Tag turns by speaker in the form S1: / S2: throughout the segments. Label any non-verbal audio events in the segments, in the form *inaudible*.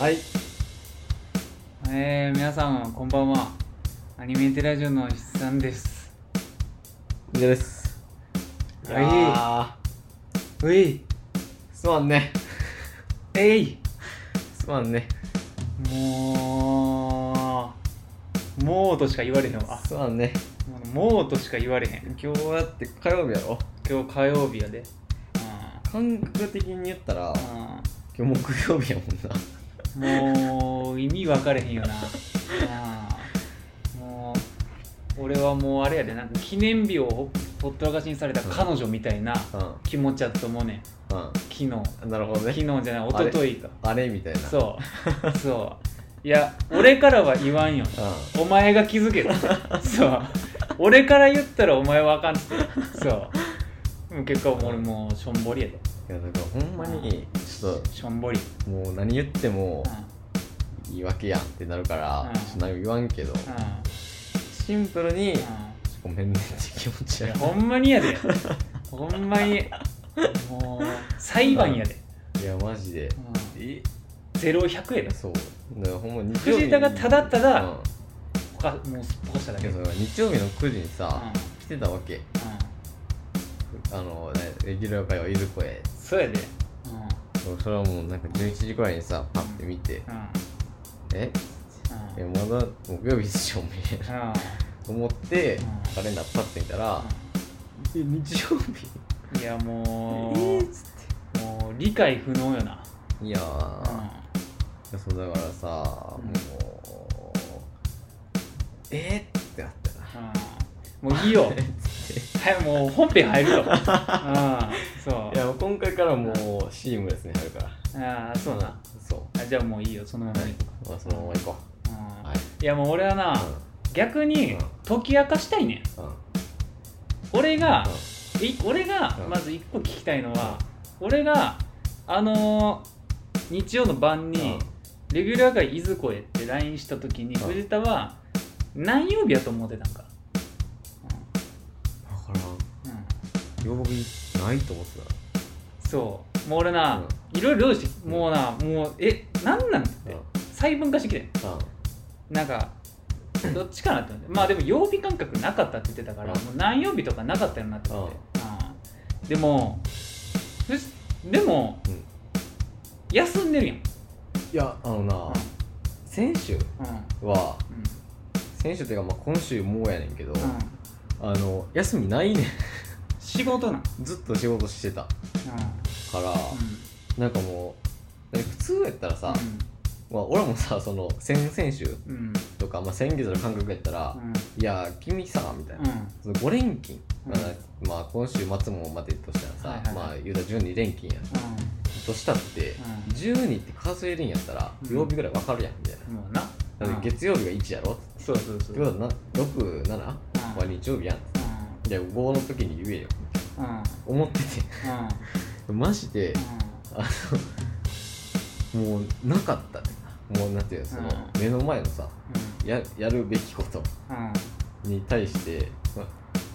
S1: はい
S2: えー、皆さんこんばんはアニメーテラジオの石さんです
S1: 以上ですい
S2: はい
S1: や
S2: うい
S1: ーすまん *laughs* ね
S2: えい
S1: すまんね
S2: もうもうとしか言われへんわ
S1: すまんね
S2: もうとしか言われへん
S1: 今日はだって火曜日やろ
S2: 今日火曜日やで
S1: 感覚的に言ったら
S2: う
S1: 今日木曜日やもんな
S2: ん、うん、もう意味分かれへんよなうんもう俺はもうあれやでなんか記念日をほほったらかしにされた彼女みたいな
S1: う
S2: 気持ちやと思うねん
S1: ん
S2: 昨日
S1: うんなるほど
S2: 昨
S1: ね
S2: 日じゃない
S1: あれ
S2: 一昨日か
S1: あれみたいなう
S2: そうそういや俺からは言わんよお前が気づけとそう俺から言ったらお前はあかんってそうでも結果もう俺もうしょんぼりやで
S1: んいやだからほんまにちょっ
S2: しょんぼり、
S1: ともう何言っても
S2: うん
S1: 言い訳やんってなるから
S2: うん
S1: ちょっと何も言わんけど
S2: う
S1: シンプルに
S2: んうん
S1: ごめんねって気持ち
S2: い
S1: や
S2: やほんまにやでほんまにもう裁判やで、
S1: いやマジ
S2: う
S1: でえ
S2: ん、0100やで
S1: そうだからほんま日曜日
S2: 藤田がただただ
S1: うん
S2: ほかもうすっぽかしただ
S1: い
S2: け
S1: や
S2: う
S1: そ
S2: ん
S1: の日曜日の9時に
S2: う
S1: さ
S2: ん、
S1: 来てたわけあのねレギュラー会はいる声
S2: そうやでうん
S1: それはもうなんか11時くらいにさパッて見て
S2: うん
S1: 「え
S2: うん
S1: えまだ木曜日っしょ」みたいな
S2: うん
S1: と思って
S2: うん
S1: カレンダーパッて見たら「え日曜日?」
S2: いや
S1: え
S2: も
S1: ーっつっ
S2: うもう理解不能よな
S1: ていや
S2: う
S1: ーそうだからさも
S2: うん
S1: う「えっ?」ってなったなん
S2: うんもういい
S1: *laughs*
S2: よはいもう本編入るようんそう
S1: いやもう今回からもうシームレスに入るから
S2: ああそうな
S1: そ
S2: あじゃあもういいよそのま
S1: う
S2: ま
S1: はい
S2: い、
S1: まあ、そのまま行こう
S2: うん
S1: はい
S2: いやもう俺はな、逆に
S1: うん
S2: 解き明かしたいねん
S1: うんうん
S2: 俺が
S1: うん、
S2: い俺が
S1: うん
S2: まず一個聞きたいのは、俺があのー日曜の晩にレギュラー会いずこへって LINE した時に
S1: うん
S2: 藤田は何曜日やと思ってたんか、
S1: だから
S2: うんうん
S1: 曜日ないと思って
S2: そうもう俺な、いろいろ用意してもうなもうえなんなんって
S1: たうん
S2: 細分化してきて
S1: うん
S2: なん
S1: *laughs*
S2: かどっちかなって思ってまあでも曜日感覚なかったって言ってたから、
S1: うん
S2: もう何曜日とかなかったよなって思って、うんでもよしでも、
S1: うん
S2: 休んでるやん、
S1: いやあのな先週
S2: うんうん
S1: は先週っていうかまあ今週もうやねんけど
S2: うんうん、
S1: あの休みないね
S2: 仕事なん、うん
S1: ん *laughs* ずっと仕事してたからなんかもう普通やったらさ、まあ、俺もさその先々週
S2: うんうん
S1: とか、まあ、先月の感覚やったら
S2: う
S1: 「いや君さ」みたいな、
S2: ん
S1: その5連勤、
S2: うん
S1: まあまあ、今週末も待てとしたらさ、
S2: はいはい
S1: まあ言うたら12連勤やとしたって、
S2: うん
S1: 12って数えるんやったら
S2: うん
S1: 曜日ぐらい分かるやんみたいな
S2: うんもうな、
S1: だって月曜日が1やろっ
S2: そうそうそ
S1: て
S2: う、
S1: こ
S2: うん
S1: とは67は日曜日やんいや5の時に言えよ
S2: うんうん
S1: 思って *laughs* てマジであのもうなかったねもうなんていうのその
S2: う
S1: 目の前のさややるべきこと
S2: うんうん
S1: に対してまは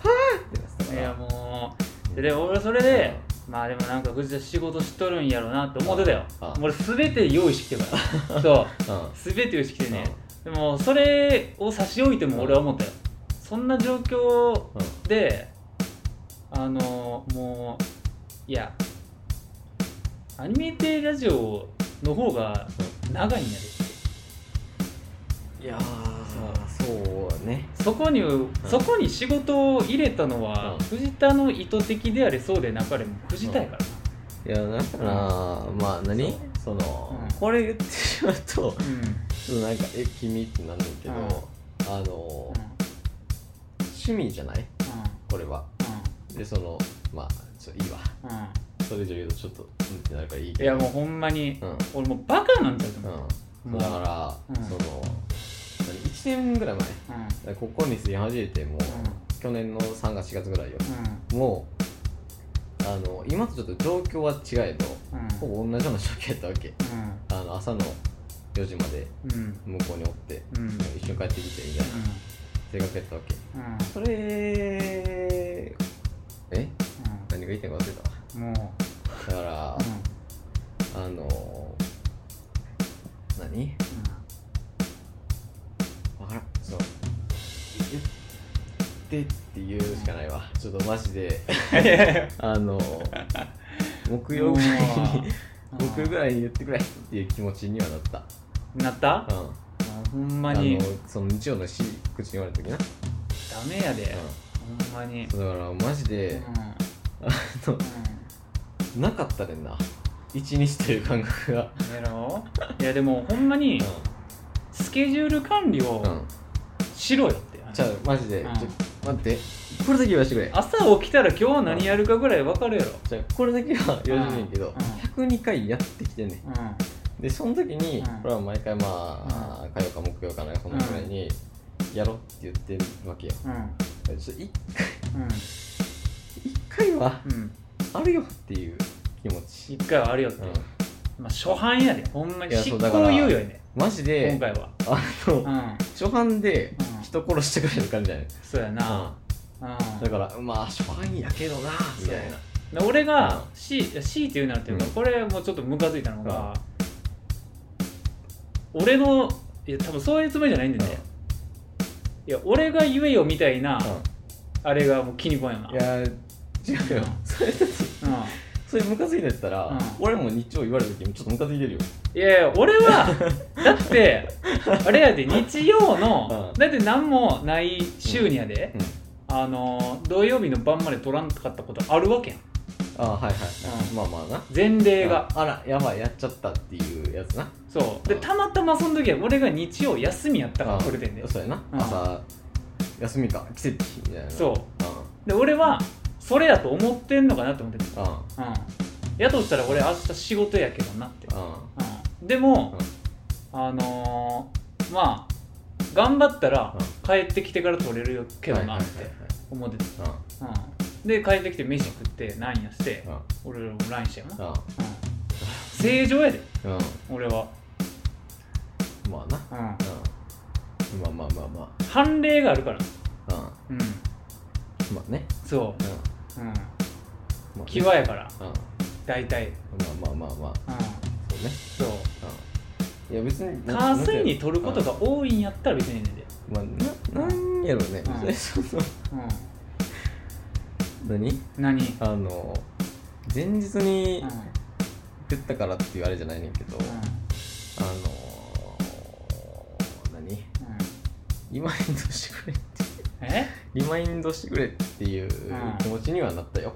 S1: ぁってなってた
S2: い
S1: か
S2: や
S1: ら
S2: も
S1: うん
S2: うででも俺それで、まあでもなんか藤田仕事しとるんやろうなって思ってたよ
S1: ああ
S2: 俺全て用意してきてからそう
S1: うん
S2: 全て用意してきてねでもそれを差し置いても俺は思ったよそんな状況
S1: うん
S2: であのもういやアニメテラジオの方が長いんやで
S1: いやーそうね
S2: そこにそこに仕事を入れたのは
S1: うん
S2: 藤田の意図的であれそうでなかれも藤田やから
S1: いやだからまあ何その *laughs*
S2: うん
S1: これ言ってしまうと
S2: なうん
S1: ちょっとなんか「え君」ってなんねんけど
S2: うん
S1: あの趣味じゃないこれはでそのまあちょっといいわそれ以上言うとちょっとうんってなるからいい
S2: い
S1: けど
S2: やもうほんまに、
S1: うん
S2: 俺もうバカなんだと思う、
S1: うん
S2: もう
S1: だから、
S2: うん
S1: その1年ぐらい前だか
S2: うんうん
S1: らここに住み始めてもう、去年の3月4月ぐらいよもうあの今とちょっと状況は違えど
S2: うん
S1: ほぼ同じような状況やったわけあの朝の4時まで
S2: うんうん
S1: 向こうにおって
S2: うんうん
S1: 一緒に帰ってきてみたいな性格やったわけ
S2: うん
S1: それえ何が言いたいか忘れ
S2: うんも
S1: たわだから、あの何分からんそう言ってって言うしかないわちょっとマジであの木曜ぐらいに木曜ぐらいに言ってくれっていう気持ちにはなった
S2: うんなった
S1: うん
S2: あほんま
S1: あ
S2: に
S1: のその日曜のし口に言われた時な、
S2: ダメやでほんまに
S1: うん、そうだからマジ
S2: うん
S1: で、あのなかったでんな一日という感覚が
S2: うんやろいやでもほんまにスケジュール管理
S1: うん、う
S2: を
S1: ん、
S2: しろよって
S1: じゃあマジで、
S2: うん
S1: ちょ待ってこれだけ言わしてくれ
S2: 朝起きたら今日何やるかぐらい分かるやろ
S1: じゃあこれだけは言わしてくれんけど
S2: うん
S1: 102回やってきてんねん
S2: うん
S1: でその時に、
S2: うん
S1: これは毎回まあ、火曜か木曜かなんかそのぐらいに、やろうって言ってるわけよ
S2: うん
S1: ちょっと一一回は
S2: うんうん
S1: あるよっていう気持ち、
S2: 一回はあるよって
S1: うん、
S2: まあ初版やでほんまに
S1: いや
S2: 執行
S1: そうだから
S2: 猶予やね
S1: マジ
S2: 今
S1: で
S2: 回は
S1: あの、
S2: うん
S1: 初版で
S2: うん
S1: 人殺してくれる感じじゃない、
S2: そうやなうん
S1: だからまあ初版やけどなみたいな
S2: で俺が
S1: う
S2: C, C って言うなっていうか、
S1: うん
S2: これもうちょっとムカついたのが、俺のいや多分そういうつもりじゃないんだよね、いや俺が言えよみたいな、あれがもう気に食わんよな、
S1: いやー違うよ
S2: う
S1: それだって
S2: う
S1: それムカついたやったら、
S2: うん
S1: 俺も日曜言われた時もちょっとムカついてるよ
S2: ん、いやいや俺
S1: *laughs*
S2: はだってあれやで日曜の、
S1: うん
S2: だって何もない週にやで、
S1: うん
S2: あの土曜日の晩まで取らんかったことあるわけやん
S1: ああはいはい、はい
S2: うん
S1: まあまあな
S2: 前例が、
S1: あらやばいやっちゃったっていうやつな
S2: そうでたまたまその時は俺が日曜休みやったから取れてんで、
S1: そうやな、
S2: うん
S1: 朝休みか奇跡みたいな
S2: そう
S1: う
S2: で俺はそれやと思ってんのかなと思って
S1: んうんうん
S2: た、うん、やとしたら俺明日仕事やけどなって、うん、でも、あのーまあ頑張ったら
S1: うん
S2: 帰ってきてから取れるけどなって思って
S1: はいはい
S2: た、うん、で帰ってきて飯食ってなんやして
S1: はい
S2: 俺らも LINE したよな、うん、
S1: う
S2: 正常やで
S1: んうんうん
S2: 俺は、
S1: うんまあな
S2: うん、
S1: うんまあまあまあま
S2: 判例があるから
S1: あ
S2: うん
S1: うんまあね
S2: そ
S1: うん
S2: う、うん、
S1: まあね
S2: 気はやから
S1: うん
S2: 大体、うん、
S1: まあまあまあまあそうね
S2: そう
S1: うんいや別に
S2: 関数に取ることが多いんやったら別にええねんで
S1: まあななんやろね
S2: うん
S1: 別にその
S2: う
S1: *laughs* 何
S2: ん、何、
S1: あの前日に
S2: うん
S1: 食ったからっていうあれじゃないねんけど
S2: う
S1: あのー何
S2: んうん
S1: リマインドしてくれって
S2: え
S1: リマインドしてくれっていう気持ちにはなったよ、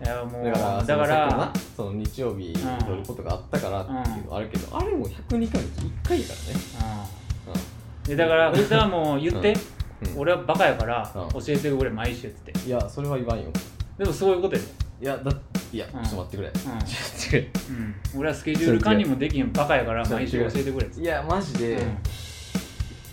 S2: いやもう
S1: だから
S2: だから
S1: そのさっきのなその日曜日撮ることがあったからっていうのはあるけど、あれも102回のうち1回だからね
S2: うんでだから藤田はもう言って、
S1: うん、うん
S2: 俺はバカやから
S1: う
S2: 教えてくれ毎週っつって
S1: いやそれは言わんよ
S2: でもそういうことやで、
S1: いやだいや、
S2: うん
S1: ちょっと待ってくれ、ちょっと
S2: う
S1: 待ってく
S2: んうん、俺はスケジュール管理もできんバカやから毎週教えてくれっつっ
S1: *laughs* れいやマジ
S2: て、
S1: で、
S2: うん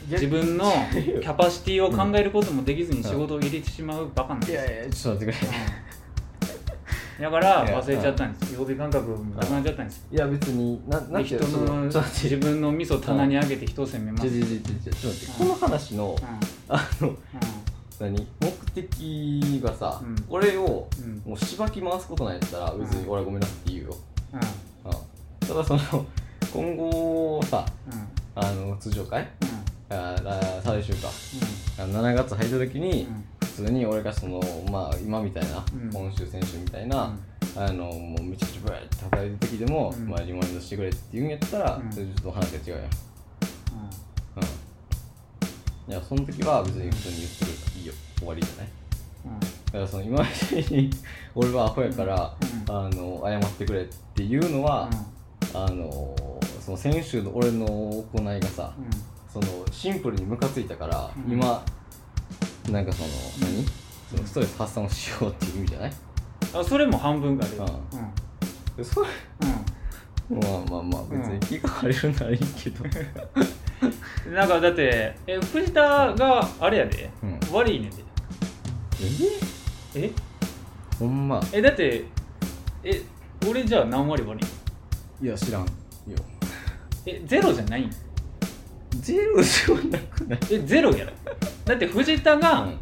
S2: 自分
S1: *laughs*
S2: のキャパシティを考えることもできずに仕事を入れてしまうバカなんで
S1: い
S2: すよ
S1: やいやちょっと待ってくれ
S2: うんだから
S1: いや
S2: 忘れちゃったんです曜日感覚もなくなっちゃったんです
S1: いや別になな
S2: で
S1: んてい
S2: 人
S1: うのちょっと
S2: の
S1: ちょっと待って
S2: 自分の味噌棚にあげて人を責めます
S1: ちょちょちょちょちょっと待ってこの話のあの
S2: う
S1: 何目的がさ、
S2: うん
S1: 俺
S2: ん
S1: を
S2: うん
S1: もうしばき回すことないんだったら別に俺はごめんなって言うよ、
S2: うん
S1: うん、ただその今後さ
S2: うん
S1: あの通常会
S2: うん
S1: ああ再来週かあ7月入った時に普通に俺がそのまあ今みたいな、
S2: うん
S1: 今週先週みたいな、あのもうめちゃくちゃブワーって叩いてる時でも、
S2: うん
S1: まあリマインドしてくれって言うんやったら、
S2: うん
S1: それちょっと話が違うやん、うん、いやその時は別に普通に言ってくれたらいいよ終わりじゃないだからその今までに *laughs* 俺はアホやから、
S2: うん
S1: あの謝ってくれっていうのは、あのその先週の俺の行いがさ、そのシンプルにムカついたから、
S2: うん
S1: 今なんかその、
S2: うん
S1: 何そのストレス発散をしようっていう意味じゃない、
S2: あそれも半分があるよ
S1: う
S2: うんうん
S1: でそれまあまあまあ別に気が晴れるならいいけ *laughs* ど
S2: うんなんかだってえ藤田があれやで
S1: うん
S2: 悪いねんで
S1: え
S2: え
S1: ほんま
S2: えだってえ俺じゃあ何割悪い
S1: いや知らんよ
S2: えゼロじゃないん
S1: ゼロじゃなくない
S2: えゼロやろだって藤田
S1: う
S2: が
S1: ん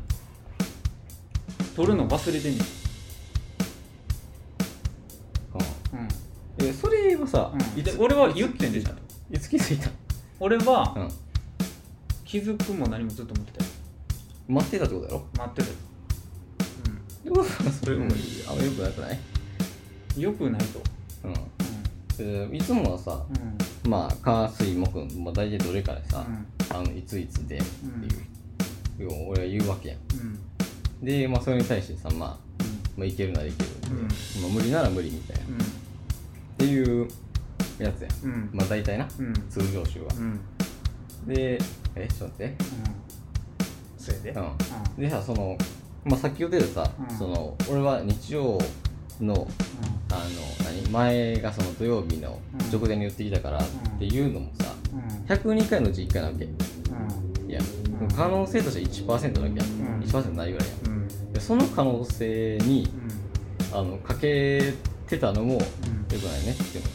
S2: 取るの忘れてんねん
S1: うんえそれはさ、
S2: うんで俺は言ってんで
S1: い
S2: ち
S1: つ
S2: ゃんと
S1: いつ気づいた
S2: 俺は
S1: うん
S2: 気づくも何もずっと思ってたよ
S1: 待ってたってことやろ
S2: 待ってたよ
S1: でもそれもあんまよくなくない
S2: うんよくないと
S1: うんえーいつもはさ
S2: うんうん
S1: まあ火水木まあ大体どれかでさ、
S2: うん
S1: あのいついつでっていう、要は俺は言うわけやん
S2: うん
S1: でまあそれに対してさ、まあ、まあいけるならいける、
S2: うん
S1: まあ無理なら無理みたいな、っ
S2: う
S1: ていうやつやん
S2: んうん
S1: まあ大体な
S2: うん
S1: 通常集は
S2: う、ん
S1: でえちょっと待って
S2: それで
S1: うんでさその、まあ、さっき言ってたさ、
S2: うん
S1: その俺は日曜のあの何前がその土曜日の
S2: うん
S1: 直前に寄ってきたからっていうのもさ102回のうち1回なわけいや可能性としては1%だけや、
S2: ん
S1: 1%ないぐらいやでその可能性にあのかけてたのもよくないねって思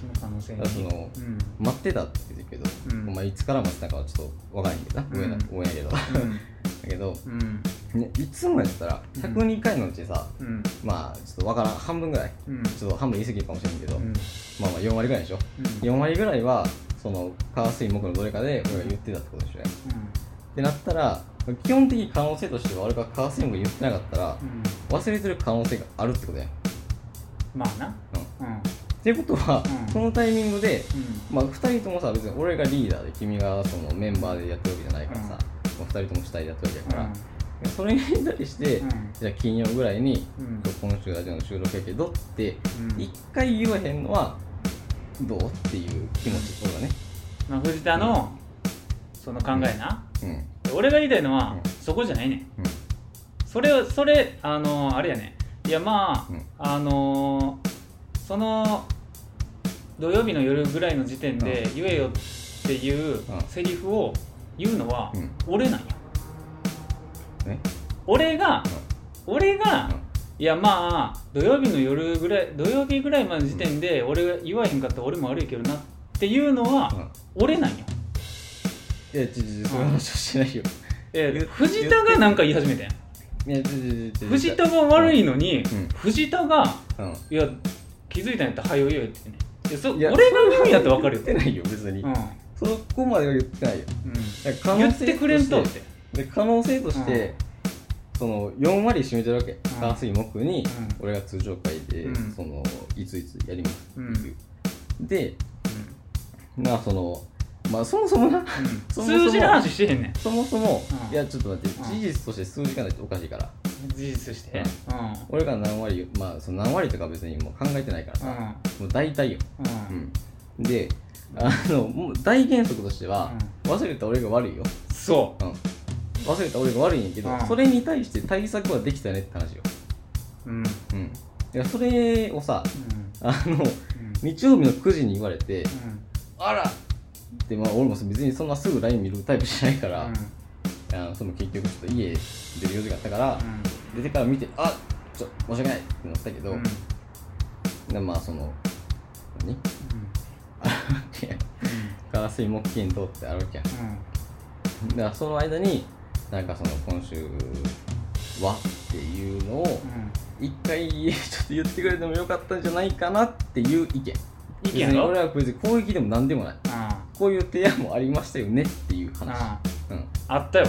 S2: その可能性
S1: うだからその
S2: うん
S1: 待ってたって言うけど、
S2: うん
S1: まあ、いつから待ってたかはちょっとわからへんけどな、ごめんな
S2: うん
S1: ごめんやけ
S2: *laughs*
S1: どだけど、
S2: うん
S1: ね、いつもやったら102回のうちさ、
S2: うん
S1: まあちょっとわからん半分ぐらい
S2: うん
S1: ちょっと半分言い過ぎるかもしれんけど、
S2: うん
S1: まあまあ4割ぐらいでしょ4割ぐらいはその火水木のどれかで俺が言ってたってことでしょってなったら基本的に可能性としては俺が火水木言ってなかったら
S2: うん
S1: 忘れてる可能性があるってことやん、うん、
S2: まあな
S1: っ
S2: うん
S1: ていうことは、
S2: うん
S1: そのタイミングで
S2: うん
S1: まあ2人ともさ別に俺がリーダーで君がそのメンバーでやってるわけじゃないからさ、まあ2人とも主体でやってるわけだから、それに対して、
S2: うん
S1: じゃあ金曜ぐらいに
S2: うん
S1: 今日この週ラジオの収録やけどって
S2: うん
S1: 一回言わへんのはどうっていう気持ちそうだね
S2: まあ藤田のその考えな
S1: うん
S2: 俺が言いたいのは
S1: うん
S2: そこじゃないねん
S1: うん
S2: それそれあのあれやねいやまあ、
S1: うん
S2: あのその土曜日の夜ぐらいの時点で言えよっていう
S1: うん
S2: セリフを言うのは
S1: うん
S2: 俺なんや
S1: ね
S2: 俺が俺が
S1: うん
S2: いやまあ土曜日の夜ぐらい土曜日ぐらいまでの時点で俺が言わへんかったら俺も悪いけどなっていうの
S1: う
S2: は
S1: ん
S2: 俺なんや
S1: いやちょちょそういう話はしてないよ
S2: え
S1: 言う
S2: 藤田がなんか言い始めたやん
S1: いやちょちょちょ
S2: 藤田が悪いのに、
S1: うん
S2: 藤田が
S1: うん
S2: いや気づいたんやったら「はよ言えよ」って言ってねいやそ
S1: いや
S2: 俺が言うんやったら分かる
S1: 言
S2: よ
S1: ってないよ別に、
S2: うん
S1: そこまでは言ってないよだから
S2: うん、
S1: 可
S2: 言
S1: 能
S2: っ
S1: 性
S2: てくれんとっ、
S1: してで可能性として、その4割占めてるわけ火、水木に
S2: う
S1: 俺が通常会で、
S2: うん
S1: そのいついつやります
S2: うんう
S1: っ
S2: ん
S1: ていう、で
S2: う
S1: まあそのまあそもそもなん *laughs* そもそも
S2: 数字の話してへんねん
S1: そもそも、
S2: うん
S1: いやちょっと待って、
S2: うん
S1: 事実として数字がないとおかしいから
S2: 事実してう
S1: 俺が何割まあその何割とか別にもう考えてないからさ、
S2: んう
S1: もう大体よ、うん
S2: うん
S1: ん、であのもう大原則としては、忘れた俺が悪いよ、
S2: そ
S1: うん、忘れた俺が悪いんやけど、
S2: うん
S1: それに対して対策はできたねって話よ、
S2: ううんうん
S1: うん、だからそれをさあの日曜日の9時に言われて、あらでまあ俺も別にそんなすぐ LINE 見るタイプじゃないから、あのその結局ちょっと家出る用事があったから、出てから見てあちょ申し訳ないってなったけど、でまあその何 *laughs* から水木金通ってあるわけやんだからその間になんかその今週はっていうのを一回ちょっと言ってくれてもよかったんじゃないかなっていう意見
S2: 意見や
S1: 別に
S2: ろ
S1: 俺は別に攻撃でも何でもない
S2: あ
S1: こういう提案もありましたよねっていう
S2: あ
S1: 話
S2: あ
S1: うん、うん、だか
S2: ああったよ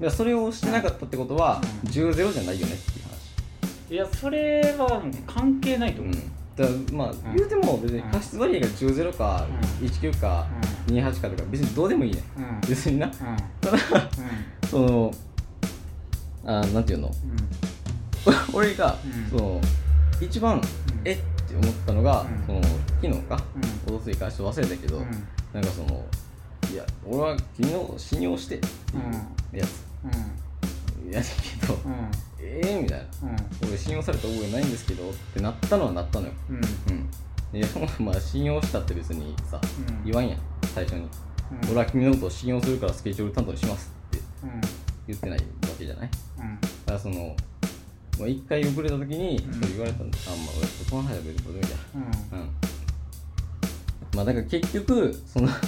S1: らそれをしてなかったってことは
S2: うん
S1: 10-0じゃないよねっていう話
S2: いやそれはもう関係ないと
S1: う
S2: 思
S1: ん
S2: う、
S1: だからまあ、
S2: ん
S1: 言うても別に
S2: うん
S1: 過失割合が10-0か
S2: う
S1: 19か28かとか別にどうでもいいね
S2: うんうん
S1: 別にな
S2: うん
S1: ただそのあーなんていうの *laughs*
S2: うんうん
S1: 俺が、
S2: うん
S1: その一番えっって思ったのが、
S2: うん
S1: その昨日か
S2: うん
S1: おとついかちょっと忘れたけど、
S2: うん
S1: なんかそのいや俺は君を信用してっていうやつ、
S2: うん
S1: いやだけど、
S2: うん
S1: ええー、みたいな俺信用された覚えないんですけどってなったのはなったのよ
S2: うん
S1: うんでまあ信用したって別にさ
S2: うん
S1: 言わんやん最初に、
S2: うん
S1: 俺は君のことを信用するからスケジュール担当にしますって
S2: うんうん
S1: 言ってないわけじゃない
S2: うん
S1: だからその、まあ、一回遅れた時に
S2: うん
S1: そう言われたんで、あんまあ俺この話は別にどうでもいいやうんまあだから結局その *laughs*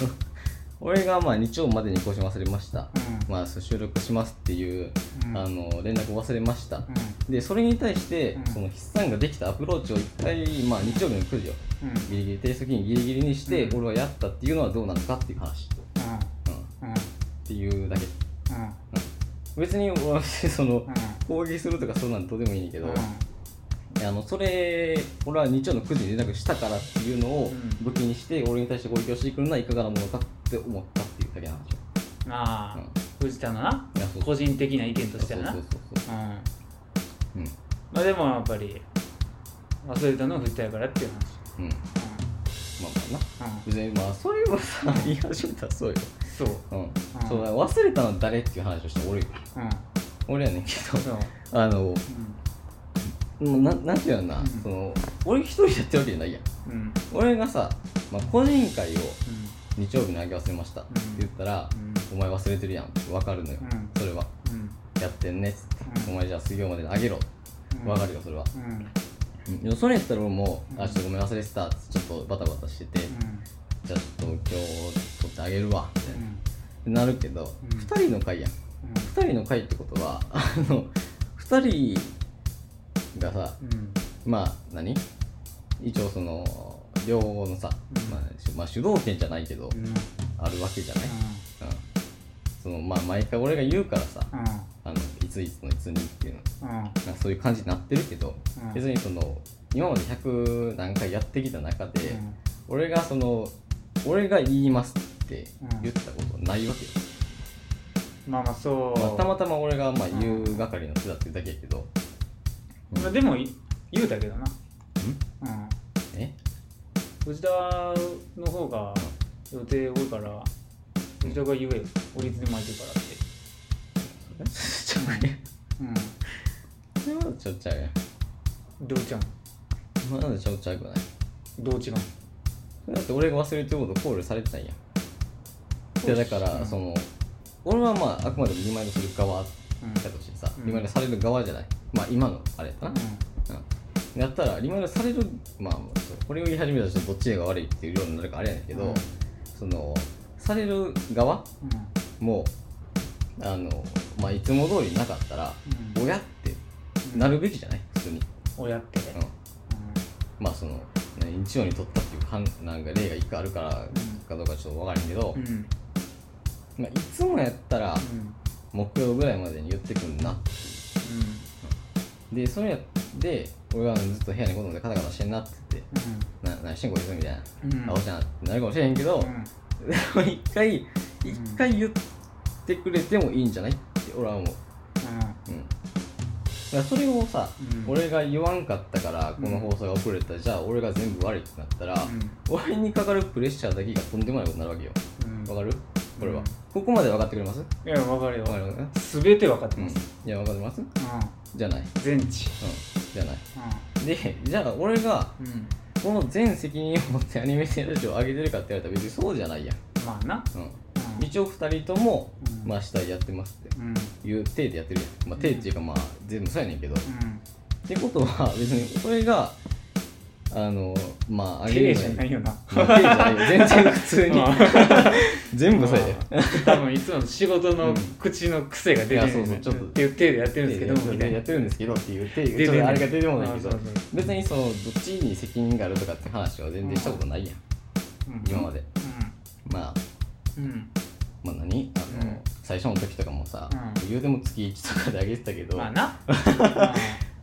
S1: 俺がまあ日曜までに更新忘れました、まあ、そう収録しますっていう、
S2: うん
S1: あの連絡を忘れました、
S2: うん
S1: でそれに対して、
S2: うん
S1: その筆算ができたアプローチを一回、まあ、日曜日の9時を
S2: うん
S1: ギリギリ提出期限ギリギリにして、
S2: うん
S1: 俺はやったっていうのはどうなのかっていう話、うん、っ
S2: うんうん
S1: ていうだけ別に俺はその攻撃するとかそうなんどうでもいいねんけど、
S2: うん
S1: あのそれ俺は日曜の9時に連絡したからっていうのを
S2: うん
S1: 武器にして、俺に対して攻撃をしてくるのはいかがなものかって思ったっていうだけの話、
S2: あ
S1: う
S2: あ
S1: ん、
S2: 藤田のな
S1: やそう
S2: 個人的な意見として
S1: そう
S2: はな
S1: そううんそうそううん
S2: まあでもやっぱり忘れたのは藤田やからっていう
S1: うんまあまあ
S2: 話う
S1: な
S2: んうん
S1: 別にまあそれはさ言い始めたらそうよ
S2: そう
S1: うん、そうだ忘れたのは誰っていう話をして俺
S2: うん
S1: 俺やねんけ
S2: そう
S1: どあのもうななんていうのかな、
S2: うん
S1: その俺一人でやってるわけじゃないやん
S2: うんうん
S1: 俺がさ、まあ、個人会
S2: う
S1: を
S2: ん
S1: 日曜日にあげ忘れましたって言ったら、お前忘れてるやんって分かるのよ、
S2: うん
S1: それは
S2: うん
S1: やってんねっつって、
S2: うん
S1: お前じゃあ水曜までにあげろ
S2: うん
S1: 分かるよそれは、
S2: うんうん
S1: うんでもそれやったら俺も、
S2: うん
S1: あちょっとごめん忘れてたっつってちょっとバタバタしてて、じゃあちょっと今日取ってあげるわみたいな、ってなるけど、
S2: うん
S1: 2人の会やん2人の会ってことはあの2人がさ
S2: うんうん
S1: まあ何一応その両方のさ、
S2: うん
S1: まあしまあ、主導権じゃないけど、
S2: うん
S1: あるわけじゃない、うんそのまあ毎回俺が言うからさあのいついつのいつにっていうの
S2: うんうん
S1: なんかそういう感じになってるけど、
S2: うん
S1: 別にその今まで100何回やってきた中で、俺がその俺が言いますって言ったことないわけよ、
S2: まあまあそう、
S1: まあ、たまたま俺がまあ
S2: うん
S1: 言う係の人だっていうだけやけど、
S2: まあでもい言うたけどな、うん、
S1: え
S2: 藤田の方が予定多いから藤田が言えよ俺いつでも空いてるからってう
S1: それ *laughs* ちゃうやんそれまだちょっちゃうやん
S2: んどうちゃん
S1: まだちょっちゃうくない
S2: どう違う
S1: それだって俺が忘れてること考慮されてないやんでだか
S2: う
S1: ら
S2: ん
S1: その俺はまああくまでもリマインドする側だとしてさ、
S2: うん
S1: リマインドされる側じゃないまあ今のあれだな、うん、やったらリマインドされるまあそうこれを言い始めたらちょっとどっちが悪いっていうようになるからあれやねんけど、
S2: うん
S1: そのされる側
S2: うん
S1: もあのまあいつも通りなかったら、
S2: うん
S1: 親ってなるべきじゃない普通に、
S2: をやって
S1: うん、まあそのね日曜に取ったっていうかんなんか例が一個あるからかどうかちょっと分からんけど、
S2: うんうん
S1: まあ、いつもやったら
S2: うん
S1: 木曜ぐらいまでに言ってくんなでそれやで俺はずっと部屋に子供でカタカタしてんなって言って「な何してんこいつ」みたいな
S2: うんうん
S1: 「あおちゃん」ってなるかもしれへんけど、
S2: うん
S1: でも一回一回言ってくれてもいいんじゃないって俺は思ううんだからそれをさ、
S2: うん
S1: 俺が言わんかったからこの放送が遅れた、じゃあ俺が全部悪いってなったら、俺にかかるプレッシャーだけがとんでもないことになるわけよ
S2: うんうん
S1: わかるこれは、
S2: うん
S1: ここまで分かってくれます
S2: いや分かるよ
S1: 分かります
S2: 全て分かって
S1: うん
S2: ます
S1: いや分かります
S2: う
S1: じゃないうん
S2: ん全知
S1: じゃないでじゃあ俺が
S2: うんうん
S1: この全責任を持ってアニメーションラジオを上げてるかって言われたら別にそうじゃないやん、
S2: まあな
S1: うん、
S2: うん
S1: 一応2人とも、
S2: うん
S1: まあ下やってますっ
S2: うん
S1: ていう体でやってるやんまあ
S2: うん
S1: 体っていうかまあ全部そうやねんけど、っ
S2: うん
S1: てことは別に俺があのまあ
S2: 綺麗じゃ
S1: のに
S2: ないよな
S1: まあ体じゃないよ全然普通に全部そうやで
S2: 多分いつも仕事
S1: う
S2: の
S1: ん
S2: 口の癖が出てるん
S1: いやそうそうちょっと
S2: っていう手でやってるんですけど
S1: いや
S2: み
S1: い
S2: た
S1: や
S2: い
S1: や
S2: な
S1: ってるんですけどっていうて
S2: 出てな
S1: ちょっ
S2: い
S1: とあれが出てもないけど
S2: あそうそう
S1: 別にそのどっちに責任があるとかって話は全然したことないやん今までまあ
S2: うんうん
S1: まあ何あの、
S2: うん
S1: 最初の時とかもさ、
S2: うん
S1: 言うても月1とかであげてたけど、
S2: ま
S1: ま
S2: あ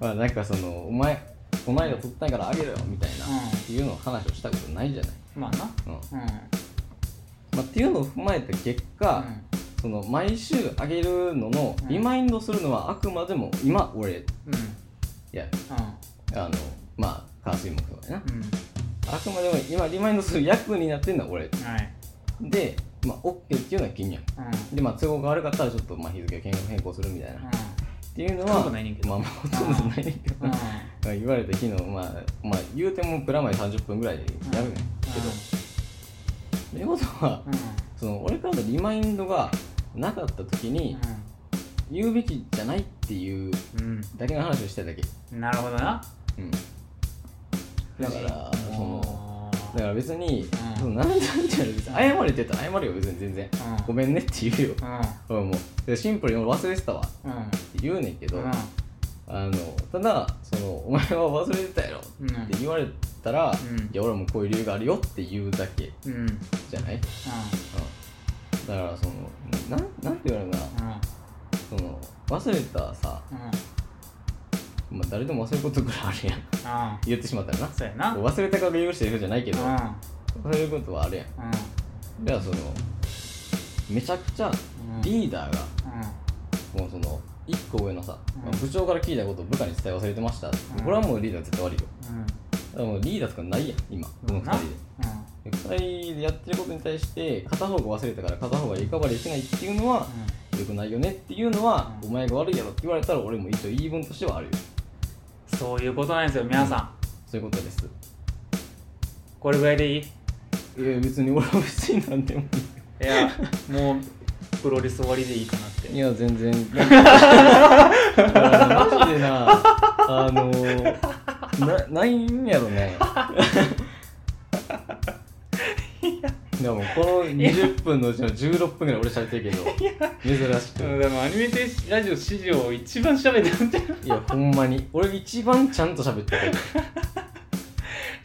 S1: あ、 *laughs*
S2: な
S1: なんかそのお前お前が取ったんやからあげろよみたいな、
S2: うん
S1: っていうのを話をしたことないじゃない、
S2: まあな
S1: うんま
S2: うん
S1: あ、っていうのを踏まえた結
S2: う
S1: 果、
S2: ん
S1: その毎週あげるのの
S2: うん
S1: リマインドするのはあくまでも今俺い
S2: うん
S1: や
S2: う
S1: あのまあ火水木とかやな、
S2: ん
S1: あくまでも今リマインドする役になってんのは俺
S2: うんはい
S1: で、まあ、OK っていうのは君やん
S2: うん
S1: でまあ都合が悪かったらちょっとまあ日付を変更するみたいな、っ
S2: う
S1: ていうの
S2: そんなこと
S1: は
S2: ないねんけど
S1: まあまあほとんどないねんけど
S2: んうん
S1: まあ言われた日のまあまあ言うてもプラマイ30分ぐらいでやるねんけど、ということは
S2: うん
S1: その俺からのリマインドがなかった時に言うべきじゃないっていう
S2: うん
S1: だけの話をしたいだけ、
S2: うんなるほどな
S1: うん、だからその
S2: あ
S1: だから別に、
S2: うん
S1: その涙っていうのは別に謝れって言ったら謝るよ別に全然、
S2: うん
S1: ごめんねって言うよ、
S2: う
S1: 俺もでシンプルに俺忘れてたわっ
S2: んうん
S1: て言うねんけど、
S2: うん
S1: あのただその「お前は忘れてたやろ」
S2: う
S1: って言われたら「
S2: ん
S1: いや俺はもうこういう理由があるよ」って言うだけ
S2: んうんうん
S1: じゃない、うん、だからそのなんなんて言われるかなその忘れたさ、
S2: うん
S1: まあ、誰でも忘れることぐらいあるやん
S2: う
S1: *laughs*
S2: ん
S1: 言ってしまったらな
S2: そうやな
S1: 忘れたから許してるじゃないけ
S2: うん
S1: ど忘れることはあるやん
S2: うん
S1: じゃあそのめちゃくち
S2: う
S1: ゃ
S2: ん
S1: リーダーが
S2: うん
S1: もうその1個上のさ、
S2: うん
S1: 部長から聞いたことを部下に伝え忘れてました、これはもうリーダー絶対悪いよ
S2: うん
S1: だからもうリーダーとかないやん今この2人でで2人でやってることに対して片方が忘れたから片方がリカバリーしてないっていうのは良くないよねっていうのは、
S2: うん
S1: お前が悪いやろって言われたら俺も一応言い分としてはあるよ
S2: そういうことなんですよ皆さん
S1: そういうことです
S2: これぐらいでいい
S1: いや別に俺は別に何でも
S2: いやもうプロレス終わりでいいかなって
S1: いいや全然いやマジでなあのなないんやろねでもこの20分のうちの16分ぐらい俺喋ってるけど珍しく
S2: うんでもアニメテラジオ史上一番喋ったんだよ
S1: いやほんまに俺一番ちゃんと喋ってる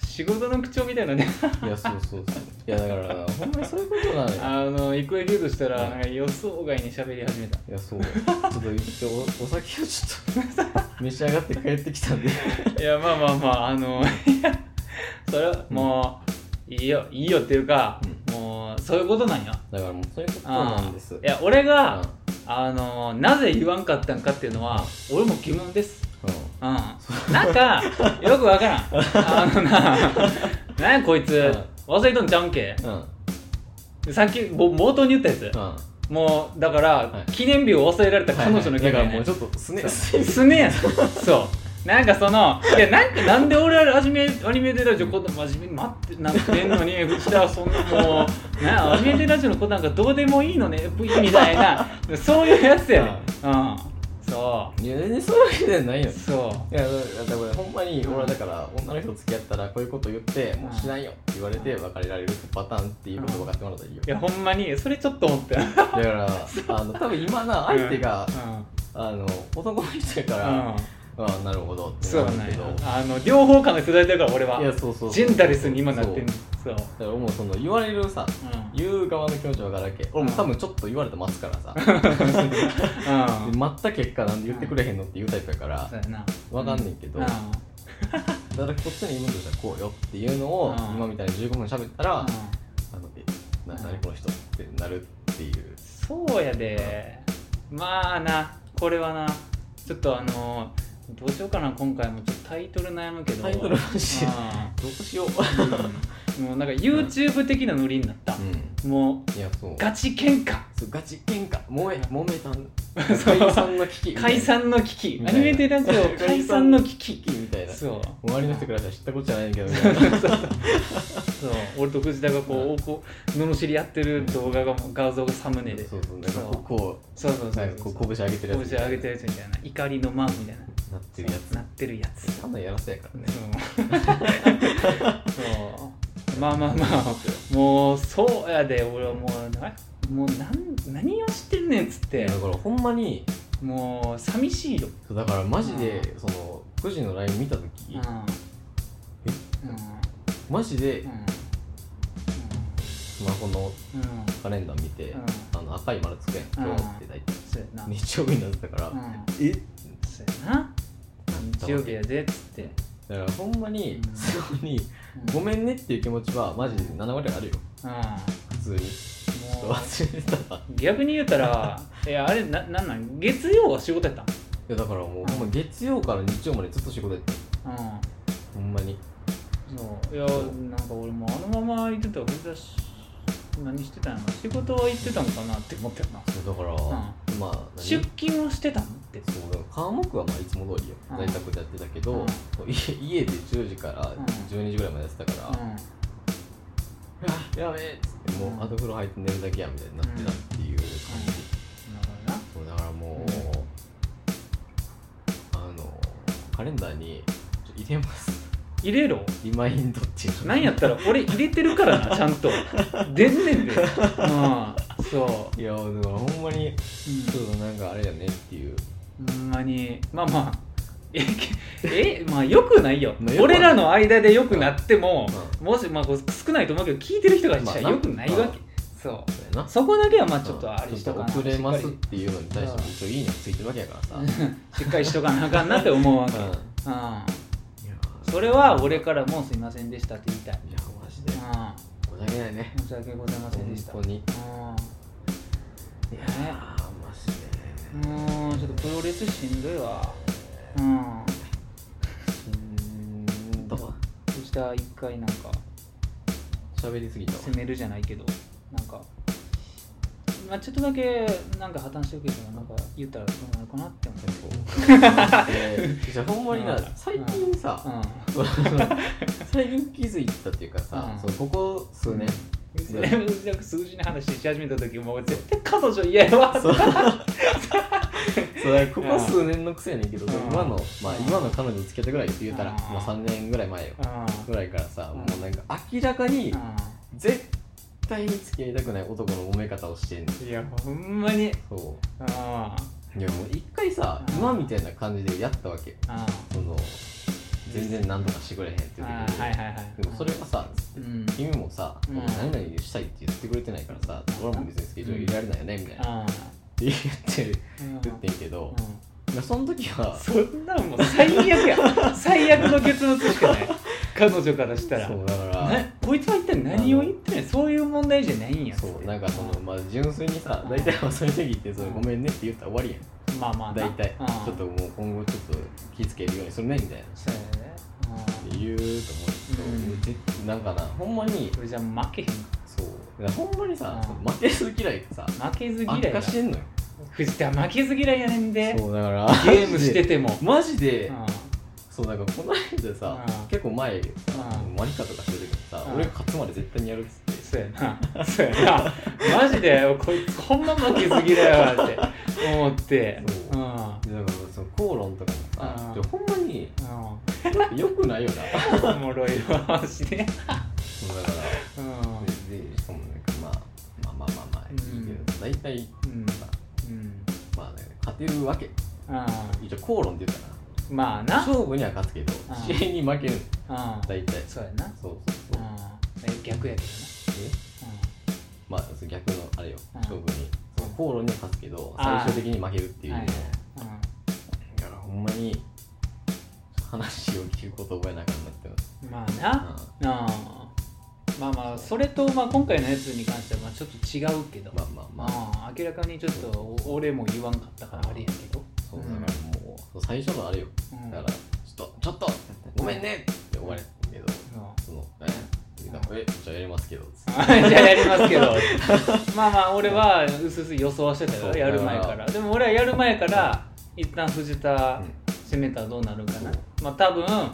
S2: 仕事の口調みたいなね
S1: いやそうそうそういやだからなほんまにそういうことなのよ
S2: あの行方竜としたら
S1: うん
S2: なんか予想外に喋り始めた
S1: いやそうちょっと一応おお酒をちょっと召し上がって帰ってきたんで
S2: いやまあまあまああの *laughs* いやそれはもう、いいよいいよっていうか、もうそういうことなんよ
S1: だからもうそういうことなんです
S2: いや俺
S1: うん
S2: が、あのなぜ言わんかったんかっていうのは俺も疑問です
S1: うん
S2: うんなんかよくわから
S1: *laughs*
S2: んあのななんやこいつ忘れとんちゃうんけ
S1: うん、
S2: さっきぼ冒頭に言ったやつ、
S1: うん
S2: もうだから、
S1: はい
S2: 記念日を忘れられた彼女の
S1: だ
S2: 件
S1: から
S2: だ
S1: も
S2: よ
S1: う
S2: ね
S1: ちょっとすねすね
S2: すねやんそうなんかそのいやなんかなんで俺はアニメアニメでラジオこんな真面目に待ってなってんの
S1: *laughs*
S2: に藤田はそんなもうなんやアニメでラジオのことなんかどうでもいいのね V みたいなそういうやつやねうんそ
S1: いや全然そういうわけじゃないよ
S2: うそ
S1: いやだだってこれほんまに俺はだから女の人と付き合ったらこういうこと言ってもうしないよって言われて別れられるパターンっていうこと分かってもらったらいいよ
S2: ういやほんまにそれちょっと思った
S1: だからあの多分今な相手が、
S2: うん
S1: あの男の人やか
S2: うん
S1: ら、ああなるほどって
S2: そう
S1: な
S2: なん
S1: るけど
S2: やあの両方感が世代だから俺はい
S1: やそうそうそう
S2: ジェンダレスに今なってんのそ
S1: そう
S2: う
S1: だからもうその言われるさ
S2: う
S1: 言う側の気持ち分からんけ俺も多分ちょっと言われて待つから
S2: *laughs*
S1: さ、
S2: んうん
S1: で待った結果なんで言ってくれへんのって言うタイプやから、
S2: そうやな
S1: *laughs* わかんねんけど
S2: う
S1: だからこっちに言うとしたらこうよっていうのを、
S2: うん
S1: 今みたいに15分喋ったら、あ
S2: うん
S1: のえな
S2: うん
S1: 何この人ってなるっていう
S2: そうやでまあなこれはなちょっとあのどうしようかな今回もちょっとタイトル悩むけど
S1: タイトルマジで
S2: あ
S1: どうしよう
S2: ーもうなんか YouTube 的なノリになった、
S1: う
S2: も
S1: んいやそう
S2: うガチ喧嘩
S1: そうガチ喧嘩萌え揉めたん
S2: *laughs* そう
S1: 解散の危機
S2: 解散の危機
S1: み
S2: ア
S1: たいな
S2: ニメテラジ
S1: *laughs*
S2: オ解散の危
S1: 危
S2: 機
S1: 機みたいな
S2: そう
S1: 周りの人からしたら知ったことじゃないけどみたいな
S2: *laughs* そう俺と藤田がこうこう罵り合ってる動画がもう画像がサムネで
S1: そうそうなんかこうこ
S2: そうそう
S1: う
S2: そ
S1: な
S2: うん
S1: かこう拳上げてるやつ
S2: 拳上げてるやつみたいな怒りのマークみたいな
S1: なってるや
S2: なってるやつ
S1: つただやらせ
S2: *laughs*
S1: やからね
S2: そうまあまあまあもうそうやで俺はもうなもうなん何をしてんねんっつっ
S1: い
S2: て
S1: やだからほんまに
S2: もう寂しいよ、
S1: そうだからマジで
S2: う
S1: その9時のライブ見た時
S2: うんうん
S1: マジで
S2: うん
S1: スマホの
S2: うん
S1: カレンダー見て
S2: うん
S1: あの赤い丸つくやん今日って大体
S2: そうやな、
S1: 日曜日になってたから
S2: うん
S1: え
S2: そうやな日曜日やでっつって、
S1: だからほんまに
S2: うん
S1: すごいご
S2: ん
S1: めんねっていう気持ちはマジで7割あるよ
S2: うん
S1: 普通にちょっと
S2: も
S1: 忘れてたわ
S2: う逆に言うたらいやあれななんなん月曜は仕事やったん
S1: いやだからもうほんま月曜から日曜までずっと仕事やってる
S2: うん
S1: ほんまに
S2: そういやなんか俺もあのまま行ってたら藤田し何してたんやろ仕事は行ってたのかなって思ってたな
S1: そうだからまあ何
S2: 出勤をしてたのって
S1: そうだから科目はまあいつも通りよ
S2: うん
S1: 在宅でやってたけど、
S2: うん
S1: *laughs* 家家で10時から
S2: うん
S1: 12時ぐらいまでやってたから、
S2: う
S1: うわやべえっつっても
S2: う
S1: う、
S2: ん
S1: あと風呂入って寝るだけやみたいになってたっていう感じ、
S2: んなるほどな
S1: そうだからもう、あのカレンダーに「ちょ入れます
S2: 入れろ
S1: リマインドっていうの
S2: なんやったら俺入れてるから
S1: *laughs*
S2: なちゃんと出んねんでうんそ
S1: いやでもほんまに
S2: う、うん
S1: ちょっとなんかあれやねっていう
S2: ほんまにまあまあえけえまあよくないよ
S1: まあ良くはない
S2: 俺らの間でよくなっても、
S1: う
S2: もし、まあ、こう少ないと思うけど聞いてる人がした
S1: ま
S2: ら
S1: あな
S2: よくないわけ、
S1: う
S2: そ
S1: そうやな
S2: うそこだけはまあちょっとあれし
S1: ちょ
S2: と
S1: っ
S2: か
S1: と
S2: な
S1: 遅れますっ
S2: しって
S1: いうのに対しても一応いいのついてるわけやからさ、
S2: かりしっかりしとかなあかんなって思うわけ、
S1: う
S2: うんん
S1: いや
S2: それは俺からもすいませんでしたって言いたい、
S1: いやマジで
S2: う
S1: 申し訳ないね
S2: ん、申し訳ございませんでした
S1: 本当にいやーマジで
S2: うんうーんちょっとプロレスしんどいわうん
S1: うーんと
S2: そしたら一回なんか
S1: 喋りすぎたわ
S2: 攻めるじゃないけどなんか、まあ、ちょっとだけなんか破綻してるけどなんか言ったらどうなるかなって思って
S1: でじゃあほんまにな
S2: うん
S1: 最近さ、最近気づいたっていうかさ、
S2: うん
S1: そうここ数年、
S2: うん、 *laughs* なんか数字の話し始めた時もう絶対彼女嫌やわ
S1: そうそうだからここ数年の癖やねんけど、
S2: うん
S1: 今のまあ
S2: うん
S1: 今の彼女と付き合ってぐらいって言うたら、
S2: うん
S1: まあ、3年ぐらい前よ
S2: あ
S1: ぐらいからさ、
S2: うん
S1: もうなんか明らかに
S2: あ
S1: 絶対に付き合いたくない男の揉め方をしてんねん
S2: いやほんまに
S1: そ
S2: あ
S1: ういやもう一回さ、
S2: うん
S1: 今みたいな感じでやったわけ
S2: ああ
S1: その全然何とかしてくれへんって
S2: あ
S1: 言
S2: はい
S1: ってく
S2: は
S1: れ
S2: い
S1: て
S2: はい
S1: でもそれはさ、
S2: うん
S1: 君もさ、
S2: うん
S1: 何々したいって言ってくれてないからさ、俺も別にスケジュール入れられないよねみたいな、
S2: ああ
S1: 言って
S2: うん
S1: 言ってんけど、まあその時は
S2: そんなんもう最悪や最悪の結末しかない彼女からしたら
S1: そうだから、
S2: なこいつは一体何を言ってないそういう問題じゃないんや
S1: そうなんかその
S2: う
S1: まあ純粋にさ
S2: うん
S1: 大体はそういう時ってその
S2: うん
S1: ごめんねって言ったら終わりや
S2: んまあまあ
S1: ん
S2: な
S1: 大体
S2: うん
S1: ちょっともう今後ちょっと気付けるようにするねみたいな
S2: そうやね
S1: って言うと思
S2: う
S1: うんけど、絶なんかなほんまに
S2: うんそれじゃ負けへん
S1: そうだからほんまにさ
S2: うん
S1: その負けず嫌いがさ
S2: 負けず嫌い
S1: 悪
S2: だ
S1: 化してんのよ
S2: 藤田負けず嫌いやねんで
S1: そうだから
S2: ゲームしてても
S1: マジ *laughs* で、
S2: うん
S1: そうなんかこの間さ、
S2: うん
S1: 結構前さ、
S2: うん
S1: マリカとかしてる時にさ、
S2: うん
S1: 俺が勝つまで絶対にやるっつって
S2: そうやなそうやなマジでこいつほんま負けず嫌いやわって思って
S1: そううん
S2: うん
S1: でだからその口論とかもさ、
S2: うん
S1: でほんまによくないよな
S2: おもろいわマジで
S1: そうだから
S2: う
S1: ででしかもなんかまあまあまあまあまあいいけど、大体
S2: んうん
S1: さ
S2: うん
S1: まあね勝てるわけ
S2: あ
S1: 一応口論って言うか
S2: ーまあ
S1: ら
S2: な
S1: 勝負には勝つけど
S2: うん
S1: 試合に負ける
S2: あー
S1: 大体
S2: そうやな
S1: そうそうそう
S2: あー逆やけ
S1: え
S2: どな
S1: まあその逆のあれよ
S2: うん
S1: 勝負にそう口論には勝つけど
S2: あー
S1: 最終的に負けるっていうのを
S2: はい
S1: だ
S2: うんうん
S1: からほんまに話を聞くこと覚えなくなってます
S2: まあな、ああまあまあそれとまあ今回のやつに関してはまあちょっと違うけど、
S1: うんまあまあまあ
S2: ああ明らかにちょっとお俺も言わんかったからあれやけど
S1: そうだからもうそう最初のあれよ
S2: うん
S1: だからちょっとちょっとごめんねって終われたけど
S2: うん
S1: そのええじゃあやりますけどつって
S2: あ *laughs* じゃあやりますけど
S1: *laughs*
S2: まあまあ俺はうすうす予想はしてたよ
S1: そう
S2: やる前か
S1: だから
S2: でも俺はやる前から一旦藤田
S1: うん
S2: 攻めたらどうなるかな、
S1: そう
S2: まあ多分
S1: うん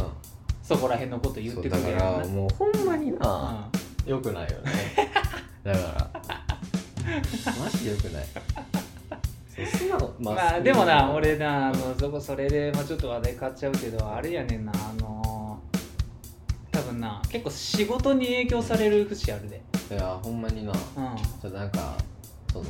S2: そこら辺のこと言ってくれ
S1: そう
S2: る
S1: だ
S2: な
S1: からもうほんまにな、
S2: うん
S1: 良くないよね
S2: *laughs*
S1: だからマジで良くないそう素直ま
S2: まあでもな
S1: そう
S2: 俺なあのそこそれで、まあ、ちょっと話題変わっちゃうけどあれやねんなあの多分な結構仕事に影響される節あるで
S1: いやほんまにな
S2: うん、うん、
S1: そうなんかその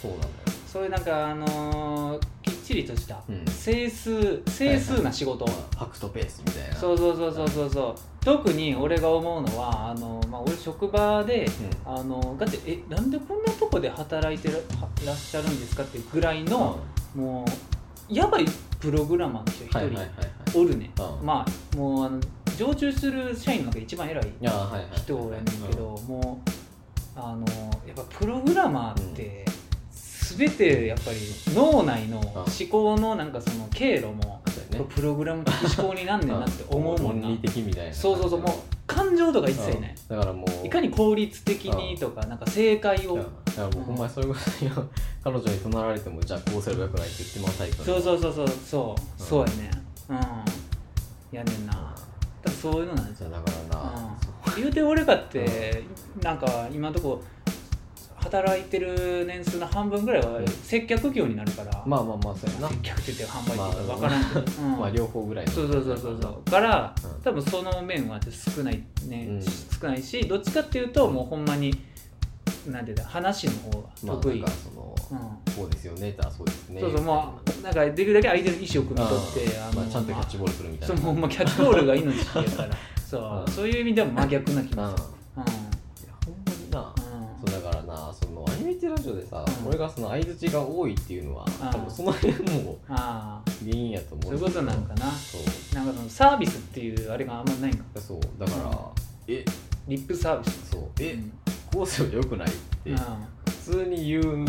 S1: そうなのよ
S2: そういうなんかあのーきっちりとした、
S1: うん
S2: 整数整数な仕事、
S1: ファクトペースみたいな
S2: そうそうそうそうそうそう特に俺が思うのはあの、まあ、俺職場で、
S1: う
S2: あのだってえなんでこんなとこで働いてららっしゃるんですかっていうぐらい
S1: うん、
S2: の、もうやばいプログラマーの人一人、
S1: はいはいはいはい
S2: おるね、
S1: うん
S2: まあもうあの常駐する社員の中で一番偉い
S1: いやはいはい
S2: 人やねんけど、もうあのやっぱプログラマーって、全てやっぱり脳内の思考のなんかその経路も、
S1: うんそうやね
S2: プログラム的思考になんねんなって思うもんな、
S1: 論理的みたいな
S2: そうそうそうもう感情とか一切ない、
S1: うんだからもう
S2: いかに効率的にとか、なんか正解を、
S1: いやだからもうほんまにそれぐらいの彼女に怒鳴られてもじゃあこうすればよくないって言ってもらうタイプの
S2: そうそうそうそうそう、
S1: うん
S2: そうやねうんやねんな多分そういうのなんですよ
S1: そうだからな、
S2: 言うて俺かってなんか今のとこ働いてる年数の半分ぐらいは
S1: うん
S2: 接客業になるから、
S1: まあまあまあそうやな
S2: 接客って言って販売って言ったら分からんけど、うん
S1: まあ両方ぐらいの
S2: そうそうそうそうそうから、
S1: うん
S2: 多分その面は少ないね、
S1: うん
S2: 少ないしどっちかっていうともうほんまになんていうんだ話の方が
S1: まあ
S2: 得意、
S1: なんかその
S2: うん
S1: こうですよねあそうですね
S2: そうそうもうなんかできるだけ相手の意思を汲み取って
S1: まあちゃんとキャッチボールするみたい
S2: そ
S1: な
S2: うほんまキャッチボールが命やからそう、
S1: うん
S2: そういう意味では真逆な気
S1: うんい
S2: が
S1: や
S2: するうん
S1: ほんまになそうだからなそのアニメテラジオでさ、
S2: うん
S1: 俺がその相槌が多いっていうのは、
S2: うん
S1: 多分その辺も
S2: ああ
S1: 原因やと
S2: そ
S1: 思う
S2: ういうことなんかな
S1: そう
S2: なんかそのサービスっていうあれがあんまないんか
S1: そうだから、え
S2: リップサービス
S1: そうえ、
S2: うん
S1: コースよ良くないって
S2: うん
S1: 普通に言う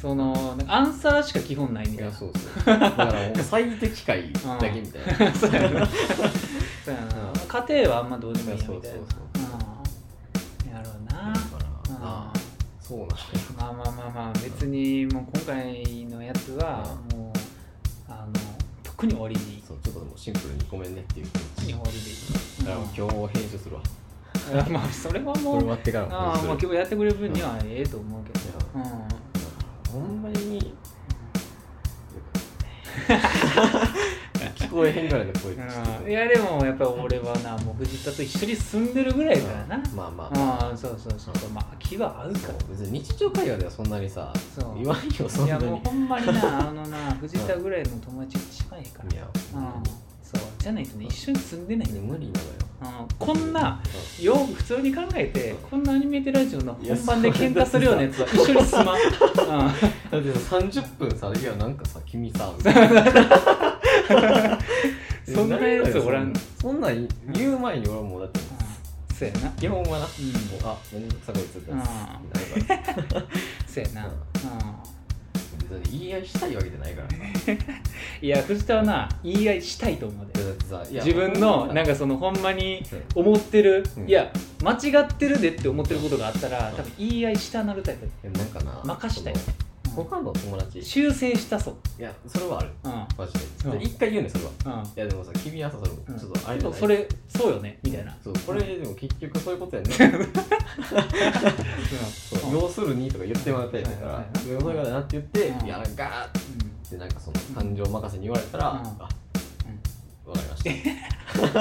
S2: そのなんかアンサーしか基本ないみ
S1: い
S2: たい
S1: や
S2: な
S1: そうそうだからもう最適解だけみたいな、
S2: *laughs* そうやな。そうやな
S1: うん
S2: 家庭はあんまどうでもいいや
S1: そう
S2: みたいな。。
S1: そううん
S2: やろうな。
S1: だから
S2: うん
S1: なあそうなんや
S2: まあまあまあまあ、別にもう今回のやつは、もう、あの、特に終わりでいい。
S1: そうちょっともうシンプルにごめんねっていう気
S2: 特
S1: 持
S2: に終わ
S1: ち
S2: りでいい。
S1: だからもう今日編集するわ
S2: うんまあ、それはも
S1: これ終
S2: う、
S1: わってから
S2: あ
S1: も
S2: あ、まあ
S1: 編集する
S2: 今日やってくれる分にはええと思うけど。うん。
S1: いやほんまに聞こえへんぐらいの声で聞
S2: うんい
S1: て
S2: やでもやっぱり俺はなもう藤田と一緒に住んでるぐらいだからな
S1: まあまあ、
S2: ああそうそうそうまあ気は合うか
S1: そ
S2: ら
S1: う別に日常会話ではそんなにさ
S2: そう
S1: 言わんよそん
S2: い
S1: な
S2: や
S1: に
S2: もうほんまに
S1: *laughs*
S2: なあのな藤田ぐらいの友達が一番いいから
S1: いや
S2: うんそうじゃないとね一緒に住んでないんだよ
S1: 無理なのよ
S2: うんこんなよく普通に考えてこんなアニメーテラジオの本番で喧嘩するようなやつは一緒に住まんうん
S1: だってさ30分さ「いやなんかさ君さ」
S2: そんなやつおらん
S1: そんなん言う前に俺はもうだって
S2: うんそうやな
S1: 基本は
S2: う
S1: な、
S2: ん
S1: もうあめんどくさこいつって
S2: う
S1: な
S2: ん
S1: るから
S2: そうやな
S1: う
S2: うんん
S1: 別に言い合いしたいわけじゃないからね
S2: いや藤田はな言い合いしたいと思う
S1: いや
S2: で
S1: だってさいや
S2: 自分のなん
S1: か
S2: かそのほんまに思ってる
S1: うん
S2: いや間違ってるでって思ってることがあったら多分言い合いしたなるタイプだ
S1: なんかな
S2: 任したい
S1: そ
S2: う
S1: の
S2: ん
S1: 他の友達い
S2: 修正したそう
S1: やそれはある
S2: うん
S1: マジで
S2: うん
S1: で一回言うねそれは
S2: うん
S1: いやでもさ君はさそれもちょっとあれじゃない
S2: それそうよねみたいな、
S1: そうこれでも結局そういうこと
S2: *laughs*
S1: やねそう
S2: うん
S1: 要するにとか言ってもらったりだ
S2: はい
S1: から
S2: はい
S1: 「要するになって言って
S2: う
S1: 「
S2: ん
S1: いやなんか」ってなんかその感情任せに言われたら「
S2: うん
S1: あわかりました」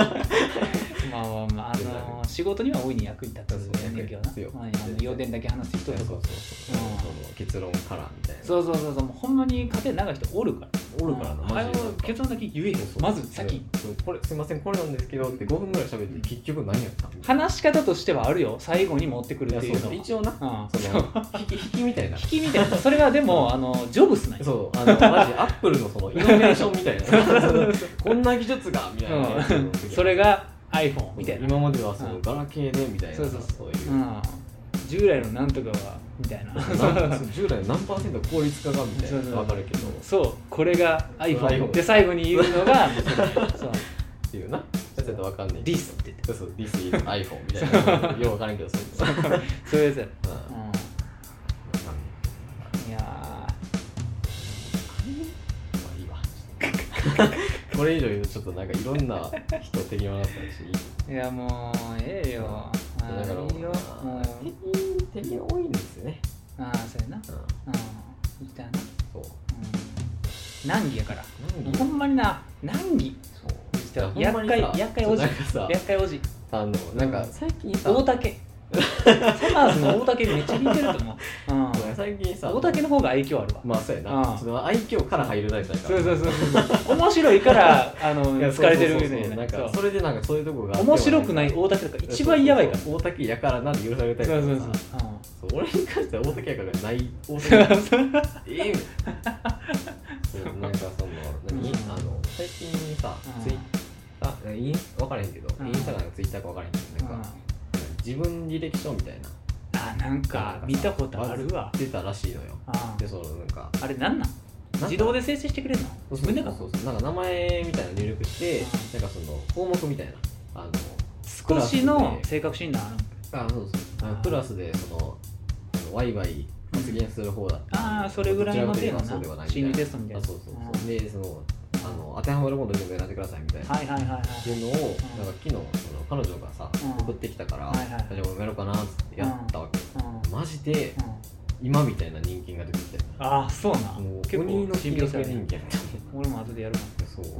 S2: *laughs* まあまあまあ、あの仕事には大いに役に立つんだけどな、
S1: そう
S2: まあ、あの要点だけ話す人
S1: そう
S2: と
S1: そう
S2: か
S1: そうその結論からみたいな
S2: そうそうそうそうもうほんまに家庭長い人おるから
S1: おるからな
S2: あ
S1: マ
S2: れ
S1: ジ
S2: は
S1: でなんか
S2: 結論だけ言えよまず先
S1: そうこれすいませんこれなんですけどって5分ぐらい喋って結局何やった
S2: 話し方としてはあるよ最後に持ってく
S1: い
S2: る
S1: や
S2: っていうの
S1: そう
S2: は
S1: 一応な
S2: うん
S1: その引き引きみたいな
S2: 引きみたいなそれはで *laughs* もあのジョブスない
S1: *laughs* そうあのマジアップルのそのイノベーションみたいな
S2: *laughs*
S1: そのこんな技術がみたいなやつの時は
S2: それが iPhone みたいな、
S1: 今まではその
S2: うん
S1: ガラケーでみたいな
S2: そうそう
S1: そういうう、
S2: ん、従来のなんとかはみたいな
S1: なんか従来の何パーセント効率化がみたい
S2: そう
S1: な
S2: そう
S1: 分かるけどっ
S2: そうこれが
S1: iPhone
S2: iPhone で最後に言うのがそう
S1: ていうなちょっと分かんない
S2: ディスって
S1: そうそう This is iPhone みたいな
S2: *laughs*
S1: よう分からんけどそうそう、うん、
S2: そういうやつやう
S1: なんか
S2: んいや
S1: まあいいわ *laughs* これ以上言うとちょっとなんかいろんな人的になったし
S2: ーいやもうええよあ
S1: だからもう
S2: ーいいようん
S1: 敵敵多いんですよね、
S2: ああそうやな
S1: うん、
S2: うんいたな
S1: そう
S2: うん難儀やから
S1: 難儀
S2: ほんまにな難儀
S1: そうほんま
S2: 厄
S1: にさ
S2: 介厄介おじ
S1: なんかさ
S2: 厄介おじ
S1: あのなんか最近さ
S2: 大竹サマーズの大竹めっちゃ似てると思う、うん、
S1: 最近さ
S2: 大竹の方が愛嬌あるわ
S1: まあそうやな
S2: うん
S1: その愛嬌から入るタイプだから
S2: そうそうそうそう面白いからあの
S1: いや
S2: 疲れてる
S1: そう
S2: み
S1: そ
S2: たいな
S1: うそうなん
S2: そ
S1: か
S2: う
S1: それでなんかそういうとこが
S2: 面白くない
S1: そう
S2: 大竹とか
S1: そう
S2: 一番やばいからそ
S1: そう大竹やからなって許されるタ
S2: う
S1: イプ
S2: そ
S1: だ
S2: う
S1: か
S2: そう
S1: ら
S2: う
S1: さ
S2: ん
S1: そう俺に関しては大竹やからない大竹
S2: そ
S1: やから
S2: うそう
S1: ええみたいなそうなんかその何
S2: うん
S1: あの最近さ
S2: うん
S1: ツイッターイン分からへんけど
S2: うん
S1: インスタかなんかツイッターか分からへんけどなんか自分履歴書みたいな
S2: あなんか見たことあるわ
S1: 出たらしいのよ
S2: あ
S1: でそのなんか
S2: あれなんなん
S1: なんか
S2: 自動で生成してくれるの
S1: そう
S2: 自分でか
S1: そうそうなんか名前みたいなの入力して、
S2: うん
S1: なんかその項目みたいなあの
S2: 少しの性格診断ある
S1: あそうそうあの
S2: あー
S1: クラスでそのあのワイワイ発言する方だった
S2: ああそれぐらいの程度
S1: どちらかといえばそうでは
S2: な
S1: ないみたい
S2: 心理テストみたい
S1: あ
S2: な
S1: そうそうそう、でそのあの当てはまるもの全部選んでくださいみたいな、
S2: はいはいはいはい
S1: っていうのを、なんか昨日その彼女がさ、
S2: うん
S1: 送ってきたから、
S2: はいはい
S1: じゃあ俺もやろうかなっつってやったわけ、
S2: うん
S1: マジで、
S2: う
S1: 今みたいな人間が出てきたよ
S2: ああそうな
S1: なもう
S2: 結
S1: 鬼
S2: 構
S1: の
S2: シ
S1: 引
S2: ビ
S1: き
S2: ア
S1: 寄せ
S2: さや
S1: 人
S2: ね
S1: 間
S2: 俺も後でやるわ
S1: そう
S2: うん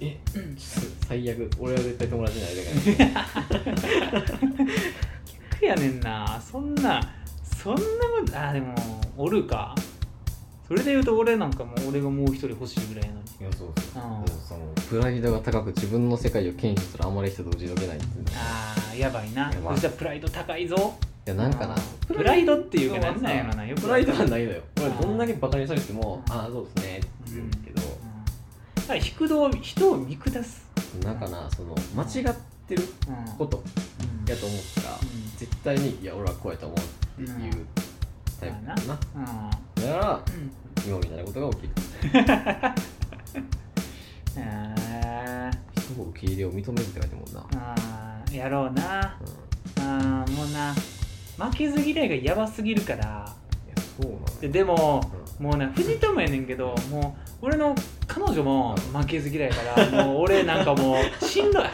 S1: えちょっと最悪俺は絶対友達になりたくない
S2: 逆やねんなそんなそんなことあーでもおるかそれで言うと俺なんかもう俺がもう一人欲しいぐらいやのに
S1: いやそうそう
S2: あー
S1: でもそのプライドが高く自分の世界を堅守するあまり人と打ち解けないっていうい
S2: ああやばいな
S1: やばい
S2: 実はプライド高いぞ
S1: やなんかな
S2: あープライドっていうかなんなんやろなよく
S1: プライドはないのよ俺
S2: あー
S1: どんなにバカにされても
S2: うん
S1: ああそうですねって言うんだけど、
S2: うんだから引く道人を見下す
S1: なんかなその間違ってる
S2: うん
S1: こと
S2: うん
S1: やと思うから、
S2: う
S1: 絶対にいや俺はこうやと思うっていうタイプだな、
S2: んうん
S1: だから
S2: うん
S1: 今みたいなことが起きる
S2: あ
S1: 人を受け入れを認めるって書いてあるもんな、
S2: ーあーやろうな
S1: うん、い
S2: あーもうな負けず嫌いがやばすぎるから
S1: やそうなの
S2: で
S1: よ
S2: でももうな藤田もやねんけどもう俺の彼女も負けず嫌いや
S1: *laughs*
S2: からもう俺なんかもうしんどいう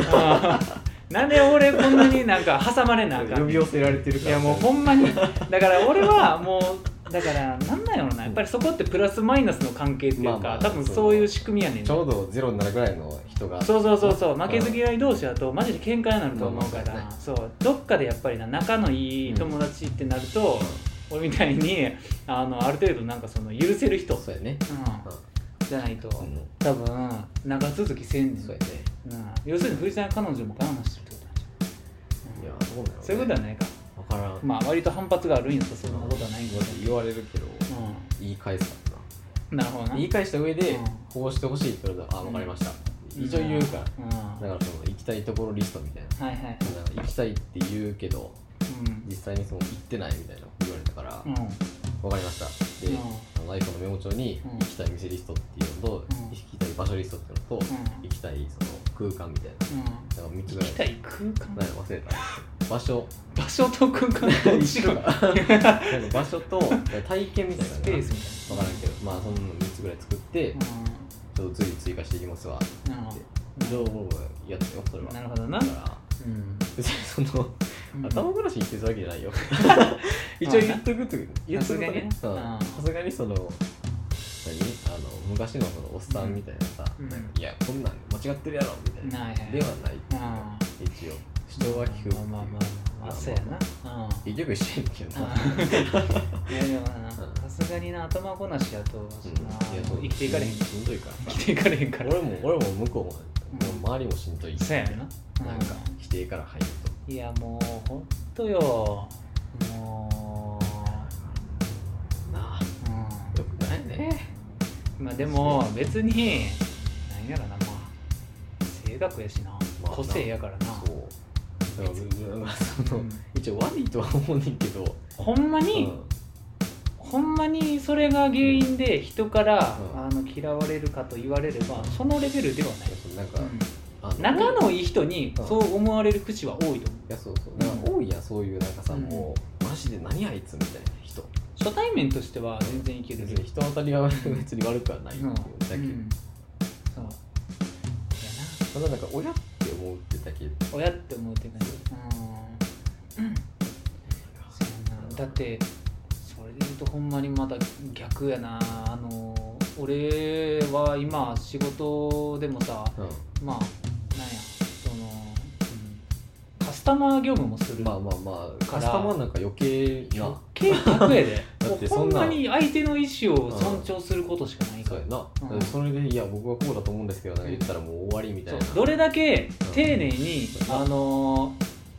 S2: んなんで俺こんなになんか挟まれなあかん
S1: 呼
S2: ねん
S1: び寄せられてるか
S2: いや
S1: ら
S2: もうほんまにだから俺はもうだからなんなんやろなやっぱりそこってプラスマイナスの関係っていうか、
S1: まあまあ
S2: 多分そういう仕組みやねん
S1: ちょうどゼロになるぐらいの人が
S2: そうそうそうそう
S1: うん
S2: 負けず嫌い同士だとマジで喧嘩になると思うから、
S1: まあまあ
S2: そうどっかでやっぱりな仲のいい友達ってなると、俺みたいにあのある程度なんかその許せる人、うん、
S1: そうやね
S2: じゃないと、
S1: うん
S2: 多分長続きせんねん、
S1: そううんやね
S2: 要するに藤田の彼女も我慢してるってことなんじ
S1: い
S2: ゃん
S1: や
S2: うん
S1: そうなの、ね、
S2: そういうことはないか
S1: 分からん、
S2: まあ割と反発があるんやったらそんなことはないんだけど、
S1: 言われるけど
S2: うん
S1: 言い返すからな
S2: なるほどな。
S1: 言い返した上で
S2: うん
S1: こうしてほしいって言われたらあ分かりました一応言うから
S2: うん。
S1: だからその行きたいところリストみたいな
S2: はいはい。
S1: なんか行きたいって言うけど実際にその行ってないみたいなこと言われたから、
S2: うん。うん。
S1: 分かりましたで、
S2: うん
S1: あの iPhone のメモ帳に
S2: うん
S1: 行きたい店リストっていうのと、
S2: うん
S1: 行きたい場所リストっていうのと、
S2: うん
S1: 行きたいその空間みたいな
S2: う
S1: なんか3つ
S2: ん。行
S1: ぐら
S2: き
S1: い
S2: たい空
S1: なん
S2: 間。
S1: か忘れた
S2: *laughs*
S1: 場所
S2: 場所と空間が一緒だ。
S1: なんか場所と体験みたいな
S2: スペースみ
S1: 分からんけどまあそんなの3つぐらい作って、
S2: たい
S1: ち
S2: な。
S1: ょっと次追加していきますわって
S2: うん。なるほ
S1: 情報やったよそれは
S2: ど。なるほどな
S1: だ。から別にその
S2: うん
S1: 頭ごなしに言ってるわけじゃないよ
S2: *laughs*
S1: 一応言っとくと言っとくとね
S2: さすが
S1: うん
S2: にね
S1: さ
S2: うん
S1: すがにその何あの昔のそのおっさんみたいなさ、
S2: うん
S1: なんかいやこんなん間違ってるやろみたいな、
S2: ないはい
S1: ではない、
S2: ああ。
S1: 一応人は聞くっていう
S2: まあまあまあまあ。そうやな。うん。
S1: 結局一緒やねんけどな、
S2: いやでもな、さすがにな、頭ごなしやと、
S1: うん
S2: そんな生きていかれへん。
S1: しんどいから
S2: 生きていかれへんから。
S1: 俺も俺も向こうも,、
S2: うん
S1: もう周りもしんどい
S2: そうやな。う
S1: なんか否定から入る
S2: いやもうほんとよも
S1: となあ
S2: う、うん
S1: よくないね
S2: まあでも別になんやろなまあ性格やしな、
S1: まあな
S2: 個性やからな
S1: そうだからうんその
S2: うん
S1: 一応悪いとは思うねんけど、
S2: ほんまに、
S1: うん
S2: ほんまにそれが原因で人から、
S1: うん
S2: あの嫌われるかと言われればそのレベルではない、
S1: なんか、あ
S2: 仲
S1: い
S2: のいい人に
S1: うん
S2: そう思われる節は多いと思う
S1: やそうそうなんか多いやんそういうなんかさ、
S2: うん
S1: もうマジで何あいつみたいな人
S2: 初対面としては全然いける
S1: 別に人当たりは別に悪くはないっていううんだけ、
S2: うんそう
S1: ただなんか親って思うってだけ
S2: やな親って思うって感じうんそうやなだってそれで言うとほんまにまだ逆やなあの俺は今仕事でもさ
S1: う
S2: まあなんやその、うんカスタマー業務もする
S1: ん、まあまあまあカスタマーなんか余計な
S2: 計画やで
S1: *laughs* だって
S2: もう
S1: そ
S2: ほ
S1: ん
S2: ん
S1: な
S2: まに相手の意思を尊重することしかないか
S1: そう
S2: ら
S1: や
S2: う
S1: な、
S2: ん
S1: それでいや僕はこうだと思うんですけどなんか言ったらもう終わりみたいな
S2: そうどれだけ丁寧に、
S1: うん
S2: あの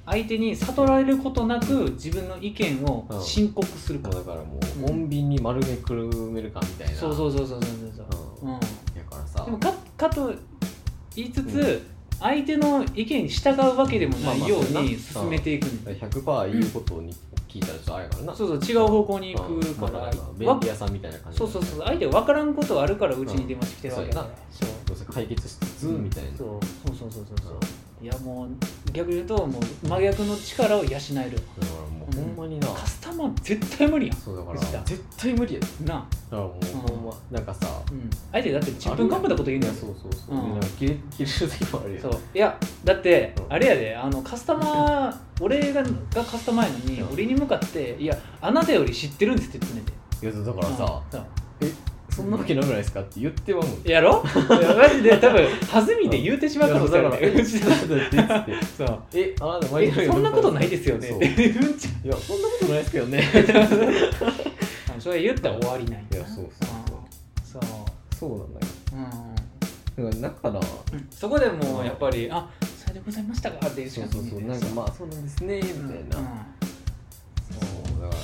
S2: 相手に悟られることなく自分の意見を申告するか、
S1: もうだからも
S2: うん
S1: う穏便に丸めくるめるかみたいな
S2: そうそうそうそうそうそう
S1: う
S2: そう、うん
S1: ん、やからさ
S2: でもかかと言いつつ、
S1: う
S2: 相手の意見に従うわけでもな
S1: まあま
S2: い
S1: あ
S2: よう
S1: そうや
S2: に
S1: な
S2: 進めていくねん
S1: 100%言うことに聞いたらちょっとあれやからな
S2: そうそう違う方向に行くか
S1: ま
S2: ら、
S1: あ
S2: わ
S1: だ便利屋さんみたいな感じ
S2: そうそうそう相手は分からんことがあるからうちに電話してきてるわけだから、
S1: うん
S2: そう
S1: どうせ解決しつつみたいな、
S2: そうそうそうそうそうそういやもう逆に言うともう真逆の力を養える
S1: だからもうほんまにな、
S2: カスタまん絶対無理や
S1: そうだから
S2: 藤田
S1: だか
S3: 絶対無理やで
S2: んなあ、
S1: らもうほんまなんかさ
S2: うん、相手だって10分間分のこと言うんだよ
S1: そうそうそう、
S2: うん
S1: なんか切れ切れる時もあるよ
S2: そういやだって
S1: うん
S2: あれやであのカスタマー *laughs* 俺ががカスタマーやのに
S1: うん
S2: 俺に向かって「いやあなたより知ってるんです」って言ってんねんで
S1: いやだからさ、
S2: うんそう
S1: そんなわけなくないですかって言ってまうもん
S2: やろ *laughs* いやマジで多分弾みで言うてしまうかもしれ *laughs* ない
S1: や
S2: うん
S1: そうだからえち
S2: そ
S1: ょっと待ってって
S2: う
S1: えあなた
S2: え
S1: 毎
S2: そんなことない
S1: い
S2: ですよね
S1: そう
S2: ってうんち
S1: やそんなことないですけどね
S2: ゃんそれ言ったら終わりない
S1: いやそうそう
S2: そう
S1: そうそうなんだよ
S2: そう、うん
S1: だからだから
S2: そこでもうやっぱり「あそれでございましたか」って言うし
S1: そ
S2: か
S1: うそうそうなんか
S2: う
S1: まあそうなんですねみたい
S2: んうん
S1: な、そうだか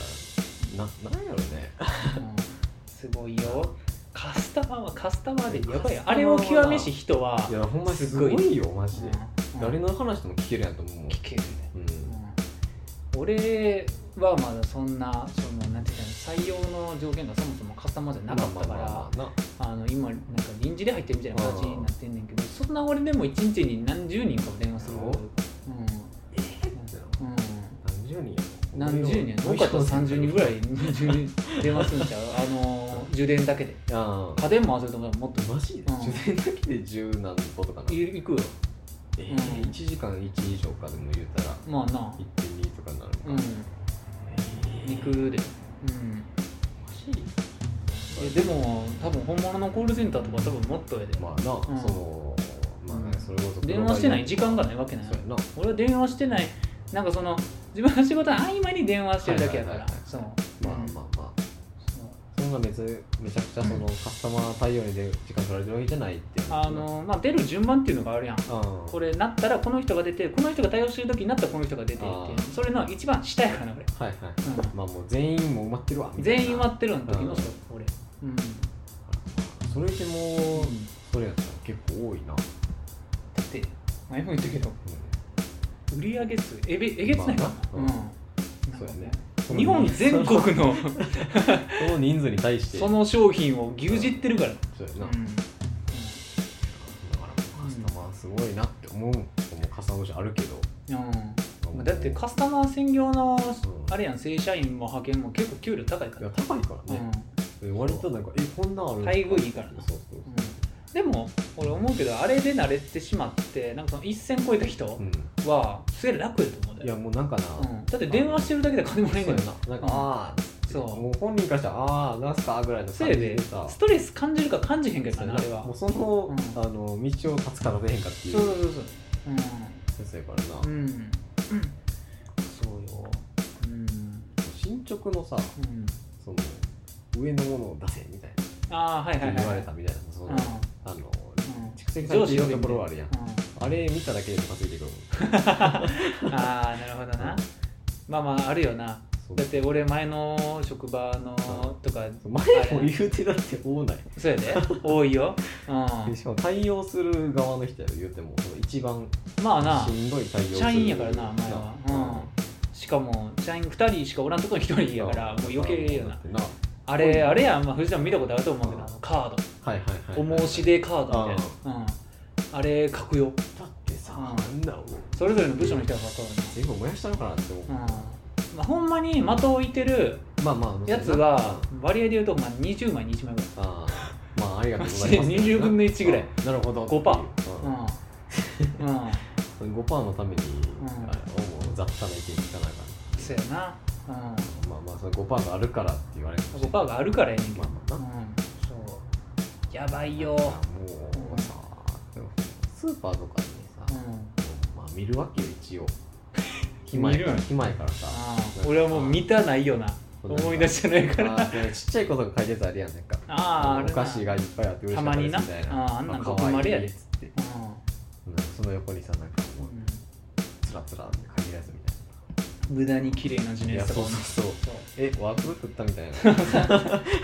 S1: らななんやろね
S2: すごいよカスタマーはカスタマーでやばいよあれを極めし人はい
S1: やほんまにす
S2: す
S1: ご
S2: ごい
S1: いよマジで、
S2: うん
S1: 誰の話でも聞けるやんと思うもん
S2: 聞けるね、
S1: うん
S2: うん、俺はまだそんなそのなんていうかな採用の条件がそもそもカスタマーじゃなかったから、
S1: まあまあまあまあな
S2: あの今なんか臨時で入ってるみたいな形になってんねんけどそんな俺でも一日に何十人かも電話する、
S1: そ
S2: う
S1: うみたいなん
S2: うん、
S1: 何十人
S2: 何十
S1: やろ
S2: 人僕は多分30人ぐらい20人電話するんちゃうあのー充電だけで
S1: ああ
S2: 家電も合わせると思ったらもっと
S1: マジで
S2: うん
S1: 受験だけで十何歩とかない
S2: いくよ
S1: え
S2: うん
S1: 1時間1以上かでも言うたら
S2: まあな
S1: 1.2とかになるのか
S2: うん
S1: な
S2: 肉でうん
S1: マジ
S2: えでも多分本物のコールセンターとか多分もっとやで、
S1: まあな、
S2: ん
S1: そのまあね
S2: うん
S1: それこそ
S2: 電話してない
S1: 時
S2: 時間がないわけない
S1: そうやな
S2: 俺は電話してないなんかその自分の仕事の合間に電話してるだけやか
S1: は
S2: ら
S1: いはいはいはい
S2: そう
S1: まあ
S2: うん
S1: まあまあそんなめちゃめちゃくちゃそのカスタマー対応にで時間取られてるわけじゃないっていう
S2: あのまあ出る順番っていうのがあるやん
S1: うん
S2: これなったらこの人が出てこの人が対応してる時になったらこの人が出てって
S1: あー
S2: それの一番下やからな俺
S1: はいはい、
S2: う
S1: まあもう全員もう埋まってるわみたいな
S2: 全員待ってるの時の人俺うん
S1: それでも、
S2: うん
S1: それやったら結構多いな、
S2: だって前も言ったけど売り上げ数えべえげつないか
S1: まあ
S2: うん
S1: なそうやね
S2: 日本全
S1: その
S2: 国の
S1: その人数に対して
S2: その商品を牛耳ってるから
S1: そうや
S2: う
S1: な、
S2: ん
S1: だからカスタマーすごいなって思うもカスタマーじゃあるけど、
S2: うんまあだってカスタマー専業の
S1: うん
S2: あれやん正社員も派遣も結構給料高いか
S1: いや
S2: ら
S1: 高いからね、え割となんかえこんなんあるんだ
S2: 待遇いいからな
S1: そうそう
S2: うんうんでも俺思うけどあれで慣れてしまってなんかその一線超えた人、
S1: そう、うん
S2: はすげえ楽やと思うんだ
S1: いや
S2: よ、
S1: もうなんかな、
S2: うん、だって電話してるだけで金もらえん
S1: そ
S2: ね
S1: うんやななんか、ああ
S2: そう
S1: もう本人からしたらああなんすかぐらいの
S2: せ
S1: 感
S2: い
S1: じ
S2: で
S1: でさ
S2: ストレス感じるか感じへんけど
S1: そう
S2: な
S1: や
S2: あ
S1: な
S2: れは
S1: もうその,、
S2: うん
S1: あの道を立つか立てへんかってい
S2: そうそう
S1: う
S2: そうそう
S1: 先生からな、
S2: うんうん
S1: そうよ
S2: うん
S1: 進捗のさ
S2: うん
S1: その上のものを出せみたい
S2: ああはい
S1: な、
S2: はいはい
S1: 言わ
S2: はい
S1: れたみたいなその、
S2: うん
S1: あの
S2: うん
S1: 蓄積されているところはあるやん
S2: う
S1: あれ見ただけでムカついてくるもん
S2: んああなるほどなまあまああるよな
S1: そう
S2: だって俺前の職場のとか
S1: 前も言うてだって多ない
S2: そうやで多い
S1: *laughs*
S2: よ、うん
S1: で、しかも対応する側の人やろ言うてもその一番
S2: まあな
S1: しんどい対応する
S2: 社員やからな前はしかも社員2人しかおらんとこに1人やからもう余計や
S1: だ
S2: な
S1: ってな
S2: あれあれやん、まあ、藤田も見たことあると思うけど
S1: あー
S2: カード
S1: はいはいはい、
S2: お申し出カードみたいな、うん、あれ書くよ
S1: だってさ、
S2: うん
S1: あんなもう
S2: それぞれの部署の人が書くわ
S1: 全部燃やしたのかなって思う、
S2: な、うんまあ、ほんまに的を置いてる
S1: まあまあ
S2: やつは割合で言うとまあ20枚20枚ぐらい
S1: ああまあありがとうご
S2: *laughs*
S1: ざいます
S2: マジで20分の1ぐらい
S1: うんなるほど
S2: 5%
S1: *laughs* うん
S2: うん、うん、
S1: 5%のために、
S2: うん
S1: あれもう雑多な意見聞かなあか
S2: そうやな、うん
S1: まあまあその5%があるからって言われるかもしれ
S2: 5%
S1: ない
S2: があるからやねんけ
S1: ま
S2: ど
S1: あ、まあな、
S2: うん、そうやばいよ、
S1: もうさでもスーパーとかにさ、
S2: うん
S1: まあ見るわけよ一応 *laughs* 暇やから
S2: 見るわ
S1: 暇やからさ
S2: あー俺はもう見たないよな
S1: そうなんか
S2: 思い出してないから
S1: あーでちっちゃいことが書いてたやつあるやんなんか
S2: あーあ
S1: お
S2: るな
S1: 菓子がいっぱいあって嬉しかったですみたい
S2: たまに
S1: な
S2: なあーあんなん
S1: か
S2: 囲まれやで
S1: っつってうんその横にさなんかも
S2: うん
S1: うつらつらって書いてるやつみたい
S2: 無駄に綺麗な字の
S1: ない
S2: や
S1: や
S2: つと
S1: そう
S2: か
S1: そうそう
S2: そう
S1: えワークブック売ったみたいなや
S2: う
S1: つ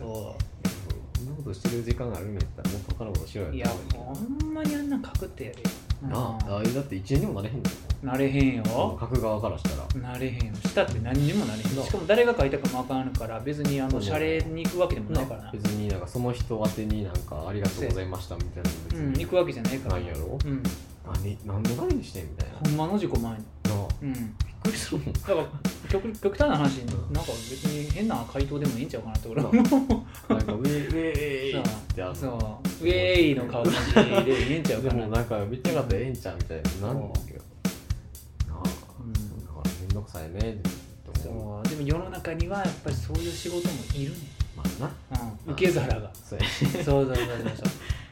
S1: そんなことしてる時間があるんやったらもっと他のことしろよっ
S2: ん
S1: て
S2: いや
S1: 思
S2: ほんまにあんなん書くってやで
S1: うなああれだって一円にもなれへんだよ
S2: なれへんよ
S1: 書く側からしたら
S2: なれへんよしたって何にもなれへん
S1: な
S2: よしかも誰が書いたかもわからんから別にあ
S1: そ
S2: の
S1: う
S2: シャレに行くわけでもないからな
S1: 別になんかその人宛てになんかありがとうございましたみたいなの別
S2: うん行
S1: に
S2: くわけじゃないから
S1: ないやろ
S2: うん
S1: 何何の何にしてんみたいな
S2: ほんまの自己前に
S1: なあ
S2: うん
S1: びっくりするもん
S2: だから極極端な話なんか別に変な回答でもいいんちゃうかなって俺は思う
S1: なんかウェイウェイウェイってあ
S2: *laughs*
S1: る
S2: そうウェイの顔文字でいいんちゃう
S1: で
S2: かな
S1: もなんか見たかったらええんちゃうみたいななんだけどなあだからめんどくさいねって思う
S2: そうでも世の中にはやっぱりそういう仕事もいるね、
S1: まあな
S2: うん、受け皿が
S1: そうや
S2: そうそうそうそうそう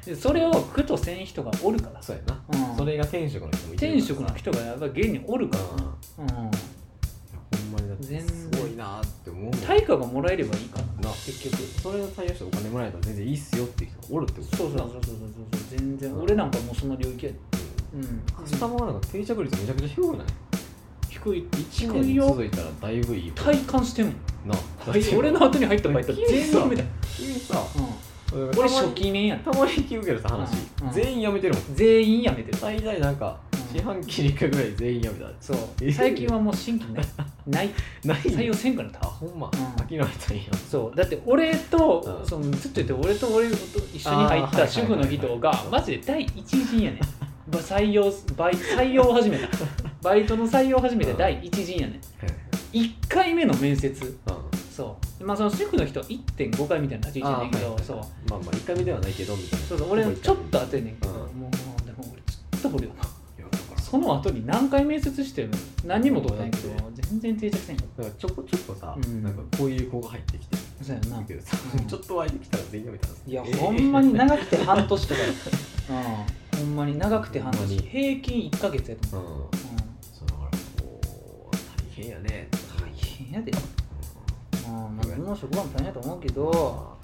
S2: でそれを苦とせん人がおるから
S1: そうやな、
S2: うん
S1: それが天職の人もいてる
S2: 天
S1: から
S2: 職の人がやっぱり現におるか
S1: うんい
S2: ら、うん、
S1: やほんまにだって
S2: 全
S1: す
S2: 然
S1: ごいなって思うもん
S2: 対価がもらえればいいから
S1: な
S2: 結局
S1: それを対応してお金もらえたら全然いいっすよっていう人がおるってこと
S2: そうそうそうそうそうそう全然俺なんかもうその領域やでうん
S1: カスタマーなんか定着率めちゃくちゃ低くない
S2: 低い
S1: 1
S2: 低い
S1: 年
S2: よ
S1: 続いたらだいぶいいよ
S2: 体感してんもん
S1: な
S2: はい俺の後に入ったバイト全員辞めた、
S1: 君さ
S2: う
S1: 俺
S2: ん、俺初期面やった
S1: たまに聞くけどさ話、
S2: うんうん
S1: 全員辞めてるもん
S2: 全員辞めてる
S1: 大体なんか
S2: うん
S1: 四半期に1回ぐらい全員辞めた
S2: そう
S1: え
S2: 最近はもう新規ない *laughs* ない
S1: ない
S2: 採用せんからな
S1: あほんま、
S2: ん
S1: 諦めたんや
S2: そうだって俺と、
S1: うん
S2: そのずっと言って俺と俺と一緒に入っ
S1: あーはいはいはいは
S2: た
S1: い
S2: 主婦の人がマジで第一陣やねん *laughs* ば採用バイ採用を始
S1: *laughs*
S2: めたバイトの採用を始めて第一陣やねん1回目の面接
S1: うん
S2: そうまあその主婦の人は1.5回みたいな立ち位置やねんけ
S1: あー
S2: ど
S1: はい
S2: そう
S1: まあまあ1回目ではないけどみたいな
S2: そうそう俺
S1: もう一
S2: ちょ
S1: 回
S2: っと当てんねんけど、
S1: うん
S2: もうでも俺ちょっと掘るよない
S1: やだから
S2: その後に何回面接してるの何にも取ったんやけど全然定着せんかっ
S1: だからちょこちょこさ、
S2: うん
S1: なんかこういう子が入ってきて
S2: たそうやんな
S1: るけどさ、
S2: うん
S1: ちょっと湧いてきたら全員辞めたんです
S2: いや、
S1: えー
S2: ほんまに長くて半年とかやった、うん、ほんまに長くて半
S1: ほんま
S2: 年
S1: に
S2: 平均1か月やと
S1: うん
S2: 思う、う
S1: そうだからこう大変やね
S2: ん、大変やで、うんまあ、
S1: うん
S2: 自分の職場も大変やと思うけど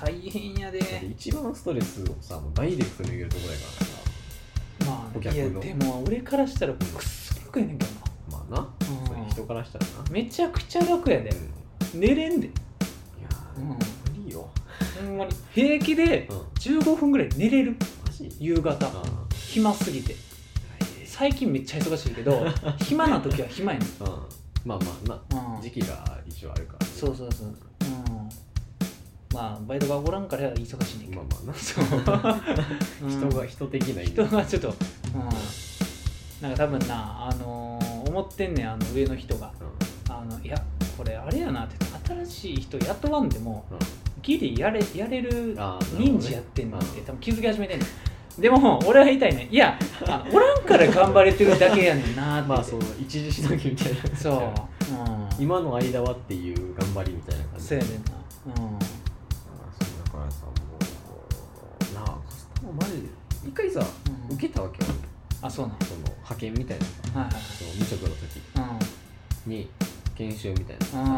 S2: 大変やで
S1: だって一番ストレスをさもうダイレクトに受けるところやからさ
S2: ま
S1: お
S2: あ
S1: 客
S2: いや
S1: の
S2: でも俺からしたらくっそ楽やねんけどな
S1: まあな、
S2: うん
S1: そういう人からしたらな、
S2: めちゃくちゃ楽やで
S1: うん
S2: 寝れんで
S1: いやー、
S2: うん
S1: 無理よ、
S2: ほんまに平気で
S1: うん、
S2: 15分ぐらい寝れる
S1: マジ
S2: 夕方
S1: うん
S2: 暇すぎて最近めっちゃ忙しいけど暇な時は暇やねん、
S1: うんまあまあな
S2: うん、
S1: 時期が一応あるから、ね、
S2: そうそうそう、うん、まあバイトがおらんから忙しいねんけど、
S1: まあまあな
S2: そう
S1: *laughs* 人
S2: 人
S1: が
S2: が
S1: 人的な意味
S2: 人がちょっと、うん、なんか多分なあのー思ってんねんあの上の人が
S1: うん
S2: あのいやこれあれやなって新しい人雇わんでも
S1: うん
S2: ギリやれやれる
S1: あーなるほどね
S2: 人事やってんのって
S1: うん
S2: 多分気づき始めてんねんでも俺は言いたいねんいやあのおらんから頑張れてるだけやねんなって
S1: *laughs* まあその一時しのぎみたいな
S2: そう、うん、
S1: 今の間はっていう頑張りみたいな感じ
S2: そうやねんなうん
S1: そうだからさもうなあカスタマーマジで一回さ、
S2: うん
S1: 受けたわけよ
S2: あそうなん
S1: その派遣みたいなさ
S2: はいはい
S1: その無職の時
S2: はい
S1: に研修みたいな
S2: うん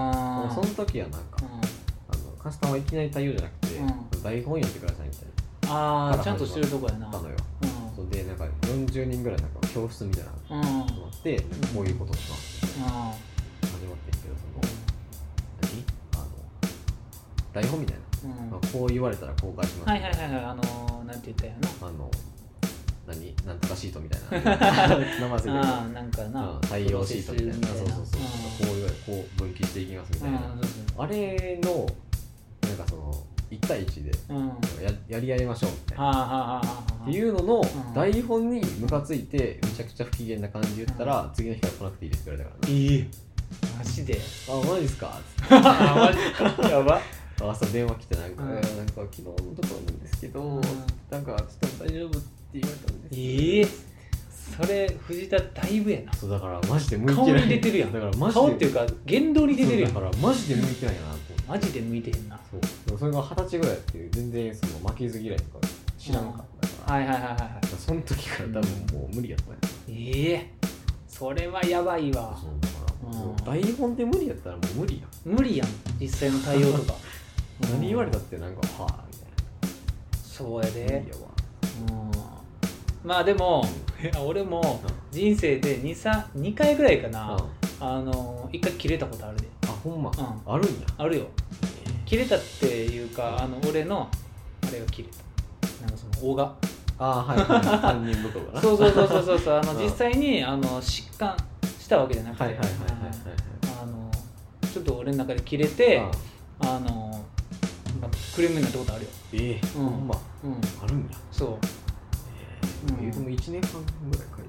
S2: あ
S1: そ
S2: ー
S1: の時はなんか、
S2: うん
S1: あのカスタマーいきなり対応じゃなくて、
S2: う
S1: 台本読んでくださいみたい
S2: あーちゃんとしてるとこやな
S1: なのったのよ
S2: うん
S1: そうでなんか40人ぐらいなんか教室みたいなの
S2: うんうん
S1: があってなんかこういうことしますみたいな始まってるけどその何あの台本みたいな、
S2: うん
S1: まあ、こう言われたらこう返します
S2: は
S1: み
S2: い
S1: た
S2: はいい
S1: な
S2: はいはいあのーなんて言ったんや
S1: あの何なんとかシートみた
S2: *laughs*
S1: いな名前ついてる
S2: なあーなんか
S1: うん
S2: な
S1: 採用シートみたいな
S2: プ
S1: そ
S2: ロ
S1: う
S2: セ
S1: そうそう、こう言われこう分岐していきますみ
S2: ス
S1: た
S2: みた
S1: い
S2: いな
S1: な、
S2: うんうんそうそ
S1: あれのなんかその1対1で
S2: ううん
S1: ややり合いましょうみたいな
S2: はあはあはあはあ
S1: っていうのの
S2: ん
S1: 台本にムカついてめちゃくちゃ不機嫌な感じ言ったら次の日から来なくていいですって言われたから
S2: いいマジで
S1: なあマジですかつっ
S2: *laughs* あマジやば
S1: て朝電話来てなんか,、
S2: うん
S1: なんか昨日のところなんですけど、
S2: うん
S1: なんかちょっと大丈夫って言われたんです
S2: いいそれ藤田だいぶやな
S1: そうだからマジで向いてない
S2: 顔に出てるやん
S1: だからマジで
S2: 顔っていうか言動に出てるやん
S1: そうだからマジで向いてないなと思って
S2: マジで向いてへんな
S1: そうでもそれが二十歳ぐらいやって全然その負けず嫌いとか知らんかったから、
S2: はいはいはいはいはい
S1: その時から多分もう無理やったんや
S2: ええそれはやばいわ
S1: そうだから、
S2: うん
S1: そう台本で無理やったらもう無理やん
S2: 無理やん実際の対応とか
S1: *laughs* 何言われた
S2: う
S1: っ
S2: ん
S1: てなんかはあみたいな
S2: そうやで
S1: いいよわ
S2: うんまあでもいや俺も
S1: うん
S2: 人生で 2, 三二回ぐらいかな、
S1: うん
S2: あの1回切れたことあるで
S1: あほんま、
S2: う
S1: あるんや
S2: あるよ切れたっていうかあの俺のあれが切れたなんかそ
S1: *laughs*
S2: の大が
S1: あはい *laughs* はい担任部下がな
S2: そうそうそうそうそうそうあ
S1: う
S2: の
S1: ん
S2: 実際にあの疾患したわけじゃなくて、
S1: はいはいはいはい
S2: うんあのちょっと俺の中で切れ
S1: はい
S2: て、
S1: はい
S2: あの、まあ、クレームになったことあるよ、
S1: ええ
S2: うん
S1: ほんま
S2: うん、
S1: あるんや
S2: そう
S1: ええ
S2: うん
S1: 言うても1年半ぐらいか今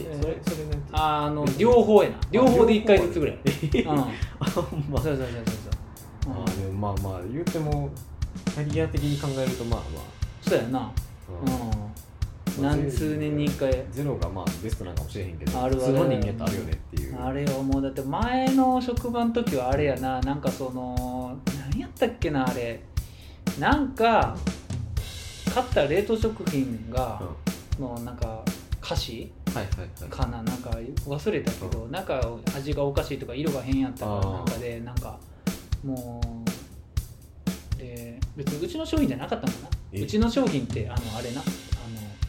S1: え
S3: え
S1: それ
S3: それなんて
S2: あーあの両方やな両方で1回ずつぐらい
S1: え
S2: うん
S1: あほんま
S2: そうそうそうそうそう
S1: あ
S2: うん
S1: ーでもまあまあ言うてもキャリア的に考えるとまあ
S2: そうやな
S1: まあ、
S2: うん何数年に1回
S1: ゼロがまあベストなんかもしれへんけど
S2: あるある
S1: 普通の人間ってあるよねっていう
S2: あれはもうだって前の職場の時はあれやななんかその何やったっけなあれなんか買った冷凍食品
S1: うん
S2: がのなんか菓子
S1: はいはいはい
S2: かななんか忘れたけどなんか味がおかしいとか色が変やったから
S1: あー
S2: なんかでなんかもうで別にうちの商品じゃなかったのか
S1: え
S2: なうちの商品ってあのあれな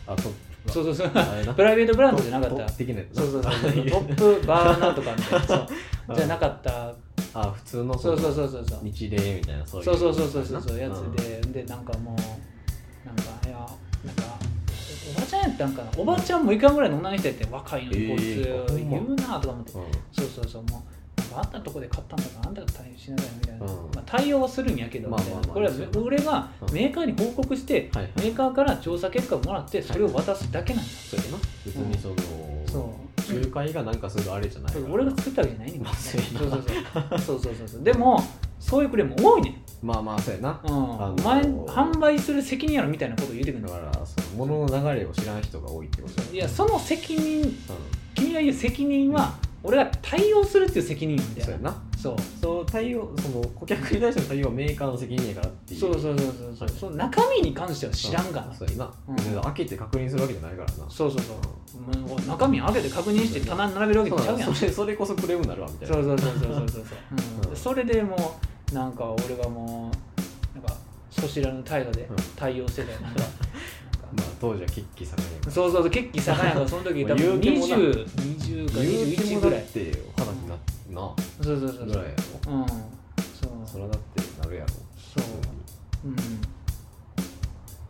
S2: あ
S1: あと
S2: のそうそうそう
S1: あれな
S2: プライベートブランド
S1: ト
S2: じゃなかった
S1: ト的なやつな
S2: そうそうそう
S1: あいえ
S2: トップバーナーとかみたいなそうじゃなかった
S1: あ普通の
S2: そうそうそうそうそう
S1: 日礼みたいなそういう
S2: そうそうそうそうそうそうやつ
S1: ん
S2: で、でなんかもうなんかいやなんかおばちゃんやったんかなおばちゃんもいかんぐらいの女の人やって若いのに
S1: え
S2: こいつ
S1: ーほんま
S2: 言うなとか思って、
S1: うん
S2: そうそうそうもうなんかあんたのとこで買ったんだからあんたが対応しなさいみたいな、
S1: うん
S2: まあ、対応はするんやけどみ
S1: まあ
S2: たいな、
S1: まあまあ
S2: これは
S1: そう
S2: 俺がメーカーに報告して、
S1: はいはい
S2: メーカーから調査結果をもらってそれを渡すだけなんだ、
S1: そうやな別にその、
S2: そう
S1: 仲介がなんかするあれじゃないから
S2: 俺が作ったわけじゃないねん
S1: まあそうやな
S2: そうそうそうそうそうそうそうでもそういうクレーム多いねん
S1: まあまあそうやな
S2: うん、
S1: の
S2: お前販売する責任やろみたいなことを言うてくる
S1: だ
S2: の
S1: からその物の流れを知らん人が多いってこと
S2: い
S1: や
S2: やその責任
S1: な
S2: 君が言う責任は俺が対応するっていう責任よ
S1: う
S2: み
S1: ん
S2: た
S1: そう
S2: い
S1: や
S2: な
S1: な
S2: そう
S1: そう対応その顧客に対しての対応はメーカーの責任やからっていう
S2: そうそうそうそうそうその中身に関しては知らんが
S1: う
S2: な、
S1: そうやな、
S2: うん
S1: 別に開けて確認するわけじゃないからな
S2: そうそうそう、お前中身開けて確認して棚に並べるわけ
S1: そう
S2: ちゃ
S1: や
S2: うや
S1: なんそれそれこそクレームになるわみたいな
S2: そうそうそうそうそうそうそう、うん
S1: うん
S2: それでもうなんか俺はもうなんかそしらぬ態度で
S1: うん
S2: 対応してたよなんかなん
S1: ま
S2: か
S1: あ当時は決起されない
S2: そうそうそう血気盛んやからその時多分
S1: 言うても
S2: 2020
S1: な
S2: か
S1: 言うて
S2: 21
S1: も
S2: ぐ
S1: だ
S2: ら
S1: っ
S2: い
S1: てお話になってな
S2: そうそうそう
S1: ぐ
S2: そ
S1: らいうや
S2: うん
S1: ろ
S2: そ
S1: そうれだってなるやろ
S2: そう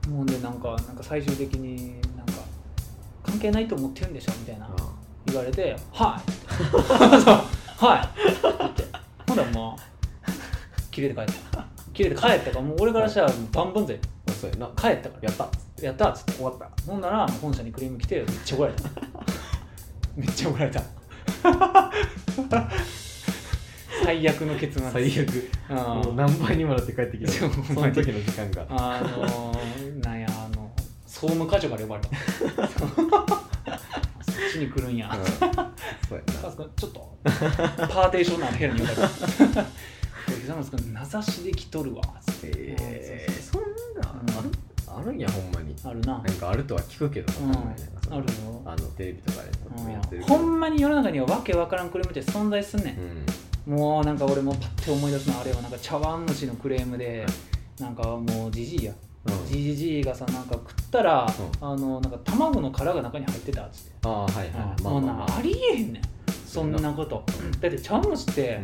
S2: うんもうねなんかなんか最終的になんか関係ないと思ってるんでしょみたいな言われて「はい」そうはい」ってほんだらもう切れて帰った切れて帰ったからもう俺からしたらバンバンぜ
S1: うんそうやな
S2: 帰ったから
S1: やったっつっ
S2: やったっつって
S1: て終わった
S2: ほんなら本社にクレーム来てめっちゃ怒られためっちゃ怒られた最悪の結末
S1: 最悪
S2: うん
S1: もう何倍にもなって帰ってきた
S2: そうほん
S1: そ
S2: ま
S1: の
S2: に
S1: 時の時間が
S2: あのー、なんやあの総務課長から呼ばれた *laughs* そっちに来るんや、
S1: うんそうや
S2: カ
S1: な
S2: ズ君ちょっとパーテーションのある部屋に呼ばれた久松君名指しで来とるわつって
S1: えーそんなんあるあるんやほんまに
S2: あるな
S1: なんかあるとは聞くけど
S2: うん
S1: わかんないなんかそ
S2: あ
S1: の
S2: るよ
S1: あのテレビとかでとかもやって
S2: う
S1: る
S2: ん
S1: けど
S2: ほんまに世の中にはわけわからんクレームって存在すんね、
S1: うんん
S2: もうなんか俺もパッて思い出すのはあれはなんか茶碗蒸しのクレームで、なんかもうじじいや
S1: うん
S2: じじじいがさなんか食ったら、
S1: う
S2: あのなんか卵の殻が中に入ってたっつって
S1: ああはいはいま
S2: も
S1: あ
S2: う
S1: まあま
S2: な
S1: あ
S2: ありえへんねんそんなことだって茶碗蒸しって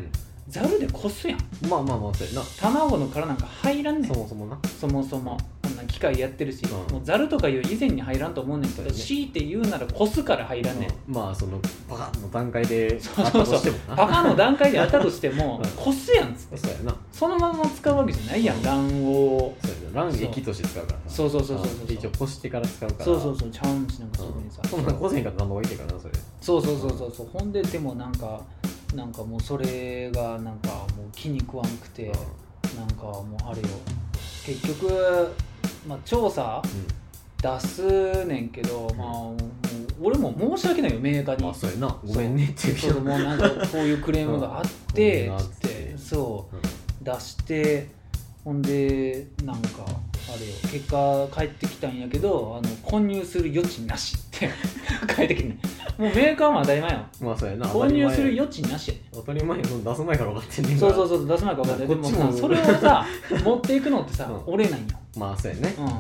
S2: ざるでこすやん
S1: うんまあまあまあそうやな
S2: 卵の殻なんか入らんねん
S1: そもそもな
S2: そもそもこんな機械やってるし、
S1: うん
S2: もうざるとかいう以前に入らんと思うねんけ
S1: そう
S2: ど、
S1: やね
S2: 強いて言うならこすから入らんねん、
S1: うんまあそのパカッの段階で
S2: そ
S1: あ
S2: う
S1: った
S2: そ
S1: と
S2: うそう
S1: しても
S2: パ
S1: な
S2: カの段階であったとしても
S1: うん
S2: こすやんっつって
S1: そうやな
S2: そのまま使うわけじゃないやん卵黄を
S1: そうやな卵液として使うからさ
S2: そうそうそうそうそう
S1: あ一応こしてから使うから
S2: そうそうそう茶碗蒸しなんかする
S1: う
S2: に
S1: ん
S2: さ、
S1: そんな個性から何も置いてからなそれ
S2: そうそうそうそうそうほんででもなんかなんかもうそれがなんかもう気に食わんくて、なんかもうあれよ結局、まあ、調査
S1: う
S2: 出すねんけど、まあ、もう俺も申し訳ないよメーカー
S1: ん
S2: に、
S1: まあそうやなごめんねっていうけ
S2: そう
S1: ど
S2: もうなんかこういうクレームがあって、
S1: うん
S2: つってそ
S1: うん
S2: う出してほんでなんかあれよ結果返ってきたんやけどあの混入する余地なしって *laughs* 返ってきてねもうメーカーも当たり前よ
S1: まあそうやな
S2: 購入する余地なしやね
S1: 当たり前やその出す前から分かってんねんか
S2: そう
S1: ら
S2: そうそう出す前から分かってるで
S1: こ
S2: も
S1: っちも
S2: さそれをさ持っていくのってさ、
S1: うん
S2: 俺なんよ、
S1: まあそうやね
S2: うん、
S1: う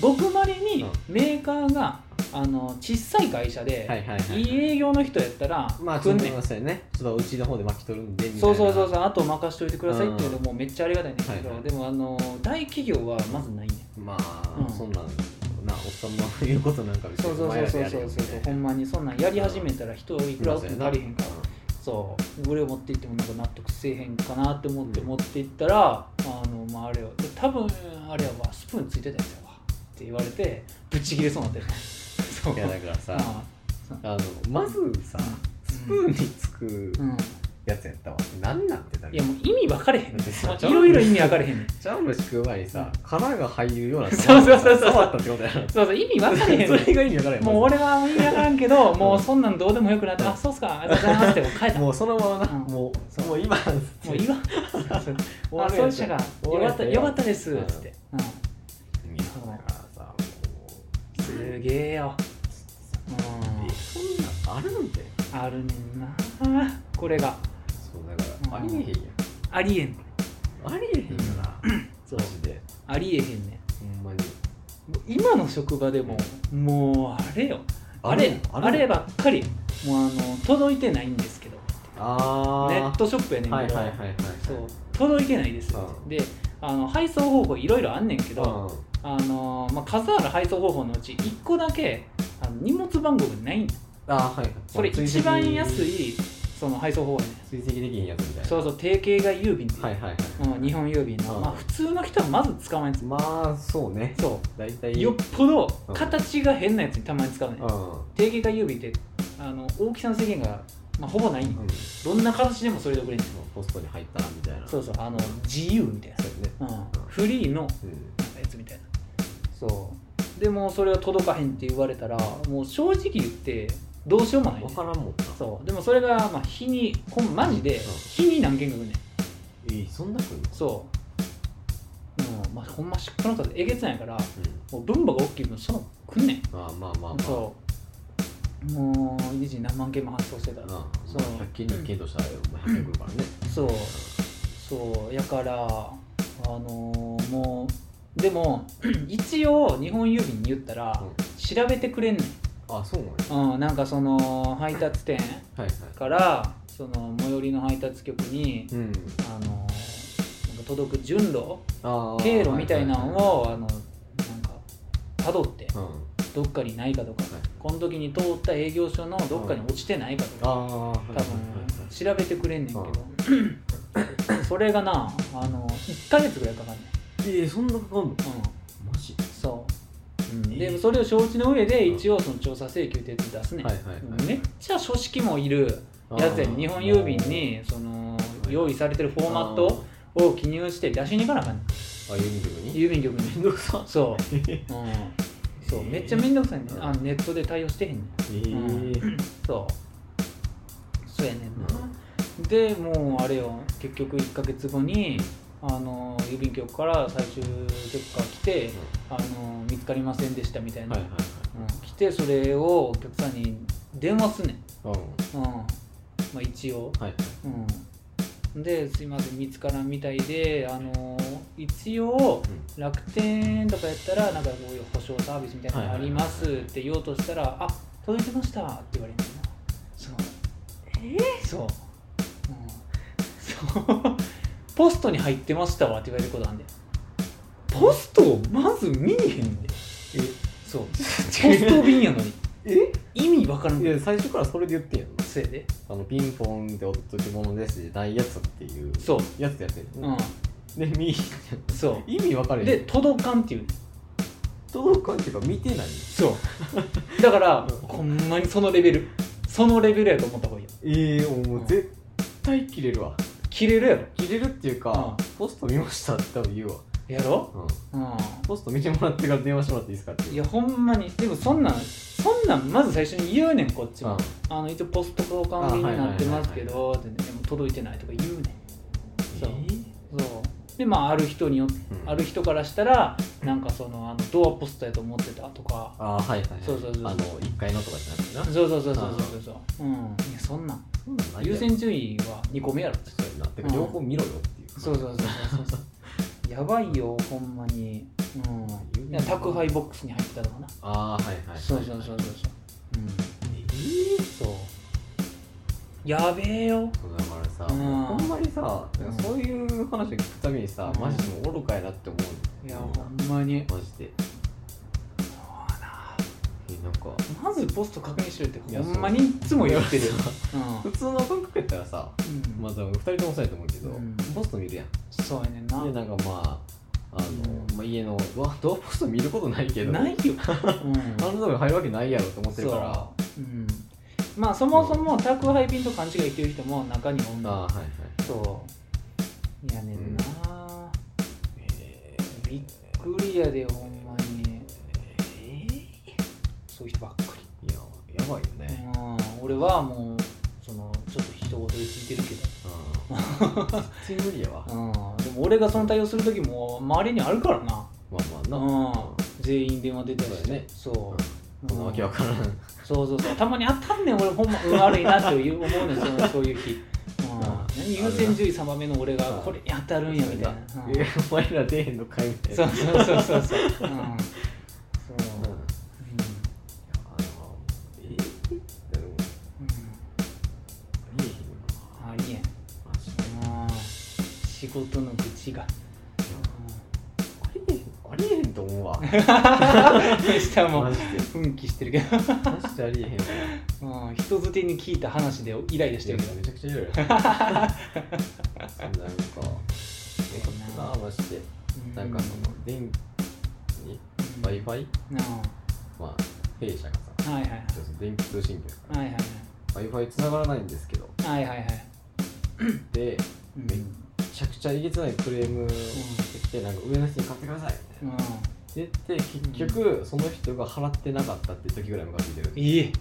S2: ごくまれに
S1: うん
S2: メーカーがあの小さい会社で、
S1: んはいはいはい
S2: いい営業の人やったら
S1: まあち
S2: 来
S1: ょ
S2: ん
S1: っ
S2: ね
S1: と
S2: ん、
S1: まあそうやねちょっとうちの方で巻き取るんでみたいな
S2: そうそうそう
S1: う
S2: そうあと任しといてくださいっていうのもめっちゃありがたいねんだけど、
S1: はいはい
S2: でもあの大企業はまずないねん
S1: ま
S2: うん
S1: あそんなんなおっさんの言うことなんか別
S2: そうそうそうそうそうそうほん
S1: ま
S2: まにそんなんやり始めたら人いくらおっても足りへんから
S1: ら
S2: そう俺を持って行ってもなんか納得せえへんかなって思って持って行ったら、あのまああれよで多分あれやわスプーンついてたやつやわって言われてぶっち切れそうになってるそう
S1: いやだからさ
S2: ああ
S1: あのまずさスプーンにつく
S2: うん
S1: やつやったわ何なんてだ
S2: いやもう意味分かれへ *laughs* んねん
S1: そう
S2: いろいろ意味分かれへんねん
S1: ジャンプ食う前にさ殻が入るよう
S2: *laughs*
S1: な
S2: そうそうそうそう
S1: 触ったってことやな
S2: そうそう意味分か *laughs* れへんねん
S1: それが意味わからへん
S2: もう俺は意味分からんけど、もう
S1: うん
S2: そんなんどうでもよくなって、あ、そうっすか、ありがとうございますって、もう帰った。も
S1: もうそのままな、
S2: うん
S1: もうそうもう今も
S2: ういいわ。そうあ、そうでしたか。よかった、よかったです。つって。うん
S1: 今だからさも
S2: すげえよ。
S1: うえそんなんあるんだよ
S2: うんあるねんな。これが。
S1: そうだからあ
S2: うん
S1: りえへんや
S2: ありえん。
S1: んありえへんよな
S2: そう
S1: マジで
S2: ありえへんねん。
S1: ほんまに
S2: 今の職場でも、もうあれよ。あれ、あればっかり。もうあの、届いてないんですけど。
S1: あー
S2: ネットショップやねん
S1: はい
S2: け
S1: はい
S2: ど
S1: はい。はい
S2: そう、届いてないです
S1: う。ん
S2: で、あの配送方法いろいろあんねんけど、
S1: うん
S2: あのーまあ、数ある配送方法のうち1個だけあの荷物番号がないんだ
S1: あーはいはい
S2: それ一番安いその配送方法やね
S1: 追跡できんやつみたいな
S2: そうそう定型が郵便っていう、
S1: はいはいはい
S2: うん、日本郵便の、
S1: うん
S2: まあ、普通の人はまず使わないんですよ
S1: まあそうね
S2: そ
S1: 大体
S2: うよっぽど形が変なやつにたまに使うね、
S1: うん
S2: 定型が郵便ってあの大きさの制限が、まあ、ほぼないんで
S1: うん
S2: どんな形でもそれで送れんねん
S1: ポストに入ったみたいな
S2: そううそうあの自由みたい
S1: そうやね
S2: な、うん、フリーの
S1: うん
S2: やつみたいなそうでもそれは届かへんって言われたらもう正直言ってどうしようもない、ね
S1: 分、からんもんな
S2: そうでもそれがまあ日にこんマジで
S1: うん
S2: 日に何件か来んねん
S1: えーそんなくんの
S2: そううんまあほんましこの数えげつないから
S1: う
S2: も
S1: ん
S2: う分母が大きい分その来んねん
S1: まあまあまあまあ
S2: そうもう一時何万件も発送してた
S1: うんまあ
S2: そう
S1: 100件に1件としたらまあ100件くるからね
S2: そうそうやからあのーもうでも *clears throat* 一応日本郵便に言ったら
S1: うん
S2: 調べてくれんねん
S1: あそうなんや
S2: うん、なんかその配達店
S1: はいは
S2: からその最寄りの配達局に
S1: い、うん
S2: あのなんか届く順路
S1: あー
S2: 経路みたいな
S1: は
S2: のをあのなんか辿って
S1: いはいはいうん
S2: どっかにないかとか
S1: はい
S2: この時に通った営業所のどっかに落ちてないかと
S1: あ
S2: か
S1: あはい
S2: 多
S1: はい
S2: 分
S1: はいはい
S2: 調べてくれんねんけど *laughs* それがなあの1ヶ月ぐらいかかんね
S1: えーそんなかかんの
S2: ん、うん、
S1: マジ
S2: そう、
S1: え
S2: で
S1: ー
S2: それを承知の上で一応その調査請求ってやつ出すねん、
S1: はいはいはい
S2: めっちゃ書式もいるやつやねん日本郵便にその用意されてるフォーマットを記入して出しに行かなあかんねん
S1: あーあ郵便局に
S2: 郵便局
S1: め
S2: に *laughs*
S1: んどくさ、
S2: そう
S1: え
S2: うん、そうめっちゃめんどくさいねんあのネットで対応してへんねん
S1: ー
S2: そうそうやねんな、でもうあれよ結局1ヶ月後にあの郵便局から最終結果来て、あの見つかりませんでしたみたいな、
S1: はいはいはい
S2: うん、来てそれをお客さんに電話すんねん、
S1: うん
S2: うんまあ、一応、
S1: はい
S2: うん、ですいません見つからんみたいであの一応楽天とかやったらなんかこういう保証サービスみたいなのがありますって言おうとしたら「あ届いてました」って言われるんだよなそうえそう、うん、そうポストに入ってましたわって言われることあんでポストをまず見にへんで *laughs* そうポスト便やのに
S1: え
S2: 意味わからん
S1: い
S2: けど
S1: や最初からそれで言ってんやろ
S2: せいで
S1: あのピンポンって音とき物ですじゃないやつっていう
S2: そう
S1: やつやってる
S2: うん
S1: で見
S2: そ
S1: *laughs* 意味分かれ
S2: う
S1: へ
S2: で
S1: ん
S2: 届かんっていうね
S1: 届かんっていうか見てない
S2: そうだから
S1: うん
S2: ほんまにそのレベルそのレベルやと思った方がいいよ
S1: ええー、もう絶対切れるわ
S2: 切れるやろ
S1: 切れるっていうか、
S2: う
S1: ポスト見ましたって多分言うわ、
S2: やろ
S1: うん、
S2: う
S1: ポスト見てもらってから電話してもらっていいですかって
S2: ん
S1: い
S2: いうやほんまにでもそんなんそんなんまず最初に言うねんこっち
S1: うん
S2: も、あの一応ポスト交換便になってますけ
S1: あ
S2: どってねでも届いてないとか言うね
S1: え
S2: そうんそうでまあある人によっ
S1: うん
S2: ある人からしたらなんかそのあのドアポストやと思ってたとか
S1: ああはいはい、はい、
S2: そうそうそう
S1: あの1階のとかじゃなくてな
S2: そうそうそうそうそうそううんいやそんなん
S1: そんなんないや
S2: 優
S1: ろ
S2: 先順位は2個目やろ
S1: そうやなてか両方見ろよっていう、
S2: そうそうそうそうそう *laughs* やばいよほんまに、うん、いや宅配ボックスに入ってたとかな、
S1: ああはいはいはい
S2: そうそうそうそうそう、
S1: え
S2: うん、そうやべえよ
S1: そうだからさ、
S2: うん
S1: もうほんまにさ、
S2: うん
S1: そういう話を聞くたびにさ、
S2: うん
S1: マジでもう愚かやなって思う
S2: いや
S1: う
S2: ほんまに
S1: マジでえなんか
S2: まずポスト確認しろって
S1: いや
S2: ほんまにいつも言ってるよ、う
S1: 普
S2: ん
S1: 通の感覚やったらさ
S2: うん
S1: まあ多分2人ともそうやと思うけど、
S2: うん
S1: ポスト見るやん
S2: そうやねんな
S1: でなんかまああの、
S2: うん
S1: まあ、家のドアドアポスト見ることないけど
S2: ないよ、うん、
S1: あのとこに入るわけないやろと思ってるから
S2: そううんまあそもそも宅配便と勘違いしてる人も中におん
S1: ああ
S2: の
S1: はいはい
S2: そうやねんな、
S1: え
S2: びっくりやでほんまにええそういう人ばっかり
S1: ーいややばいよね、
S2: うん俺はもうそのちょっと人ごとで聞いてるけど *laughs*
S1: うん、絶対無理やわ、
S2: う
S1: まあ
S2: んでも俺がその対応する時も周りにあるからな、
S1: まあな、
S2: うん、全員電話出てた
S1: そう
S2: し
S1: やね
S2: そうう、
S1: ん、わけわからん、うん、
S2: そうそうそうたまにあったんねん俺ほんま運悪いなっていう思うのよそのそういう日、うん、何優先順位3番目の俺が
S1: うん
S2: これに当たるんやみたいな、うん
S1: えお前ら出えへんのかいみたい
S2: そ
S1: な
S2: うそうそうそうそう、うん、そう、
S1: うんいやあのえー、でも
S2: うん
S1: 見えへんよ
S2: うん、ありえん
S1: なマジで
S2: うん仕事の愚痴が、
S1: ありえへんありえへん
S2: *laughs*
S1: と思うわ
S2: うん、 *laughs* 下も
S1: マジで
S2: 奮起してるけど *laughs*
S1: マジでありえへんわ
S2: うん、人づてに聞いた話でイライラしてるけど
S1: めちゃくちゃいろいろそんななんかよかったなマジでなんかその電に w i f i
S2: うん
S1: まあ弊社がさちょ
S2: はいはいはい
S1: っと電気通信機だか
S2: はいはい
S1: ら w i f i 繋がらないんですけど
S2: はいはいはい
S1: で
S2: うん
S1: めっちゃくちゃえげつないクレームが来てなんか上の人に買ってくださいみたいなでで結局その人が払ってなかったって時ぐらいムカついてる
S2: うんいい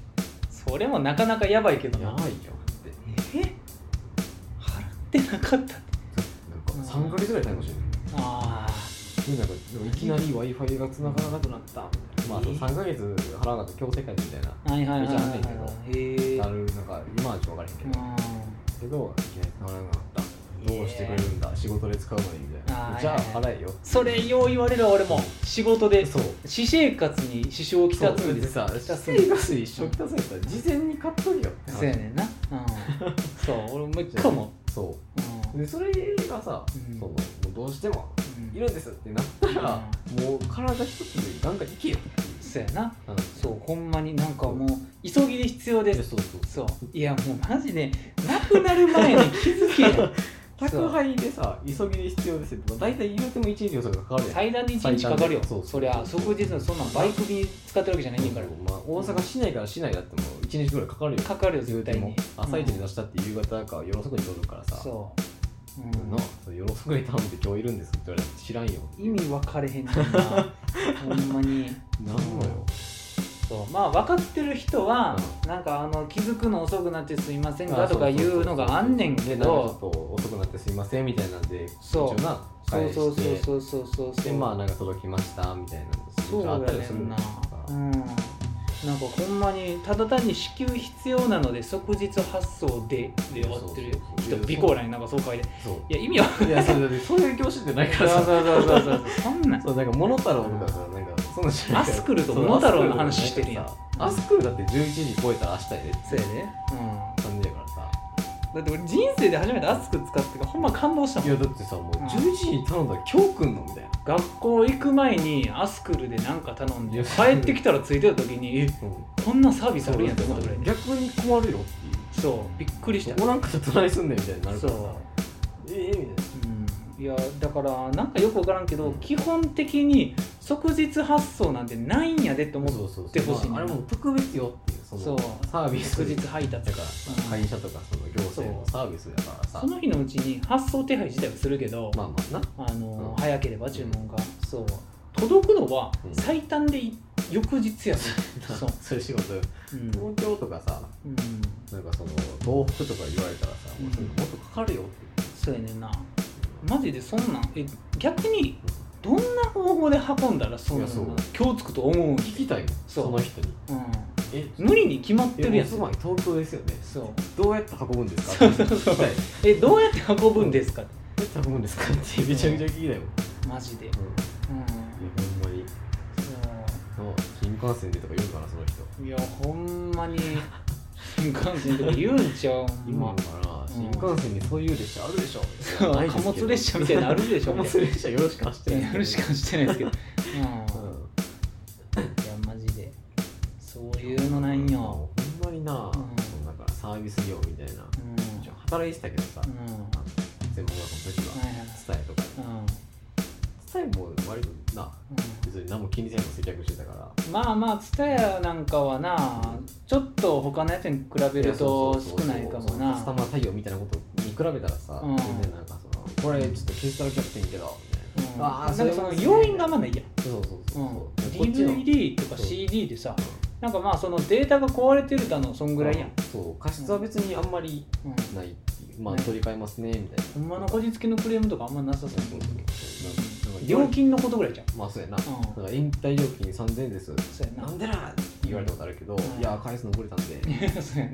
S2: それもなかなかやばいけど
S1: や
S2: な
S1: ばいよって
S2: え払ってなかったって
S1: なんか3ヶ月ぐらい対応してる
S2: あ
S1: でなんかでもいきなり w i f i が繋がらなくなったみたいな、まあ、その3ヶ月払わなかった強制会みたいな
S2: あはいはいはいはい
S1: めちゃめちゃあ
S2: はいへえ
S1: なるなんか今はちょっと分からへんけ
S2: うん
S1: ど、けどいきなり繋がらなくなったどうしてくれるんだ、仕事で使うのにみたい
S2: あ
S1: な
S2: ー
S1: じゃあ
S2: はいはい
S1: 払えよ
S2: それよう言われるわ俺も仕事で
S1: そう
S2: 私生活に支障をき
S1: そ
S2: た
S1: う
S2: すん
S1: で
S2: で
S1: さ
S2: きたすん
S1: 生活費一緒来たすんやったら事前に買っとけよって
S2: そうやねんな、うん、 *laughs* そう俺もう一回も、
S1: そ
S2: うん
S1: うでそれがさ、
S2: うん
S1: そのもうどうしても
S2: うん
S1: いるんですってなったら、もう体一つでガンガン行けよっていう
S2: そうやな
S1: 話
S2: そうほんまになんかもう急ぎで必要
S1: で
S2: です
S1: そうそう
S2: そういやもうマジでなくなる前に *laughs* 気づけよ
S1: *laughs* 宅配でさ急ぎで必要ですって大体言うても1日予測がかかるやん
S2: 最短で1日かかるよ
S1: 最短でそう
S2: そりゃ即日のそんなんバイク便使ってるわけじゃないねんから
S1: まあ、大阪市内から市内だってもう1日ぐらいかかるよ
S2: かかるよ絶
S1: 言うて
S2: 対
S1: も
S2: に
S1: 朝一で出したって夕方か夜遅くに届くからさ
S2: そう、うん
S1: なあそれ夜遅くに頼んで今日いるんですって言われたら知らんよ
S2: 意味分かれへんねんな *laughs* ほんまに
S1: なんのよ
S2: そうまあ分かってる人は、なんかあの気づくの遅くなってすいませんかとかいうのがあんねんけ
S1: でなんかちょ
S2: ど
S1: っと遅くなってすいませんみたいなんで
S2: そう
S1: 一応な
S2: そう
S1: 返して
S2: そうそうそうそうそう
S1: でまあなんか届きましたみたいな
S2: そう
S1: あった
S2: だ
S1: り
S2: ね
S1: する
S2: ん
S1: ん
S2: な
S1: だ
S2: うんなんかほんまにただ単に支給必要なので即日発送でで終わってる
S1: そう
S2: 人
S1: そうそう
S2: 備考欄になんかそう書いて
S1: そ
S2: いや意味わか
S1: ういやそうだねそういう教師じゃないから
S2: そう
S1: さ
S2: そうそうそうそう *laughs* そんなん
S1: そうなんかモノタロウとかさなんかそんなん知らんから
S2: アスクルとモノタロウの話してるやん
S1: そうアスクルとかさアスクルだって11時超えたら明日やでって
S2: そうやで、う
S1: 感じやからさ
S2: ん、だって俺人生で初めてアスク使ってほんま感動したも
S1: い
S2: ん
S1: やだってさもう
S2: うん
S1: 11時に頼んだら今日来んのみたいな
S2: 学校行く前にアスクルでなんか頼ん
S1: い
S2: で
S1: や
S2: 帰ってきたらついてた時にえ
S1: うん
S2: こんなサービスあるんやと思ったぐらいで
S1: 逆に困るよっていう
S2: そうびっくりした
S1: おらんかったらどないすんねんみたいになる
S2: そ
S1: からさ
S2: う
S1: ええみたいない
S2: やだからなんかよく分からんけど、
S1: うん
S2: 基本的に即日発送なんてないんやでって思
S1: そううそう
S2: ってほしいね
S1: まああれも特別よっていうそ
S2: そう
S1: のサービス
S2: 即日配達
S1: だ
S2: が
S1: からさ
S2: うん
S1: 会社とかその行政
S2: そ
S1: の
S2: う
S1: サービスだからさ
S2: その日のうちに発送手配自体はするけど、
S1: まあまあな
S2: あの
S1: うん
S2: 早ければ注文が、そう届くのは
S1: うん
S2: 最短でい翌日やね、そう
S1: *laughs* そういう仕事
S2: うん
S1: 東京とかさ
S2: うん、
S1: なんかその東北とか言われたらさ、
S2: うん
S1: もうそれもっとかかるよって
S2: そうやねんなマジでそんなんえ逆にどんな方法で運んだらそうなん
S1: いやそう
S2: だ今日つくと思うんや
S1: 聞きたいもん
S2: そ
S1: そうの人に
S2: う
S1: え
S2: ん、無理に決まってる
S1: え
S2: や
S1: お
S2: ん
S1: 住まい東京ですよね
S2: そう
S1: どうやって運ぶんですかって聞きたいど
S2: えどうやって運ぶんですか
S1: うやって運ぶんですかってめちゃめちゃ聞きたいもん、
S2: マジで、
S1: いや
S2: う
S1: ほんまにそう新幹線でとか言うかなその人
S2: ん、いやほんまに新幹線とか言うんちゃうほん
S1: 今
S2: ま
S1: から
S2: ん
S1: 新幹線にそういう列車あるでしょ
S2: そう貨物列車みたいなのあるでしょ
S1: 貨物列車よろしく走って
S2: い
S1: る
S2: やるしかしてないですけど、 *laughs* うん、いやマジでそういうのないんよ、
S1: ほんまにな、
S2: うん
S1: そうだからサービス業みたいな、
S2: うん
S1: ちょ働いてたけどさ、
S2: うんは
S1: あの専門学校の時は、
S2: いはい
S1: 伝えとか
S2: うん
S1: 伝えも割とな
S2: う
S1: 別に何も金利差も接客してたから
S2: まあまあ蔦屋なんかはな、ちょっと他のやつに比べると少ないかも
S1: カスタ
S2: な
S1: マー対応みたいなことに比べたらさ、
S2: うん
S1: 全然なんかそのこれちょっと消したらキャプテンけどみたいな、
S2: あ
S1: ー
S2: なんかその
S1: れは
S2: 要因がまだいいやん
S1: そうそうそうそう、こっちの
S2: DVD とか CD でさなんかまあそのデータが壊れてるだのそんぐらいやん、
S1: そう過失は別にあんまり
S2: うん、
S1: ないっていうまあ
S2: ね
S1: 取り替えますねみたいな
S2: ほんまのこじつけのクレームとかあんまなさそう
S1: そう
S2: や
S1: そう
S2: け
S1: そう
S2: ど
S1: なんか
S2: 料金のことぐらいじゃん
S1: まあそうやな、
S2: ん
S1: なんか延滞料金3000円です
S2: そうや
S1: な
S2: なん
S1: でなって言われたことあるけど、
S2: うん
S1: いや返すの遅れたんで
S2: *laughs* そうやな、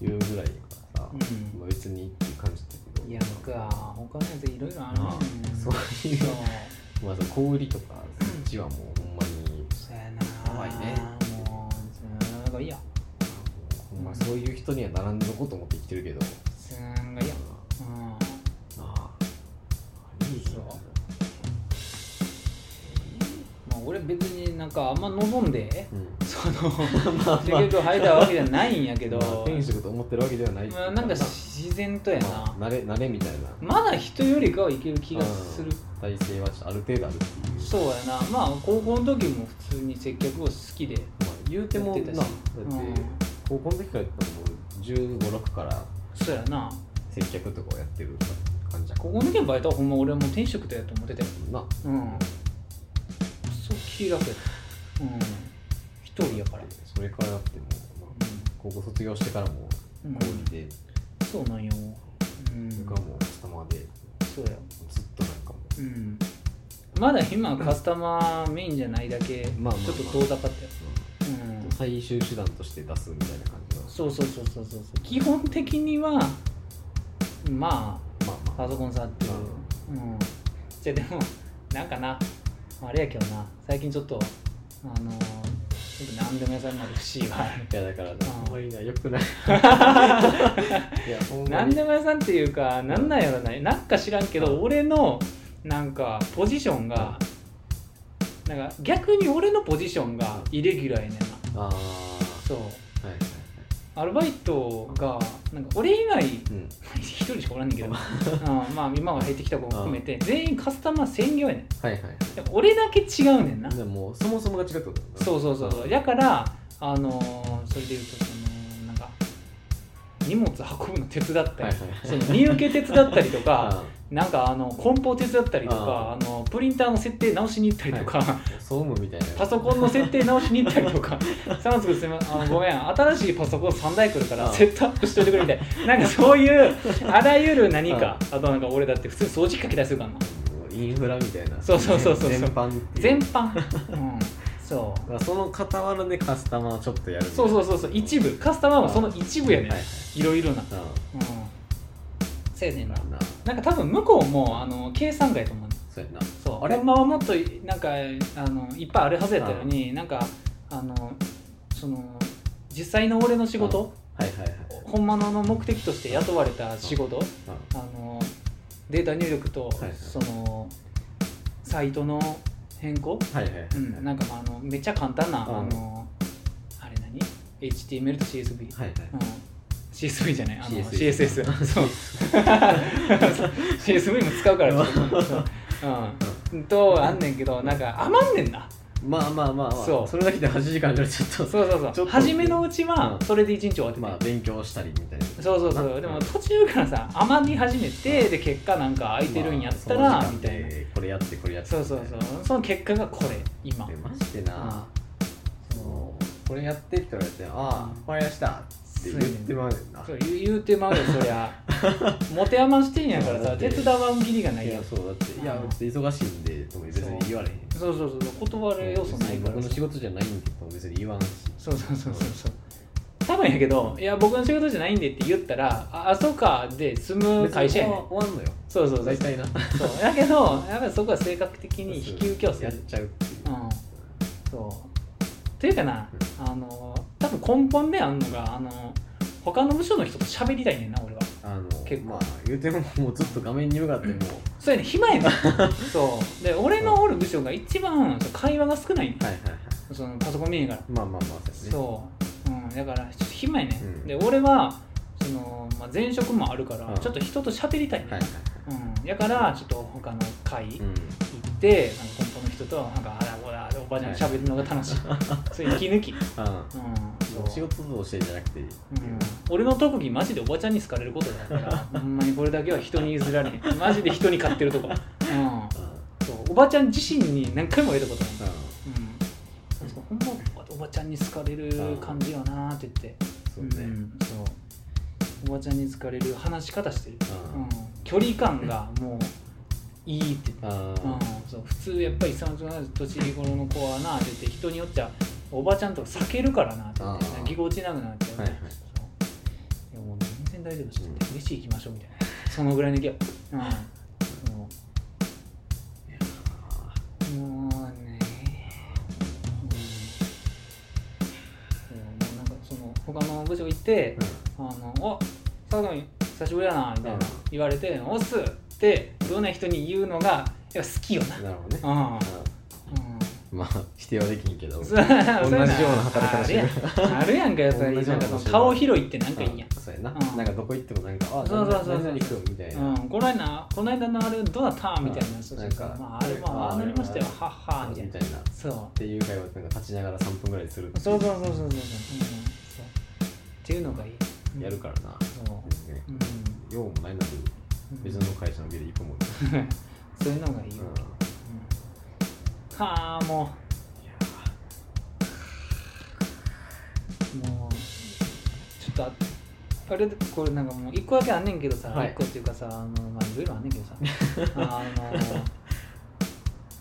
S1: 言うぐらいやからさ、
S2: うん
S1: まあ、別にっていう感じだけ
S2: う
S1: ど
S2: ん、いや僕は他のやついろいろある
S1: なあ
S2: ねん
S1: そういう
S2: そう
S1: まあその小売りとかそっちはもうほんまに
S2: そうやな
S1: 怖いね
S2: もうすんごいや
S1: ほんまそういう人には並んでおこうと思って生きてるけど、
S2: すんごいやうん
S1: ああありえへんよな
S2: そうまあ俺別になんかあんま望んで
S1: うん
S2: そ *laughs* の接客を入ったわけじゃないんやけど、
S1: まあ天職と思ってるわけではない
S2: まあ、なんか自然とやな、
S1: まあ慣れ慣れみたいな
S2: まだ人よりかはいける気がする、
S1: うん体勢はちょっとある程度あるっていう
S2: そうやなまあ高校の時も普通に接客を好きで
S1: まあ、言うても
S2: や
S1: な
S2: ってたし
S1: だって
S2: うん
S1: 高校の時からやってたらもう1 5 6から
S2: そうやな
S1: 接客とかをやってる感じやか
S2: 高校の時のバイトはほんま俺はもう転職だよと思ってたよ
S1: らな
S2: うんそう気楽やったうん一人やから
S1: それからだってもう、まあ高校卒業してからも
S2: うん
S1: 小売りで、
S2: そうなんようん
S1: 僕はもうカスタマーで
S2: そうや
S1: ずっとなんかもう
S2: うんまだ今はカスタマーメインじゃないだけち
S1: まあまあまあ
S2: ょっと遠ざかったようん
S1: 最終手段として出すみたいな感じの
S2: そうそうそうそうそうそう基本的にはま
S1: ま
S2: あ
S1: あまあ
S2: パソコン触ってるうんじゃあでもなんかなあれやけどな最近ちょっとあのーちょっと何でも屋さんまで C はい
S1: やだから
S2: ん
S1: あんまりな良くないいやほんま
S2: 何
S1: に
S2: でも屋さんっていうかなんなんやろななんか知らんけど俺のなんかポジションがなんか逆に俺のポジションがイレギュラーやねんな
S1: ああ
S2: そう
S1: はいはいはい
S2: アルバイトがなんか俺以外
S1: うん
S2: 一人しかおらん *laughs* ねんけど、うんまあ今は入ってきた子も含めて全員カスタマー専業やねん
S1: はいはいはい
S2: でも俺だけ違うねんな
S1: でももうそもそもが違ってことだよな
S2: そうそうそうそうやからあのーそれで言うとそのなんか荷物運ぶの手伝った
S1: は
S2: り、
S1: いはい
S2: その荷受け手伝ったりとか
S1: あ
S2: なんか *laughs* あの梱包手伝ったりとかあのプリンターの設定直しに行ったりとか、 *laughs*
S1: 総務みたいな
S2: パソコンの設定直しに行ったりと *laughs* か「サマスクすみまあのごめん新しいパソコン3台来るから
S1: うん
S2: セットアップしといてくれ」みたいななんかそう *laughs* いうあらゆる何かあとなんか俺だって普通に掃除機かけたりするからな
S1: インフラみたいな
S2: そうそうそうそう
S1: 全般ってい
S2: 全
S1: う
S2: 般、うん、そ
S1: だからその傍らでカスタマーをちょっとやる
S2: うそうそうそうそう一部カスタマー
S1: う
S2: も
S1: ん
S2: その一部やねん
S1: はいはい
S2: いろいろな
S1: うん
S2: うんせやねんな
S1: な
S2: なんか多分向こうもあの計算外やと思うねん
S1: そうやな
S2: そう
S1: あれ
S2: ほんまはもっとなんかあのいっぱいあるはずやったのになんかあのその実際の俺の仕事
S1: はいはいはい
S2: ほんまの目的として雇われた仕事あのデータ入力と、
S1: いはい
S2: そのサイトの変更、
S1: うんはいはいはい
S2: うん、なんかまああのめっちゃ簡単な、
S1: うん
S2: あのあれ何 HTML と CSV、
S1: はいはい
S2: うん CSV じゃないあの CSS,
S1: CSS
S2: *laughs* そう CSV も使うからそううんとあんねんけどなんか余んねんな
S1: まあまあまあまあ
S2: そう
S1: それだけで8時間じゃちょっと
S2: そうそう
S1: ち
S2: そ
S1: ょっ
S2: う
S1: と
S2: 初めのうちはそれで一日終わってて、
S1: まあ勉強したりみたいな
S2: そうそうそうでも途中からさ余り始めてで結果なんか空いてるんやったら、
S1: まあその
S2: み
S1: 時
S2: た
S1: 間
S2: いな
S1: でこれやってこれやって
S2: そうそうそうその結果がこれ今
S1: でマジでな
S2: そ
S1: そうこれやってって言われてああ分かりましたって言ってまうねんな
S2: うそう言う言うてまうよそり *laughs* ゃ持て余してんやから
S1: だ
S2: さ
S1: って
S2: 手伝わんきりがない
S1: い
S2: やん
S1: や
S2: そ
S1: そうだっていや
S2: うん
S1: ちょっと忙しいんでとも別に言われへん
S2: うそうそうそう断る要素ないから
S1: 僕
S2: さ
S1: の仕事じゃないんでとも別に言わんし
S2: そうそうそうそうそう多分やけど「いや僕の仕事じゃないんで」って言ったら「ああそうか」で済む会社やねん
S1: 終わんのよ
S2: そうそうそう *laughs*
S1: 大体な
S2: そうだけどやっぱりそこは性格的に引き受けをす
S1: やっ
S2: る
S1: ちゃうっていう
S2: うんそうというかな、あの多分根本であんのがあの他の部署の人と喋りたいねんな俺は
S1: あの
S2: 結構
S1: まあ言うてももうずっと画面に向かってもう
S2: そうやね暇や *laughs* ねんそうで俺のおる部署が一番そう会話が少ないね
S1: はいはいはい
S2: んそのパソコン見えへんから
S1: まあまあまあう
S2: そう、うん、だからちょっと暇やね、
S1: うん
S2: ん、で俺はその、まあ、前職もあるから、
S1: うん
S2: ちょっと人と喋りたいね
S1: や
S2: ん、
S1: ねはいはいは
S2: う
S1: い
S2: ん、だからちょっと他の会行
S1: うん
S2: って、なんか根本の人人となんかあらこらおばあちゃんと喋るのが楽 *laughs* しい、そういう息抜き、うん、そう
S1: 仕事どうしてじゃなくていい、
S2: うん俺の特技マジでおばちゃんに好かれることだ *laughs* からほんまにこれだけは人に譲られへんマジで人に買ってると *laughs* こ、うん、そうおばちゃん自身に何回も言えたことなんだ、うん、確かほんまおばちゃんに好かれる感じよなって言って
S1: そうね、
S2: ん、そうおばちゃんに好かれる話し方してる、うん、距離感がもういいって言って
S1: あ
S2: うん
S1: あ、
S2: そう普通やっぱり30年頃の子はなって言って人によっちゃおばちゃんとか避けるからなって言って
S1: あー
S2: ぎこちなくなっちゃう、
S1: はいはい
S2: そういやもう全然大丈夫ですって嬉しい行きましょうみたいなそのぐらいの勢い、うん、もうもうねうんそうもうなんかその他の部署行って、あの「お佐藤君久しぶりやな」みたいな
S1: うん
S2: 言われて「おっす」ってどんな人に言うのがやっぱ好きよな
S1: うん、なるほどね、
S2: うん
S1: まあ否定はできんけど
S2: そうそうや
S1: 同じような働き方してる
S2: *laughs* あるやんあるやんかやっぱり
S1: 同じよ
S2: な
S1: うん
S2: か
S1: な
S2: その顔広いってなんかいいやん
S1: あそうやな、
S2: うん
S1: なんかどこ行ってもなんかあ
S2: そうそうそう
S1: 何々行くみたいな、
S2: うん、この間この間のあれどうだったみたいな、そうそうそう
S1: なんか
S2: まあ、あれまあああなりましたよ、はっはみたい
S1: み
S2: な。
S1: たいなっ
S2: そう
S1: ていう会話なんか立ちながら3分ぐらいするってい
S2: そうそうそうそうそうそう、うん、そうっていうのがいい、うん
S1: やるからな、
S2: そう
S1: ね
S2: うん
S1: 用もないなく
S2: うん
S1: 別の会社のビル行くもんね、
S2: *laughs* そういうのがいいよ、
S1: うん
S2: うんはあもうもうちょっとああれこれなんかもう一個だけあんねんけどさ、一
S1: はい
S2: 個っていうかさあのまあいろいろあんねんけど
S1: *laughs*
S2: さあの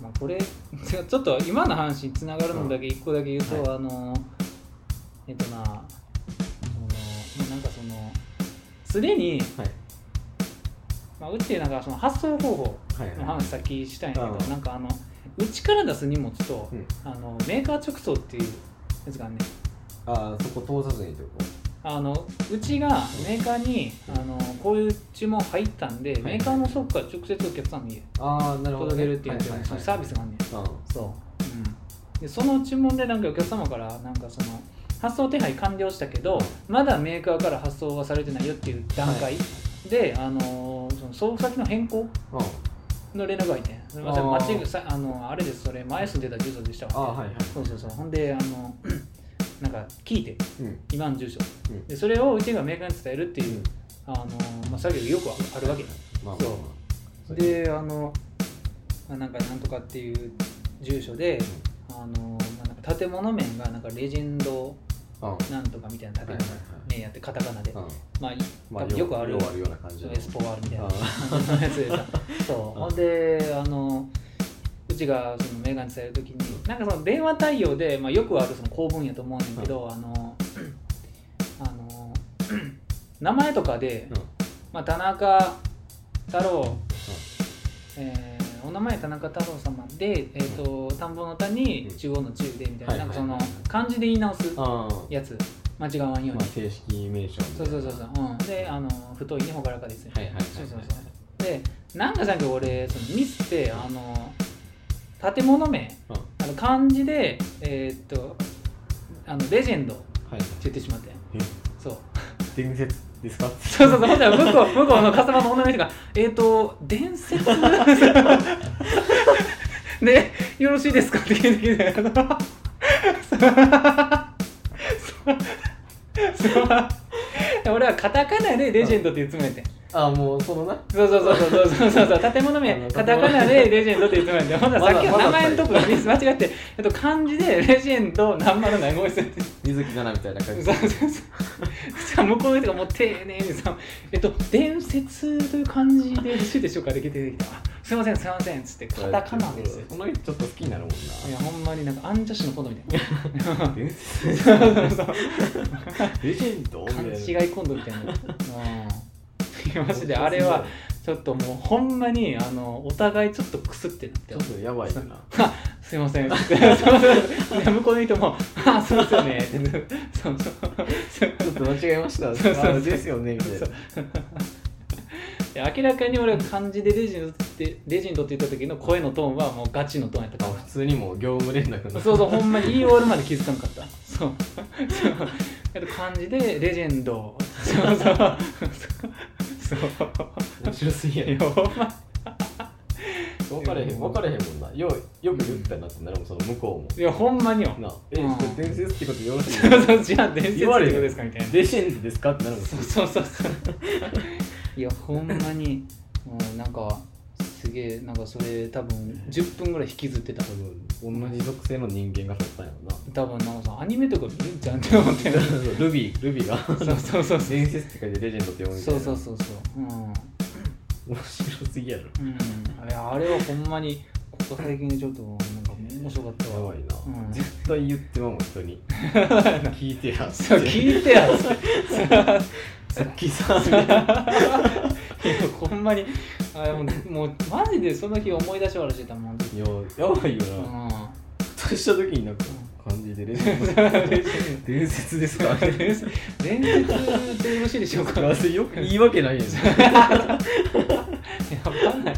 S2: まあこれちょちょっと今の話につながるのだけ一個だけ言うと、
S1: うんは
S2: あのえっとなそのもうなんかそのすでに、
S1: はい
S2: まあ、うちなんかその発送方法
S1: はい
S2: の
S1: はい
S2: 話さっきしたんやけど、
S1: うん
S2: なんかあのうちから出す荷物と、
S1: うん
S2: あのメーカー直送っていうやつがあんねん
S1: ああそこ通さずにとこ
S2: あのうちがメーカーに、
S1: うん
S2: あのこういう注文入ったんで、
S1: い
S2: メーカーの倉庫から直接お客さんに
S1: ああなるほど
S2: 届け
S1: ね、
S2: るっていうやつ
S1: は
S2: の
S1: は
S2: そ
S1: は
S2: のサービスがあんねん、
S1: う
S2: そう、でその注文でなんかお客様からなんかその発送手配完了したけどまだメーカーから発送はされてないよっていう段階で、あのその送付先の変更
S1: んうん
S2: の連絡が入ってんすみません間違えさあのあれですそれ前住んでた住所でした
S1: あ
S2: わ
S1: あはいはい
S2: そうそうそうほんであの *clears throat* なんか聞いて
S1: うん
S2: 今の住所
S1: うん
S2: でそれをうちがメーカーに伝えるっていう、
S1: うん
S2: あのまあ、作業がよくあるわけ
S1: まあまあまあ
S2: そう
S1: そう
S2: であの、まあ、なんかなんとかっていう住所であの、まあ、なんか建物面がなんかレジェンド
S1: うんうん
S2: なんとかみたいな建物面やってカタカナで、まあ、
S1: ま
S2: 多分よくある
S1: よくあるような感じの
S2: エスポワールみたいな
S1: あ
S2: 感じのやつでさ *laughs* そうほんであのうちがそのメーガンに伝える時になんかその電話対応で、まあ、よくあるその公文やと思うねんだけど、あのあの *clears throat* 名前とかで、
S1: うん
S2: まあ、田中太郎
S1: う
S2: えーお名前田中太郎様で、えー、と田んぼの田に
S1: うん
S2: 中央の中でみたいな,、
S1: はい
S2: なんか
S1: はい
S2: その漢字で言い直す
S1: んああ
S2: やつ間違わんように、
S1: まあ、正式名称みた
S2: そ
S1: いう
S2: そうそ
S1: な
S2: うそう、うん、であの太いねほがらかですよ、
S1: はいはいはい
S2: そうそうそうでなんかさっき俺そのミスってあの建物名
S1: うんは
S2: あの漢字でえーっとあのレジェンドって
S1: いはい
S2: 言ってしまって
S1: え
S2: そう
S1: 伝説ですか
S2: そうそうそうほんで向こう向こうのカスタマーの女の人が「えっ、ー、と伝説 *laughs* ねよろしいですか?」って聞いてきてそうそうそう俺はカタカナでレジェンドって言うつもりやってん
S1: ああもうそのな
S2: そうそうそうそうそうそうそう建物名カタカナでレジェンドって言うつもりやってんほんならさっきの名前のとこがミス間違って、えっと、漢字でレジェンド何丸何号室って
S1: 水木奈々みたいな
S2: そう
S1: 感
S2: そうそうじゃあ向こうの人がもう丁寧にさ「えっと伝説という漢字でよろしいでしょうか?」で出てきたあすいませんすいません」っつって
S1: じ
S2: カタカナですよ
S1: この人ちょっと好きになるもん
S2: いやほんまになんかアンジャッシュのことみたいな
S1: な伝説 *laughs*
S2: そうそうそう
S1: レジェンドみた
S2: 勘
S1: い
S2: 違い今度みたいな、うん、いやマジであれはちょっともうほんまにあのお互いちょっとくすってなって
S1: ちょっとやばいよな
S2: あすいません。 *laughs* そうそうそうで *laughs* 向こうの人も、あ、そうですよね。そうそう。そう
S1: ちょっと間違えました
S2: そうそう
S1: あですよねみたいな
S2: で明らかに俺は漢字でレジェンドってレジェンドって言った時の声のトーンはもうガチのトーンやったか
S1: あ普通にもう業務連絡
S2: ら
S1: の
S2: そうそうほんまに言い終わるまで気づかなかったそうそうあと漢字でレジェンドそうそうそうそう
S1: 面白すぎや
S2: いや
S1: ろ
S2: ほんま
S1: 分かれへん分かれへんもんなようよく言ったなってなるもんその向こう
S2: いやほんまによ
S1: もなえ
S2: うん
S1: これ伝説ってことよろしい
S2: そうそうじゃあ *laughs* 伝説って
S1: 言
S2: こ
S1: わ
S2: と
S1: れる
S2: ですかみたいな
S1: レジェンドですかってなるもん
S2: そうそうそうそういやほんまにもうなんかすげえなんかそれ多分10分ぐらい引きずってた
S1: 多分同じ属性の人間が撮ったんやろな
S2: 多分なおさんアニメとか見るんじゃんって思ってる
S1: *laughs* ルビールビーが
S2: そうそうそうそう
S1: 伝説って書いてレジェンドって読むみた
S2: そう
S1: いな
S2: そうそうそううん
S1: 面白すぎやろ
S2: うん、あれあれはほんまにここ最近でちょっとなんか面白かった
S1: や
S2: わ
S1: ばいな、
S2: うん
S1: 絶対言ってまうもん人に聞いてや
S2: *laughs*
S1: っ
S2: そう
S1: て
S2: 聞いてやつって
S1: さっきさ
S2: *laughs*
S1: みたいない
S2: や *laughs* ほんまにあれもうもうマジでその日思い出し笑いしてたもん、うん、
S1: いややばいよなふとした時になんか感じでレジェンド伝説ですか
S2: 伝説 *laughs* 伝説でよろしいでしょうか
S1: 幸せよく言い訳ないやん
S2: いやわかんない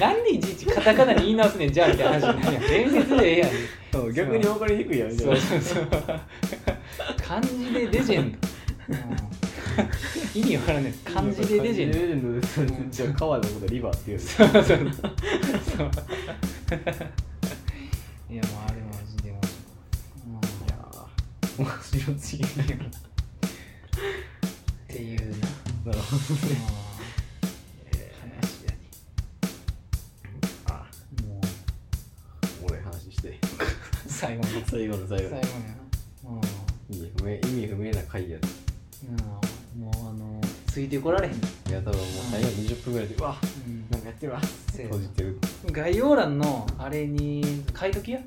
S2: なんでいちいちカタカナに言い直すねんじゃあみたいな話になるやん伝説でええやん
S1: 逆に分かりにくいやんみたい
S2: そ
S1: な
S2: うそうそう漢字でレジェンド、うん、意味わからない漢字でレジェンド
S1: 漢字でレジェンドです
S2: うん
S1: じゃあ川のことリバーって言うの
S2: そうそうそういやもうあれマジで面白い
S1: いやー面白すぎる
S2: っていうな
S1: なるほど
S2: 話
S1: ね
S2: やね
S1: あ
S2: もう
S1: 俺話して
S2: 最後の
S1: 最後の最
S2: 最後の
S1: 後の
S2: やなうん
S1: 意味不明意味不明な回や
S2: うんもうあのついてこられへん、
S1: いや多分もう最後20分ぐらいでうわ
S2: うん
S1: なんかやってるわ閉じてる
S2: 概要欄のあれに書いときや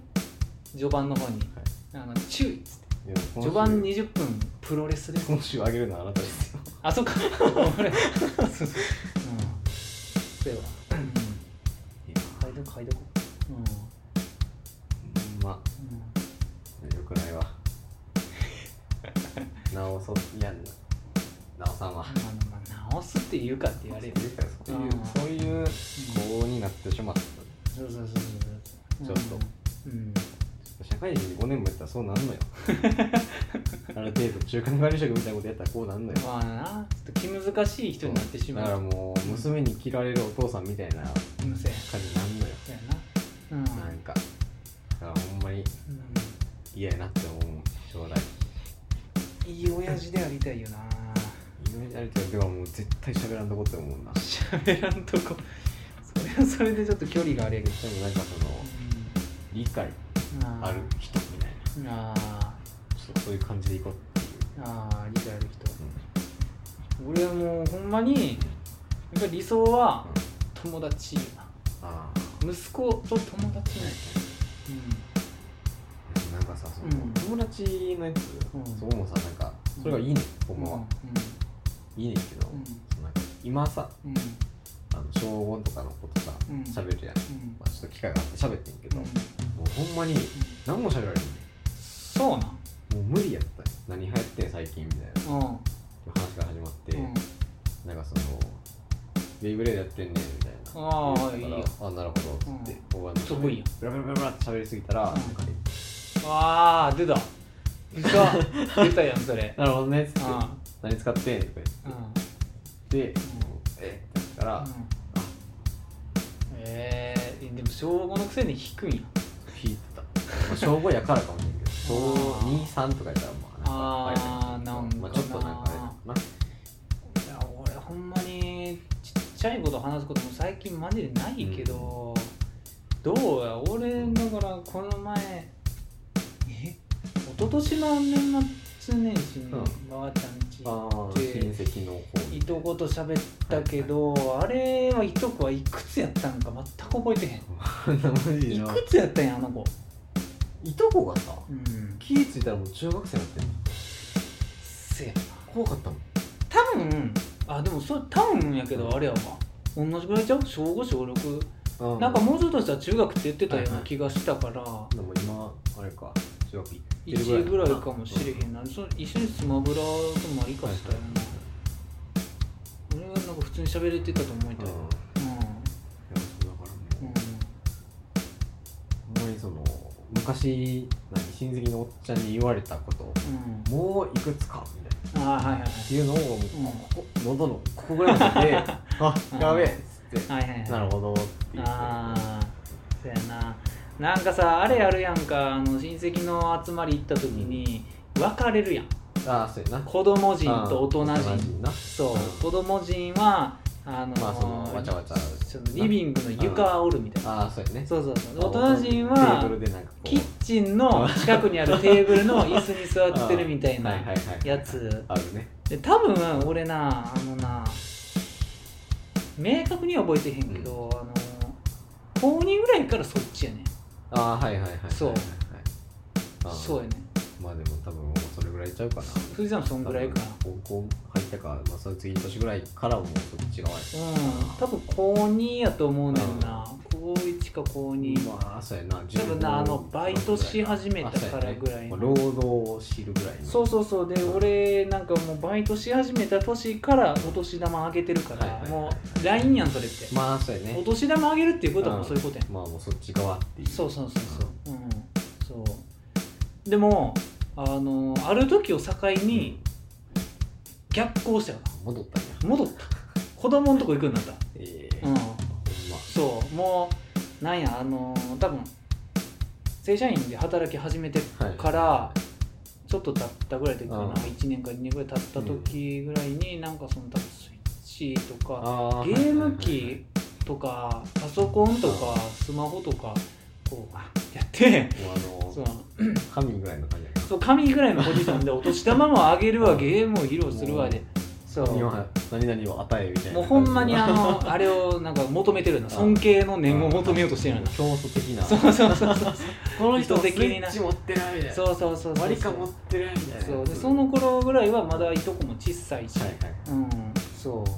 S2: 序盤の方に
S1: はい
S2: あの注意っつって
S1: でも今週
S2: 序盤20分プロレスです
S1: 今週あげるのはあなたですよ
S2: あ、そっか。俺そうそう。うん。そうやわ。うん。
S1: いや
S2: 買いどこ、買いどこ。う
S1: ほんま
S2: ん。うん
S1: よくないわ *laughs* なおそいやなおさんは
S2: まあまあ直すっていうかって言われる。
S1: そうい
S2: う
S1: う
S2: ん
S1: そういう思考になってしまった
S2: そうそうそうそう。
S1: ちょっと
S2: うん。
S1: 社会人5年もやったらそうなんの
S2: *laughs*
S1: よある程度中間管理職みたいなことやったらこうなんの
S2: う
S1: よ
S2: ん。まあな、ちょっと気難しい人になってし
S1: だか
S2: ま
S1: ら
S2: う。
S1: もう娘に嫌われるお父さんみたいな感
S2: うん、そうや。
S1: じなんのよ
S2: そうやな。うん。
S1: なんかだからほんまに
S2: うん
S1: 嫌やなって思う将来
S2: いい親父でありたいよな。
S1: イメージあるけどでももう絶対喋らんとこっ
S2: *laughs*
S1: て思うなで
S2: 喋らんとこ。それはそれでちょっと距離があれる。
S1: もなんかその理解
S2: うん
S1: ある。人みたいな
S2: ああ。
S1: ちょっとそういう感じでいこうっていう
S2: ああ理解ある人俺はもうほんまにやっぱり理想は友達やな
S1: あ
S2: 息子と友達ね
S1: あなんかさその、
S2: うん
S1: 友達のやつ、
S2: うん
S1: そうもさなんかそれがいいね、
S2: う
S1: ほ
S2: ん
S1: んまは、
S2: う
S1: いいねんけど、
S2: ん
S1: そのなんか今さ
S2: うん
S1: あの小5とかのことさ
S2: うん
S1: 喋るやん、
S2: うん
S1: まあ、ちょっと機会があって喋ってんけど、
S2: うん
S1: もうほんまに何も喋られへ
S2: そうなん
S1: んもう無理やったよ何流行ってん最近みたいな
S2: うん
S1: 話から始まって、
S2: うん
S1: なんかそのベイブレードやってんねんみたいな
S2: ああ
S1: 言うから
S2: いいよ
S1: あなるほどっつって、終わり
S2: すごいやん
S1: ブラブラブラブラって喋りすぎたら、
S2: うん
S1: なんかね
S2: ああ出た出た出たやんそ *laughs* れ
S1: なるほどねっつって
S2: うん
S1: 何使ってんとか
S2: うん
S1: 言って、えって言ったら、
S2: うんえーでも小5のくせに引くんや
S1: 引いてた、まあ、小5やからかもしれんけど小
S2: あー
S1: 23とかやったらまあ
S2: あー
S1: な
S2: なん
S1: ん
S2: かな
S1: まあ、ちょっとなんかあれだない
S2: や俺ほんまにちっちゃいこと話すことも最近マジでないけど、どうや俺だからこの前え一昨年の年末年始に
S1: う
S2: ばあちゃんち
S1: あ
S2: 行っ
S1: ー
S2: て、
S1: 親戚 *laughs* の方
S2: いとこと喋ったけど、あれはいとこはいくつやったんか全く覚えてへ
S1: あんなマジ
S2: ん
S1: で
S2: い
S1: な
S2: くつやったんやあの子
S1: いとこがさ
S2: うん
S1: 気ぃついたらもう中学生になってんの
S2: せや
S1: 怖かったもん
S2: 多分あでもそれ多分やけどあれやわ同じぐらいちゃう小5小6
S1: う
S2: なんか
S1: も
S2: もうちょっとしたら中学って言ってたような気がしたから、
S1: でも今あれか中学行ってる
S2: 1ぐらい
S1: な
S2: かもしれへんな、その一緒にスマブラとも生かしたよな、俺はなんか普通に喋れてたと思い
S1: うん
S2: た
S1: い
S2: いうん
S1: やそうだからもう、ほんまにその昔何親戚のおっちゃんに言われたことを
S2: うん
S1: もういくつかみたいな
S2: うんああはいはいはい
S1: っていうのをもう
S2: うん
S1: ここ喉のここぐらいまでで *laughs* あやべえっつっって
S2: はいはいはい
S1: なるほどって言って
S2: ああそうやななんかさあれあるやんかあの親戚の集まり行った時に分かれるやん
S1: ああそうやな
S2: 子供人と大人
S1: ああ
S2: 人
S1: な
S2: そう
S1: うん
S2: 子供人はあのー
S1: まあそのわちゃわちゃ
S2: そのリビングの床を折るみたいな
S1: ああそうやね
S2: そうそうそう大人人は
S1: テーブルでなんかこう
S2: キッチンの近くにあるテーブルの椅子に座ってるみたいな
S1: はいはいはい
S2: やつ
S1: あるね
S2: で多分俺なあのな明確には覚えてへんけど、あの高2ぐらいからそっちやね
S1: ああはいはいはいはい
S2: そう
S1: はいはい
S2: そうやね
S1: まあでも多分もうそれぐらいちゃうかな
S2: 藤さんそんぐらいかな
S1: 多分高校入ったか、まあ、その次の年ぐらいからもうそっち側や
S2: うん多分高2やと思うねんな、高1か高2、
S1: まあそうやな
S2: 多分なあのバイトし始めたからぐらい
S1: ま
S2: の
S1: あ、労働を知るぐらいの
S2: そうそうそうで俺なんかもうバイトし始めた年からお年玉あげてるから、
S1: はいはいはい
S2: もう LINE やんそれって、
S1: まあそうや
S2: お
S1: ね
S2: 年玉あげるっていうことはもうそういうことやん
S1: まあもうそっち側っていう
S2: そうそうそうそううんそうでもあのある時を境に逆行したよ
S1: 戻ったんや
S2: な戻った子供のとこ行くようになっ
S1: ええ
S2: たうんそうもうなんやあの多分正社員で働き始めて
S1: ほんま
S2: から、
S1: は
S2: ちょっと経ったぐらいの時かな、
S1: うん
S2: 1年か2年ぐらい経った時ぐらいに、なんかその多分スイッチと
S1: い
S2: か
S1: あ
S2: ゲーム機とかパソコンとかスマホとかこうやって
S1: はいはいはいもう
S2: そ
S1: あの
S2: の
S1: 神ぐらいの感じやな
S2: そう神ぐらいのポジションでお年玉もあげるわゲームを披露するわでそう
S1: 神は何々を与えみたいな
S2: もうほんまにあの *laughs* あれをなんか求めてるような尊敬の念を求めようとしてるような
S1: 競争的な
S2: そうそうそうそう
S1: こ
S2: の人スイッチ
S1: 持ってないみた
S2: そうそうそうそう
S1: ってるみた
S2: そうでその頃ぐらいはまだいとこも小さいし、
S1: はいはい
S2: うんそう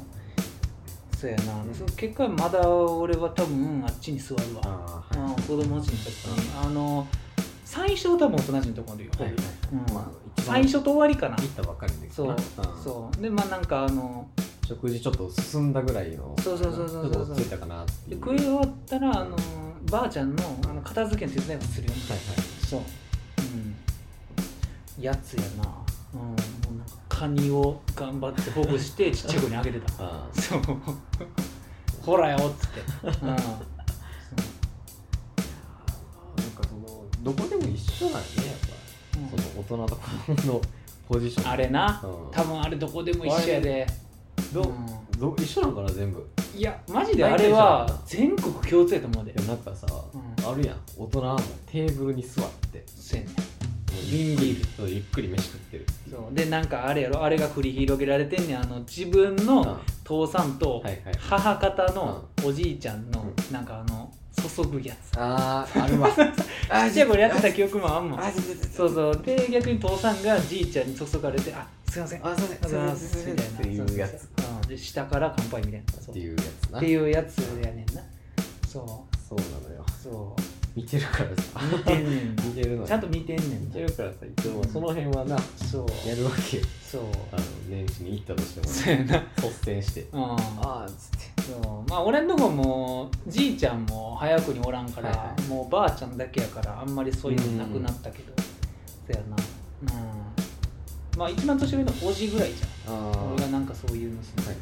S2: そうやなでその結果まだ俺は多分あっちに座るわ
S1: ああ
S2: うん
S1: は
S2: 子供たちの時にあの最初は多分大人たちのところでよ、
S1: いはい
S2: うん
S1: まあ
S2: 最初と終わりかな
S1: 行ったばっかりの時か
S2: そう
S1: なうん
S2: そうでまあなんかあの
S1: 食事ちょっと進んだぐらいの
S2: そうそうそうそうそう
S1: ちょっと落ち着いたかなってい
S2: で
S1: う
S2: 食い終わったらあのばあちゃんのあの片付けの手伝いをするよね、
S1: はいは
S2: そううんやつやなうんもうなんかカニを頑張ってほぐしてちっちゃい子にあげてた
S1: いああ
S2: そうほらよっつってうん
S1: なんかそのどこでも一緒なんやねやっ
S2: うん
S1: ぱその大人と子供のポジション
S2: あれな
S1: うん
S2: 多分あれどこでも一緒やで
S1: ど
S2: う
S1: うんど一緒なんかな全部
S2: いやマジであれは
S1: 大
S2: 全国共通やと思うで
S1: でもなんかさ
S2: うん
S1: あるやん大人はもうテーブルに座って
S2: そうやね
S1: もう
S2: 瓶ビール
S1: そうゆっくり飯食ってるっていう
S2: そうでなんかあれやろあれが繰り広げられてんねんあの自分
S1: うん
S2: の父さんと
S1: はいはい
S2: 母方のおじいちゃんのなんかあの注ぐやつ
S1: ああある *laughs* わあ
S2: ちっちゃい頃やってた記憶もあんもん
S1: あそうそ
S2: そううそうで逆に父さんがじいちゃんに注がれてあすいません
S1: あそう
S2: ありがとうございま
S1: そう
S2: すみたいな
S1: っていうや
S2: そ
S1: つ
S2: そそうんで下から乾杯みたいな
S1: っ
S2: そう
S1: て
S2: っ
S1: いうやつな
S2: ていうやつやねんなそう
S1: そうなのよ
S2: そ
S1: 見てるからさ
S2: う見てんねん
S1: 見てるのよ
S2: ちゃんと見てんねん
S1: 見て
S2: で
S1: るからさ一応その辺はな
S2: そう
S1: やるわけよ
S2: そう
S1: あの年始に行ったとしても
S2: そうやな
S1: 率先して
S2: うん
S1: ああつって
S2: そうまあ俺んとこもじいちゃんも早くにおらんから、
S1: はいはい
S2: もうばあちゃんだけやからあんまりそういうのなくなったけどそやなうんまあ一番年上のおじぐらいじ
S1: ああ
S2: ゃん
S1: は
S2: 俺がなんかそういうのする、
S1: い
S2: うん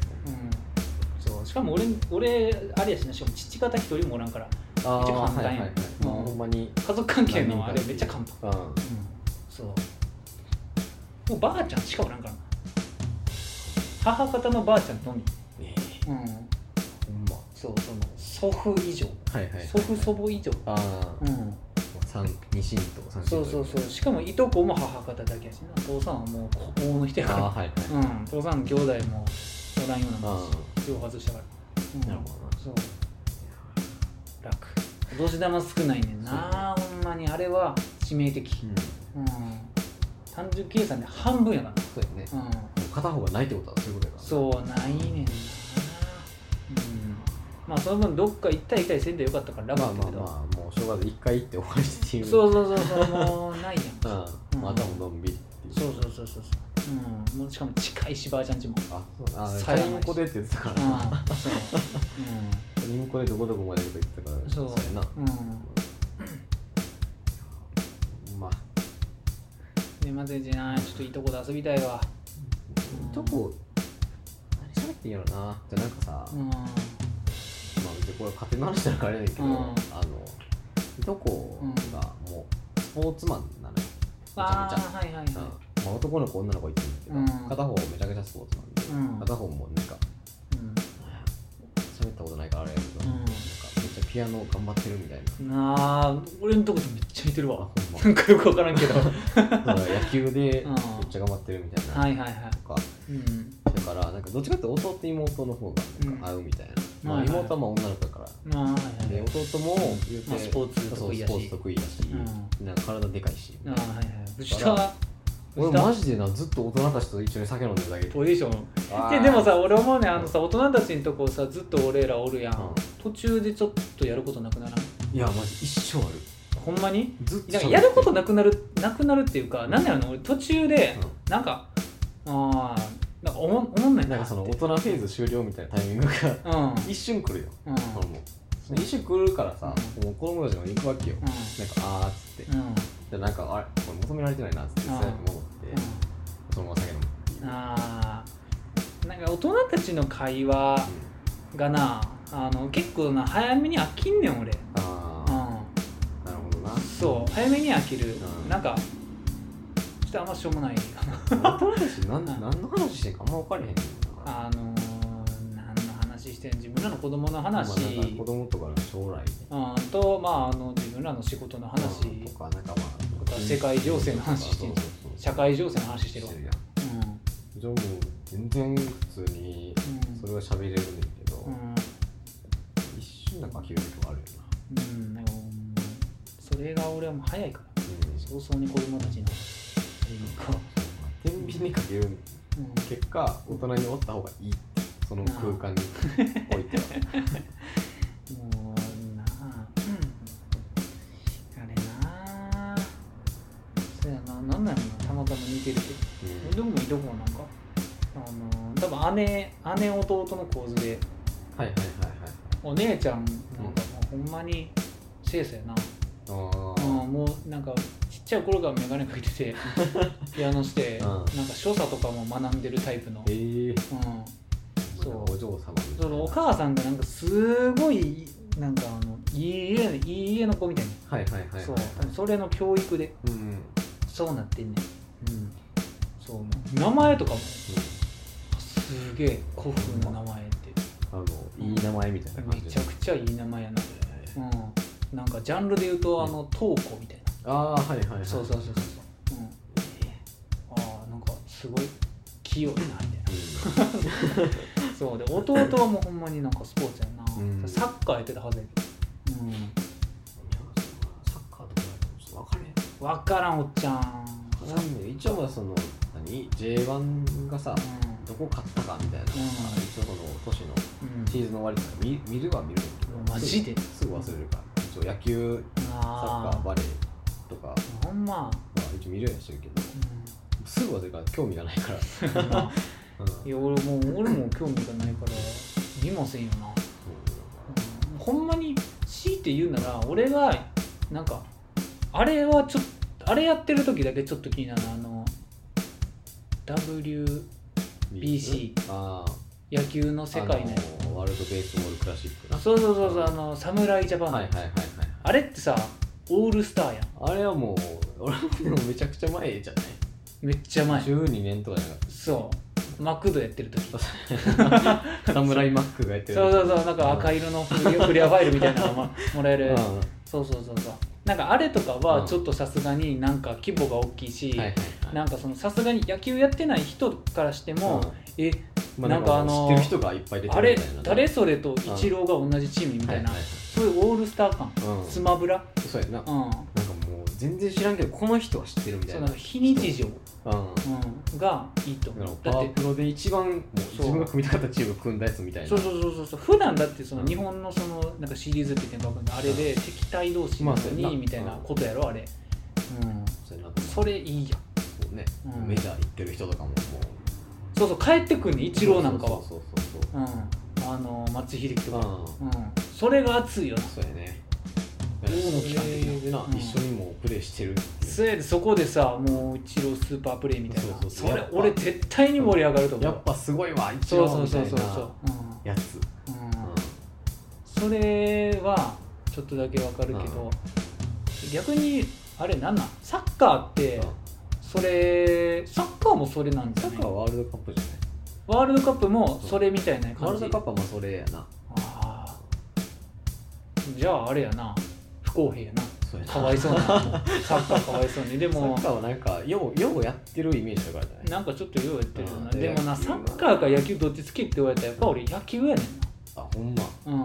S2: そうしかも俺俺あれやしなしかも父方一人もおらんから
S1: あ
S2: 一応
S1: あ
S2: 簡単
S1: はいはいはい
S2: うん
S1: もうほんまに
S2: 家族関係のあれめっちゃ簡単
S1: 単うん
S2: そうもうばあちゃんしかおらんからな母方のばあちゃんのみ
S1: ね
S2: うん
S1: えほんま
S2: そうその祖父以上
S1: はいはいはい
S2: 祖父祖母以上
S1: ああ
S2: うん
S1: 三二神と三神
S2: そう
S1: と
S2: そうそうしかもいとこも母方だけやしな父さんはもう孤高の人や
S1: ああ
S2: か
S1: はいはい
S2: らうん父さん兄弟もおらんようなもん
S1: あ
S2: やし蒸発したから、うん
S1: あなるほどな
S2: そう楽お年玉少ないねんなほんまにあれは致命的
S1: うん
S2: うん単純計算で半分やか
S1: そうやね
S2: らなうん
S1: 片方がないってことはそういうことやから
S2: そうないねんなうんまあその分どっか行ったり来たりせんでよかったから楽だっ
S1: まあ
S2: たけ
S1: まあ
S2: ど、
S1: まあもう正月一回行って終わりっていう
S2: そうそうそうそうもうないやん
S1: *laughs* うんまたものんびりっていう
S2: そうそうそうそうそう、うん、もうしかも近いしばあちゃ
S1: *laughs*
S2: んちも
S1: あそうあチ
S2: さ
S1: ャ
S2: よなら
S1: リンコでって言ってたからな
S2: うんそう
S1: チャリンコでどこどこまでとか言ってたから
S2: そう
S1: やな
S2: うん、うん、
S1: まあ
S2: でまずじゃないちょっといいとこで遊びたいわうん
S1: どこ何喋っていいんやろなじゃあなんかさ
S2: うん
S1: れ勝手な話だからあれだけど、
S2: うん
S1: あのいとこがもうスポーツマンなのよめち
S2: あ
S1: ゃ
S2: あ
S1: めちゃ、
S2: はいはい
S1: うん
S2: は
S1: まあ、男の子女の子いてるんだけど、
S2: うん
S1: 片方めちゃくちゃスポーツマンで
S2: い、うん
S1: 片方もなんか喋ったことないからあれやけ
S2: う
S1: ど、
S2: ん
S1: なんかめっちゃピアノ頑張ってるみ
S2: *laughs*
S1: たいな。
S2: うん、なあ俺のとことめっちゃ似てる
S1: あ
S2: わ *laughs*
S1: ほん
S2: なんかよくわからんけ
S1: *laughs*
S2: どはい
S1: まだから野球で
S2: うん
S1: めっちゃ頑張ってるみたいな、
S2: はいはい
S1: とか
S2: うん
S1: だからなんかどっちかっていうと弟妹の方がなんか合うみたいな、
S2: うん
S1: ま
S2: は
S1: あ、
S2: いはいはい
S1: 妹はまあ女の子だから、
S2: なあはいはい
S1: で弟も言うて、
S2: まあスポーツ
S1: そう
S2: 得意
S1: ス
S2: や
S1: ポー
S2: し
S1: ツ得意だし、
S2: う
S1: なんか体でかいし、
S2: ああはいはい藤
S1: だか
S2: 田
S1: 俺
S2: 藤
S1: マ
S2: 田
S1: ジでなずっと大人たちと一緒に酒飲んでるだけ
S2: ポジション
S1: あー
S2: ででもさ俺思うねあのさ大人たちのとこさずっと俺らおるやん、
S1: うん
S2: 途中でちょっとやることなくならん
S1: いやマジ一生ある
S2: ほんまに
S1: ずっと
S2: なんかやること
S1: な
S2: なくなるなくなるっていうかなんだろうな俺途中で
S1: うん
S2: なんかあーなんかおもんおもんない
S1: なんかその大人フェーズ終了みたいなタイミングが
S2: うんうん
S1: 一瞬来るよ、
S2: うん
S1: 俺もその一瞬来るからさ、もう子供たちが行くわけよ、なんかあーっつって、
S2: うん
S1: でなんかあれこれ求められてないなっつって
S2: う
S1: 伝
S2: ん
S1: えて戻って、そのまま酒飲むっていう、
S2: あーなんか大人たちの会話がなあの結構な早めに飽きんねん俺、うん、
S1: うんああなるほどな
S2: そう早めに飽きる、
S1: うん
S2: なんかちょっとあんましょうもないかな
S1: 大人たち何
S2: *laughs* うん
S1: 何の話してんかあんま分かれへんねんな
S2: あのー、何の話してん自分らの子供の
S1: まあなん
S2: 話、
S1: か子供とかの将来
S2: うん、とまああの自分らの仕事の話、
S1: とかなんかま
S2: とか
S1: あ
S2: 世界情勢の話してんじゃん
S1: そうそうそう
S2: 社会情勢の話してるわ
S1: やんじゃあもう全然普通にそれは喋れるんだけど、
S2: うんうん
S1: 一瞬なんか飽きることがあるよな
S2: うんなんかもうそれが俺はもう早いから早々に子供た
S1: *laughs*
S2: ちのっていうか、
S1: 天秤にかける
S2: うん、
S1: 結果大人におった方がいいってその空間におい *laughs* ては
S2: もうなあ、あれなあそうやななんなんやろなたまたま似てるけどでもいとこはなんかあの多分姉姉弟の構図で
S1: はいはいは
S2: お姉ちゃんなんかもうほんまに清楚やな、
S1: いはい
S2: うん
S1: あ
S2: もうなんかちっちゃい頃から眼鏡かけててピアノして、
S1: うん
S2: なんか所作とかも学んでるタイプの、
S1: あええ
S2: うん、
S1: そうお嬢様みたいな
S2: そのお母さんがなんかすごいなんかあのいい家いい家の子みたいな
S1: はいはいはいはい
S2: そう多分それの教育で
S1: うんうん
S2: そうなってんねん、うん、そう名前とかもすげえ古風な名前って
S1: あのいい名前みたいな
S2: め
S1: 感じ
S2: ちゃくちゃいい名前やなうんなんかジャンルで言うとあの瞳子みたい
S1: ああはいはいは
S2: ないそうそうそうそうそう、うん、ああなんかすごい器用やなみたいなそうで弟はもうほんまになんかスポーツやな、
S1: うん
S2: サッカーやってたはずやけどうん
S1: サッカーとかちょっと分かれへん
S2: 分からんおっちゃん
S1: わかんない一応まあその何 J1 がさどこ勝ったかみたい
S2: う
S1: な、
S2: ん
S1: 一応その年の
S2: うん、うん、
S1: シーズンの終わりとか見見るは見るんだけど
S2: マジです
S1: ぐ忘れるから一応野球サッ
S2: あ
S1: カー
S2: あ
S1: バレーとかは
S2: ほんま、
S1: 一応見るようにしてるけど
S2: うん
S1: すぐ忘れるから興味がない
S2: *laughs*
S1: から、 *laughs*
S2: い
S1: うん
S2: や俺もう俺も興味がないから見ませんよな、うんほんまに強いて言うなら俺がなんかあれはちょっとあれやってる時だけちょっと気になるあの W
S1: うん
S2: BC
S1: あ
S2: 野球の
S1: あ
S2: 世界ね
S1: あのワールドベースボールクラシックな
S2: そうそうそうそうあの侍ジャパン、
S1: はいはいはいはい
S2: あれってさオールスターやん
S1: あれはもう俺もでもめちゃくちゃ前じゃない
S2: めっちゃ前
S1: 12年とかじゃなか
S2: そうマクドやってる時そう *laughs*
S1: ったサムライマックがやってる
S2: そうそうなんか赤色の
S1: *laughs*
S2: クリアクリアファイルみたいなのがもらえる
S1: うん
S2: そうそうそうそうなんかあれとか
S1: う
S2: は
S1: ん
S2: ちょっとさすがになんか規模が大きいし、
S1: はいはいはい
S2: なんかそのさすがに野球やってない人からしても、え
S1: まあ、な
S2: なんん
S1: か
S2: か
S1: あ
S2: あの
S1: の知ってる人がいっぱい出て
S2: あ
S1: るみ
S2: れ
S1: たいな
S2: 誰それとイチローが同じチームみ
S1: み
S2: たいな、
S1: はい
S2: そういうオールスター感、
S1: はいうん、
S2: スマブラ、
S1: そうやな、
S2: うん
S1: なんかもう全然知らんけどこの人は知ってるみた
S2: そう
S1: い
S2: な
S1: なん
S2: か非日常、
S1: うん
S2: うん、がいいと
S1: だか
S2: 思
S1: ら
S2: う
S1: パ
S2: だっ
S1: ワー
S2: て
S1: プロで一番もう自分が組みたかったチームを組んだやつみたいな
S2: そうそうそうそうそう普段だってそうの
S1: ん
S2: 日本のそのなんかシリーズって言っても分かんないあれで敵対同士なの
S1: まあそうやな
S2: にみたいなことやろあれ、うん、
S1: そうやなと思
S2: それいいやん
S1: うそうね、
S2: うん
S1: メジャー行ってる人とかももう
S2: そうそう帰ってくんねイチローなんかは
S1: そうそうそうそう
S2: うんあの松井秀喜と
S1: そう
S2: か
S1: あ
S2: うんそれが熱いよな
S1: そうやね
S2: 王の
S1: 期
S2: 期間
S1: 間
S2: 的
S1: 的な
S2: な
S1: でな、
S2: うん
S1: 一緒にもうプレーしてるっていう
S2: それでそこでさもうイチロースーパープレイみたいな
S1: そうそうそ
S2: そ
S1: うや
S2: れ
S1: っぱ
S2: 俺絶対に盛り上がると思う
S1: やっぱすごいわ一
S2: そう
S1: 応
S2: そう
S1: みた
S2: そ
S1: いうな
S2: そうそう、
S1: やつ、
S2: うん
S1: う
S2: うんん、それれはちょっとだけわかるけど逆にあれなんなんサッカーってそれサッカーもそれなんじ
S1: サ
S2: ゃな
S1: ッ
S2: い
S1: カーはワールドカップじゃない
S2: ワールドカップもそれみたいな
S1: ワー
S2: 感
S1: ル
S2: じ
S1: ドカップはまあそれやな
S2: あーじゃああれやな不公平やな
S1: そうやな
S2: かわい
S1: *laughs*
S2: そうなサッカーかわいそうにで
S1: サ
S2: も
S1: ッカーはなんかようようやってるイメージだからじゃない
S2: なんかちょっとようやってるよな
S1: うん
S2: でもな
S1: 野球
S2: サ
S1: は
S2: ッカーか野球どっち好きって言われたらやっぱ俺野球やね
S1: あほ
S2: ん
S1: んま
S2: なうん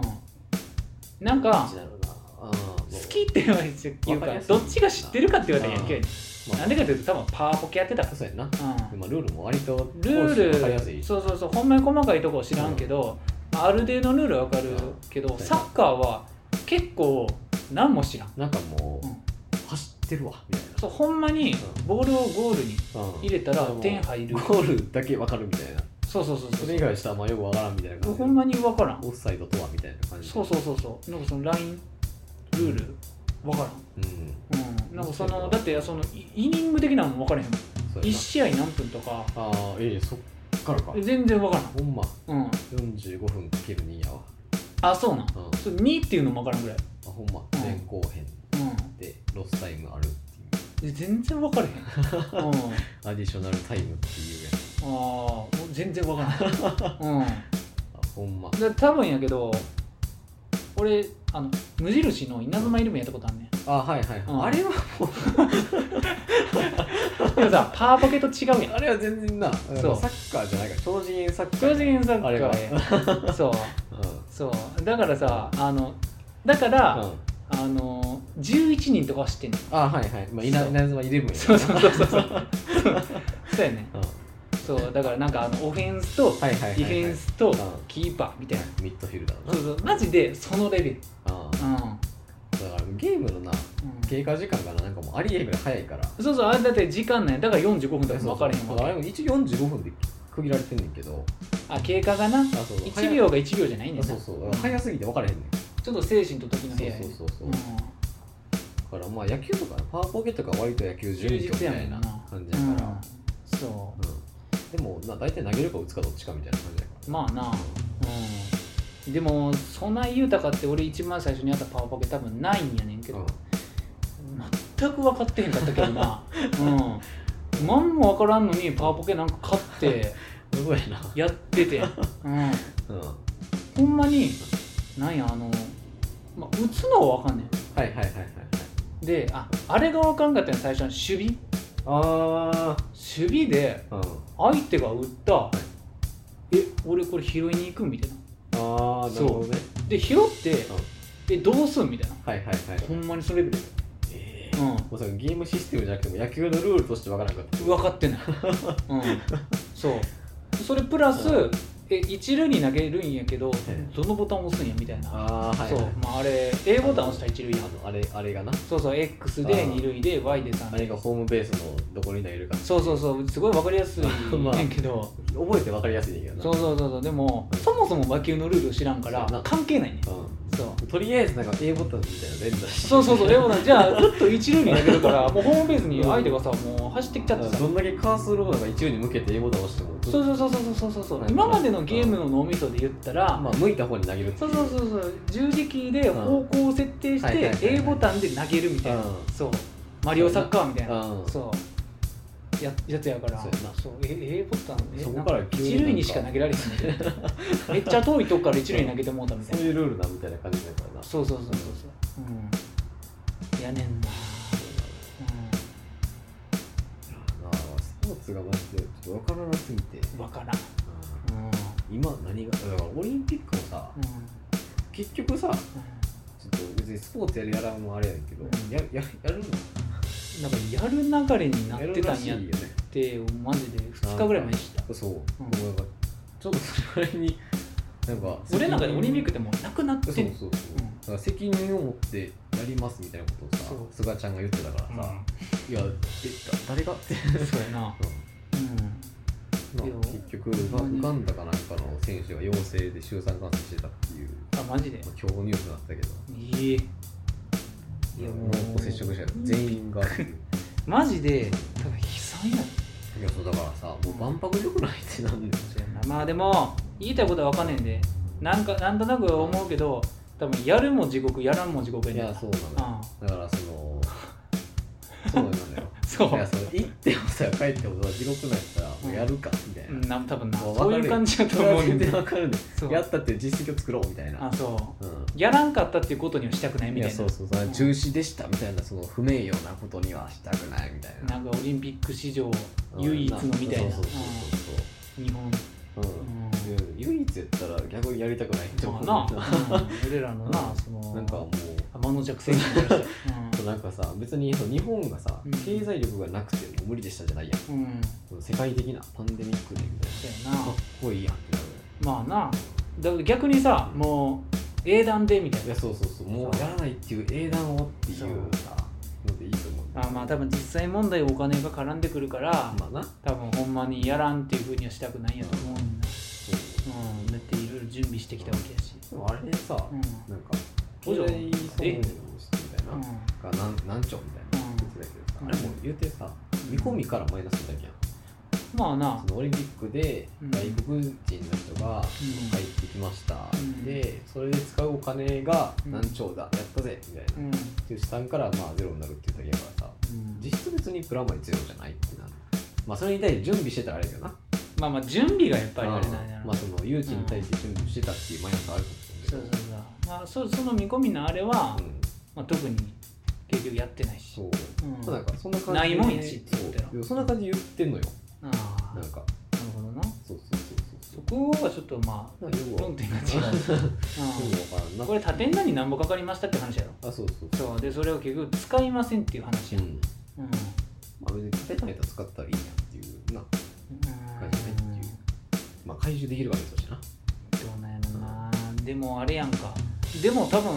S2: なんか
S1: どっちだろうなあーもう
S2: 好きって言われて言う
S1: わか
S2: か
S1: りやすい
S2: どっちが知ってるかって言われたら野球やね
S1: ま
S2: ん
S1: あ
S2: なんでかっていうと多分パワポケやってたか
S1: そうやな
S2: らうん
S1: でまあルールも割と
S2: ル
S1: 分かりやす
S2: ー
S1: い
S2: ルそうそうそうほんまに細かいとこ知らんけど、まあある程度のルールわかるけど、
S1: うん
S2: サッカーは結構何も知らん、
S1: なんかもう、
S2: うん
S1: 走ってるわみたい
S2: そうほんまに
S1: うん
S2: ボールをゴールに
S1: な、うん
S2: 入れたら
S1: うん
S2: 点入る、
S1: ゴールだけわかるみたいな
S2: そうそうそうそう
S1: それ以外したらまあよくわからんみたいな感じで
S2: ほんまに分からん
S1: オフサイドとはみたいな感じで
S2: そうそうそうそうなんかそのラインルール分か
S1: うん
S2: らんうんなんかそのだってそのイイニング的なのも分からへんもん
S1: そうや
S2: 1
S1: な
S2: 試合何分とか
S1: ああええそっからか
S2: 全然分から
S1: ほんま
S2: んうん
S1: 45分かける2やわ
S2: あそうなん
S1: うんあ
S2: そう2っていうのも分からんぐらい
S1: ほんま前後編
S2: うん
S1: でロスタイムあるってい
S2: で
S1: う
S2: 全然分からへん、うん
S1: アディショナルタイムっていうやつ
S2: ああもう全然わからないう
S1: あほんま
S2: んで多分やけど俺あの無印の稲妻イルミやったことあんねん
S1: あはいはい、
S2: うん
S1: あれはもう
S2: でもさパワーポケと違うやん
S1: あれは全然なうん
S2: そう
S1: サッカーじゃないから超人サッカー
S2: 超人サッカ
S1: あれは
S2: ーやんそう
S1: う
S2: そうだからさあのだから、
S1: ん、うん、
S2: あの11人とかは知ってんの
S1: あはいはいまあ稲
S2: そう
S1: 稲妻イレブンや
S2: そうそうそうそうそうそうやね
S1: うん
S2: そうだからなんかあのオフェンスとデ
S1: はいはいはい、はい、
S2: ィフェンスと
S1: ん
S2: キーパーみたいな、
S1: ミッドフィルダーな
S2: そうそうマジでそのレベル
S1: あ
S2: うん、
S1: だからゲームのな
S2: う
S1: 経過時間がななんかもうありえへんぐらい早いから
S2: ん、そうそうあれだって時間ないだから45分とか分かれへん
S1: そ
S2: わ
S1: うそう
S2: け
S1: あれも一応45分で区切られてんねんけど
S2: あ経過がな
S1: あそうそう
S2: 1秒が1秒じゃないん
S1: 早
S2: だ
S1: い
S2: よ
S1: そ
S2: な
S1: うそう早すぎて分からへんねん
S2: ちょっと精神と時の部
S1: そう
S2: 屋やね
S1: そうそうそう、だ
S2: う
S1: からまあ野球とかパワーポケとかは割と野球
S2: ん充
S1: 準拠み
S2: 実
S1: た
S2: やも
S1: い
S2: ん
S1: な
S2: な
S1: 感じやから、
S2: うんそ
S1: うん、でもな大体投げるか打つかどっちかみたいな感じやから
S2: うまあなうんでもそない豊かって俺一番最初にあったパワーポケ多分ないんやねんけ
S1: う
S2: ど
S1: ん、
S2: 全く分かってへんかったけど
S1: *laughs*
S2: なうん何も分からんのにパワーポケなんか買って
S1: *laughs* すごいな、
S2: やってて、うん、
S1: うん、はい
S2: ほんまになんやあの、まあ、打つのは分かんね
S1: はいはいはいはい
S2: んでああれが分かんかったの最初の守
S1: あ
S2: 備守備で
S1: あうん
S2: 相手が打ったえ俺これ拾いに行くみたいな
S1: ああなるほどね
S2: で拾って
S1: うん
S2: えどうすんみたいな
S1: はいはいはい
S2: ほんまにそのレベルで
S1: え
S2: う
S1: ー
S2: ん
S1: もうそのゲームシステムじゃなくても野球のルールとして分からなかった
S2: 分かってないうんそうそれプラス
S1: う
S2: え一塁に投げるんやけど
S1: え
S2: どのボタン押すんやみたいな
S1: ああはい
S2: そう
S1: はい
S2: まああれ A ボタン押したら一塁や
S1: あのあれあれがな
S2: そうそう X
S1: あ
S2: で
S1: ー
S2: 二塁で Y で3
S1: あ
S2: 塁
S1: れがホームベースのどこに投げるか
S2: そうそうそうすごい分かりやすい
S1: まあ
S2: ねんけど
S1: 覚えて分かりやすいねんけどな
S2: そうそうそうそうでもそもそも魔球のルールを知らんから
S1: そうやな
S2: 関係ないね
S1: う
S2: そうん
S1: とりあえずなんか A ボタンみたいな連打して
S2: そうそうそう、でもな、じゃあ、ずっと一塁に投げるから、もうホームベースに相手がさ、もう走ってきちゃってさ
S1: ど。んだけカーソルをなんか一応に向けて A ボタン押しても
S2: そうそうそうそうそうそうそう、
S1: はい
S2: 今までのゲームの脳みそで言ったら、
S1: まあ向いた方に投げるってい
S2: そうそうそうそう、十字キーで方向を設定し
S1: はいはいはいは
S2: て、
S1: い
S2: A ボタンで投げるみたいな、
S1: うん
S2: そう、マリオサッカーみたいな、
S1: うん
S2: そう、ややつやから、
S1: そうやな
S2: そうえ A ボタン、え
S1: そこから
S2: なん
S1: 急に
S2: 一塁にしか投げられへんね
S1: *laughs*
S2: めっちゃ遠いとこから一塁に投げてもうたみたい
S1: そう
S2: な、
S1: いうルールなみたいな感じだからな
S2: そうそうそうそうそう、うん、やねんな。うん
S1: ああスポーツがマジでちょっと分からなすぎて、
S2: わからん、う
S1: 今何がだからオリンピックもさ
S2: んうん
S1: 結局さちょっと別にスポーツやるやらんもあれやけど、
S2: うん
S1: やややる
S2: なんかやる流れにな
S1: の
S2: っ
S1: や
S2: て
S1: る
S2: た
S1: ら
S2: ん
S1: しい
S2: や
S1: よ
S2: っ
S1: ね
S2: てマジで2日ぐらい前に知った
S1: そう、
S2: ん
S1: もうなんかちょっとそれぐらいになんか
S2: 俺なんかでオリンピック
S1: ク
S2: でもうなくなって
S1: そ
S2: ん
S1: うそうそう、
S2: うん
S1: だから責任を持ってやりますみたいなことをさ
S2: そう
S1: 菅ちゃんが言ってたからさ、いやえだ誰がって、
S2: うんそうやなうん
S1: まあ
S2: いや
S1: 結局まあ
S2: ほんまに
S1: ウガンダかなんかの選手が陽性で週3感染してたっていう、
S2: あマジで
S1: まあ、今日ニュースになったけど
S2: いいいやもう
S1: 濃厚接触者全員がっていう
S2: マジで多分悲惨やった
S1: いやそうだからさもう万博良くないってなんだよ
S2: まあでも言いたいことは分かんねえんでなんかなんとなく思うけど多多分やるも地獄やらんも地獄や
S1: い
S2: ねん
S1: やそうな
S2: あ
S1: のだからそのそうなのよ
S2: あ *laughs* そう
S1: いやその行ってもさ帰ってもさ地獄なんやったらもうやるかみたいな、
S2: な多分な
S1: も
S2: そう
S1: 分かるよ
S2: いう感じだと
S1: それ
S2: 思
S1: は
S2: うね
S1: 全
S2: んだ
S1: *laughs* 然
S2: よ
S1: わかるね
S2: そう
S1: やったっていう実績を作ろうみたいな
S2: あそ
S1: うん
S2: うやらんかったっていうことにはしたくない
S1: い
S2: みた
S1: や
S2: いな
S1: そうそうそう
S2: うん
S1: 中止でしたみたいなその不名誉なことにはしたくないみたいな
S2: なんかオリンピック史上
S1: うん
S2: 唯一のみたいな
S1: そうそうそ
S2: うん日本
S1: うそうそううんうん唯一やったら逆にやりたくないって思う
S2: ま
S1: な
S2: あな、うん俺らのなその
S1: *laughs* なんかも
S2: 天の弱戦みたい
S1: *laughs*
S2: な人
S1: うなんかさ別にその日本がさ
S2: うん
S1: 経済力がなくてもう無理でしたじゃないや
S2: う
S1: ん
S2: んうん
S1: その世界的なパンデミックでみたい
S2: そうや
S1: な
S2: な
S1: かっこいいやんってなる
S2: まあなだから逆にさもう英断でみたい
S1: い
S2: な
S1: やそうそうそうもうやらないっていう英断をっていうさのでいいと思う
S2: あまあ多分実際問題お金が絡んでくるから
S1: まあな
S2: 多分ほんまにやらんっていうふうにはしたくないんやと思うんだ
S1: そう
S2: うんだっていろいろ準備してきたわけやし
S1: でもあれでさ
S2: うん
S1: なんか
S2: そう
S1: 経
S2: じゃん
S1: 済損益のしてみたいな、
S2: うん
S1: が何何兆みたいな言ってたけどさ、
S2: うん
S1: あれも言うてさ見込みからマイナスだけやん
S2: まあな
S1: そのオリンピックで
S2: うん
S1: 外国人の人が
S2: うん
S1: 入ってきました、
S2: うん
S1: でそれで使うお金が
S2: うん
S1: 何兆だ、やったぜみたいな、
S2: うん
S1: っていう資産からまあゼロになるっていうだけやからさ実質別にプラマイゼロじゃないってなるまあそれに対して準備してたらあれだよなやっ
S2: まあまあ準備がやっぱりあれなんやな
S1: まあその誘致に対して準備してたっていうマイナスはあるかもし
S2: そう
S1: れな
S2: そう
S1: いけど
S2: そうまあそその見込みのあれは、
S1: うん
S2: まあ、特に結局やってないし
S1: そう、
S2: うん
S1: なんかそんな感じ
S2: ないもんやしって
S1: そ
S2: 言っ
S1: う
S2: たら
S1: でもそんな感じで言ってんのよ
S2: ああ
S1: な
S2: なんる
S1: か
S2: ほどな
S1: そうそうそうそ
S2: そうこはちょっとま
S1: そうなんか
S2: あ
S1: よくわ
S2: 論点が違う、
S1: よ
S2: う、
S1: くわからんなん
S2: これ縦に何何ぼかかりましたって話やろ
S1: あそうそうう
S2: そうでそれを結局使いませんっていう話
S1: う
S2: やう
S1: ん
S2: ん、うん
S1: まあ別に立てないと使ったらいいやっていうな感じねっていうまあ回収できるわけだしな
S2: どうなんやろなでもあれやんかでも多分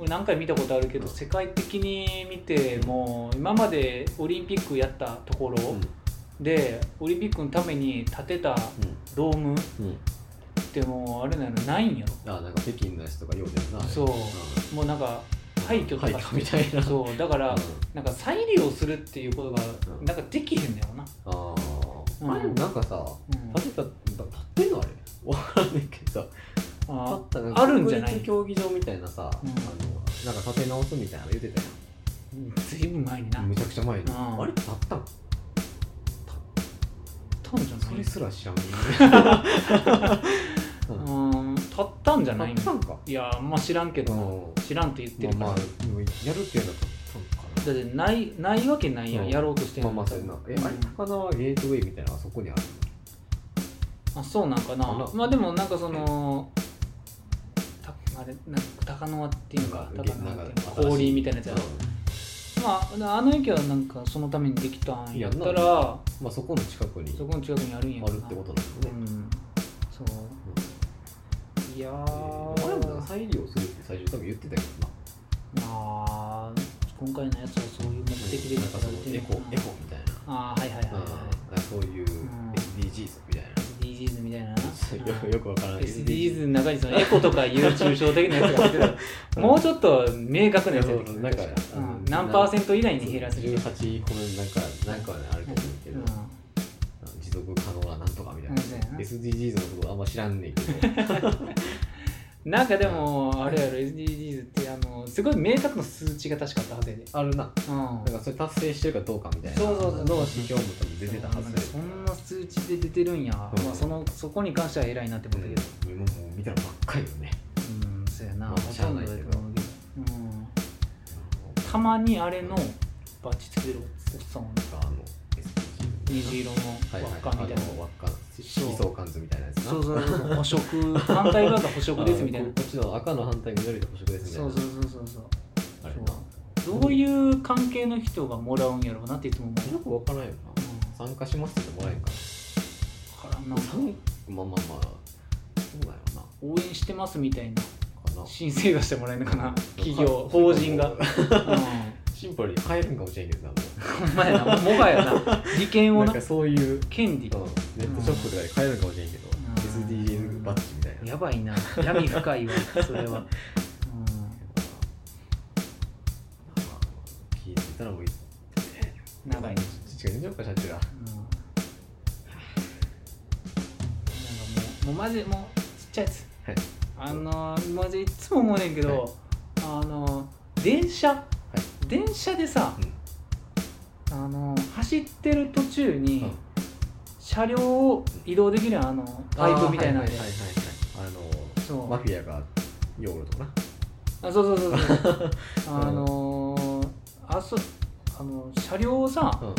S2: 俺何回見たことあるけど世界的に見ても今までオリンピックやったところ
S1: うん
S2: でオリンピックのために建てたドームっ
S1: うんうん
S2: てもうあれなのないんやろ
S1: あなんか北京のやつとかよう出るな
S2: そうんもうなんか廃墟とか
S1: 廃墟みたいな
S2: そうだから
S1: うん
S2: なんか再利用するっていうことが
S1: うん
S2: なんかできへんだよな、
S1: あ
S2: う
S1: あ
S2: ん
S1: あれもなんかさ
S2: うん
S1: 立てた立ってんのあれわからんねんけどさ立
S2: あ
S1: ったなん
S2: あるんじゃない
S1: 国立競技場みたいなさあ
S2: うん
S1: のなんか立て直すみたいなの言ってたやん
S2: ずいぶん前にな
S1: むちゃくちゃ前に
S2: うん
S1: あれ立ったん
S2: たんじゃ
S1: そ
S2: ない
S1: れすら
S2: *laughs*
S1: 知らんうん
S2: うん立ったんじゃない
S1: 立ったんか
S2: いやあんま知らんけどな
S1: うん
S2: 知らんと言ってるから、
S1: まあまあでもやるっていうのは立った
S2: だ
S1: んか
S2: ってないないわけないやん、
S1: うん
S2: やろうとして
S1: なまあまあそうやなえ
S2: うん
S1: あれ高輪ゲートウェイみたいなのがそこにある
S2: あそうなんかな
S1: かな
S2: まあでもなんかその、たあれなんか高輪っていうか
S1: の
S2: 高輪っていうか氷みたいなやつやろ、
S1: うん
S2: まああの駅はなんかそのためにできたんやった
S1: いや
S2: ら
S1: まあそこの近くに
S2: そこの近くにあるんや
S1: あるってことなん
S2: と
S1: だよ
S2: う
S1: ね
S2: んそう
S1: うん
S2: いや
S1: えーあれも
S2: ー、
S1: な再利用するって最初多分言ってたけどな
S2: まあ今回のやつはそういう目的で
S1: なんか
S2: 使
S1: そ
S2: わ
S1: の
S2: れて
S1: エ
S2: る
S1: コエコみたいな
S2: ああはいはいはいはい、
S1: うんなんかそういう SDGs みたいな
S2: SDGs みたいなな
S1: よくよくわからない
S2: SDGs の中にそのエコとかいう抽象的なやつが入って
S1: *laughs*
S2: たもうちょっと明確なやつやってきた
S1: なんか
S2: 確
S1: あの
S2: うん何パーセント以内に減らすみたいな
S1: 18個目なんかなんかはねあると思うけど、あの持続可能ななんとかみたいな、
S2: そうやな
S1: SDGs のことあんま知らんねんけど
S2: うんなんかでもあれやろ SDGs ってあのすごい明確な数値が確かあったはずやで、
S1: あるな
S2: うん
S1: なんかそれ達成してるかどうかみたいな
S2: そうそうそう
S1: の指標も多分出てたはずで
S2: そんな数値で出てるんや、
S1: うん
S2: まあ、そのそこに関しては偉いなって思ったけど
S1: うんもうもう見たらばっかりよね
S2: うん、そうやな
S1: まあ
S2: ほとんどだと思うけどうんた
S1: ま
S2: まにあれのバッチつけてるおっさんはね
S1: あの SDGs
S2: 虹色
S1: はい
S2: の
S1: はい
S2: 輪っかみたいな
S1: あの輪っか色相関図みたいなやつな
S2: そうそうそうそう補色反対側が補色ですみたいな
S1: あのここっちの赤の反対緑で補色ですみたい
S2: そ
S1: な
S2: うそうそうそうそう
S1: あれな
S2: そうどういう関係の人がもらうんやろうなっていつも思う
S1: よくわからん
S2: う
S1: よなん参加しますってもらえんか
S2: わからんな
S1: な参まあまあまあそうだよな
S2: 応援してますみたいな
S1: かな
S2: 申請がしてもらえるのかな企業
S1: か
S2: 法人が、
S1: そ
S2: うん
S1: うか、 *laughs* シンプルに変えるんかもしれんけどなも
S2: ほんまやなもはやな利権
S1: う
S2: を
S1: なん
S2: な
S1: かそういう
S2: 権利
S1: うんネットショップとかで買えるんかもしれんけど
S2: うん
S1: SDGs バッジみたいな
S2: やばいな闇深いわそれは、
S1: 聞いてたらもういい
S2: うん、長いな
S1: 違うんじゃんか社長ら
S2: うんなんかもうもうマジもうちっちゃいやつ、
S1: はい
S2: あのマジいつも思うねんけど、あの電車、電車でさ、あの走ってる途中に、
S1: うん
S2: 車両を移動できるあのパイプみたいなの
S1: あー
S2: で
S1: はいはいはいはいあ
S2: そ
S1: の
S2: う
S1: マフィアが用語とかな
S2: あそうそうそうそう
S1: *laughs* うん
S2: あのーあそあの車両をさ、
S1: うん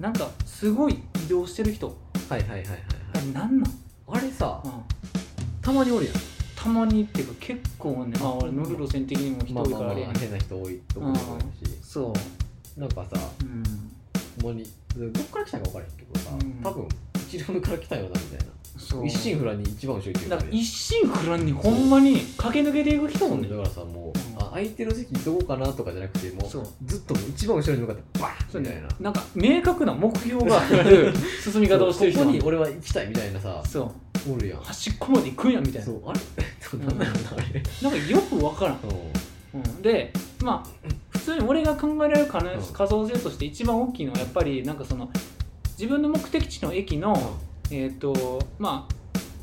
S2: なんかすごい移動してる人
S1: はいはいはいはい
S2: あ
S1: は
S2: れ
S1: い
S2: なんなん、
S1: あれさ
S2: うん
S1: たまにおるやん
S2: たまにっていうか結構ねまあ俺乗る路線的にも人
S1: まあ
S2: 多い
S1: まあ
S2: からあ
S1: まあ
S2: れやねん
S1: 変な人多いとこも多いし
S2: そう
S1: なんかさ
S2: うん
S1: もうにどっから来たか分からへんけどさ
S2: うん
S1: 多分一両目から来たよなみたい
S2: そ
S1: な
S2: う
S1: 一心不乱に一番後ろ行ってる
S2: だ
S1: よ
S2: から
S1: ね
S2: 一心不乱にほんまに駆け抜けていく人
S1: そう
S2: も
S1: ね
S2: ね
S1: だからさも
S2: うん
S1: うあ空いてる席どこかなとかじゃなくてもう
S2: そう
S1: ずっともう一番後ろに向かってバー
S2: そう
S1: ンみたい
S2: ね
S1: な
S2: なんか明確な目標があ
S1: *laughs*
S2: *laughs* る進み方をしてる人
S1: ここ
S2: も
S1: に俺は行きたいみたいなさ
S2: そう
S1: おるやん
S2: 端っこまで行くんやみたいな
S1: そうあれなんだろうなあれ
S2: なんかよくわからん、うん、でまあ普通に俺が考えられる可能
S1: うん
S2: 可能性として一番大きいのはやっぱりなんかその自分の目的地の駅の、えっ、とまあ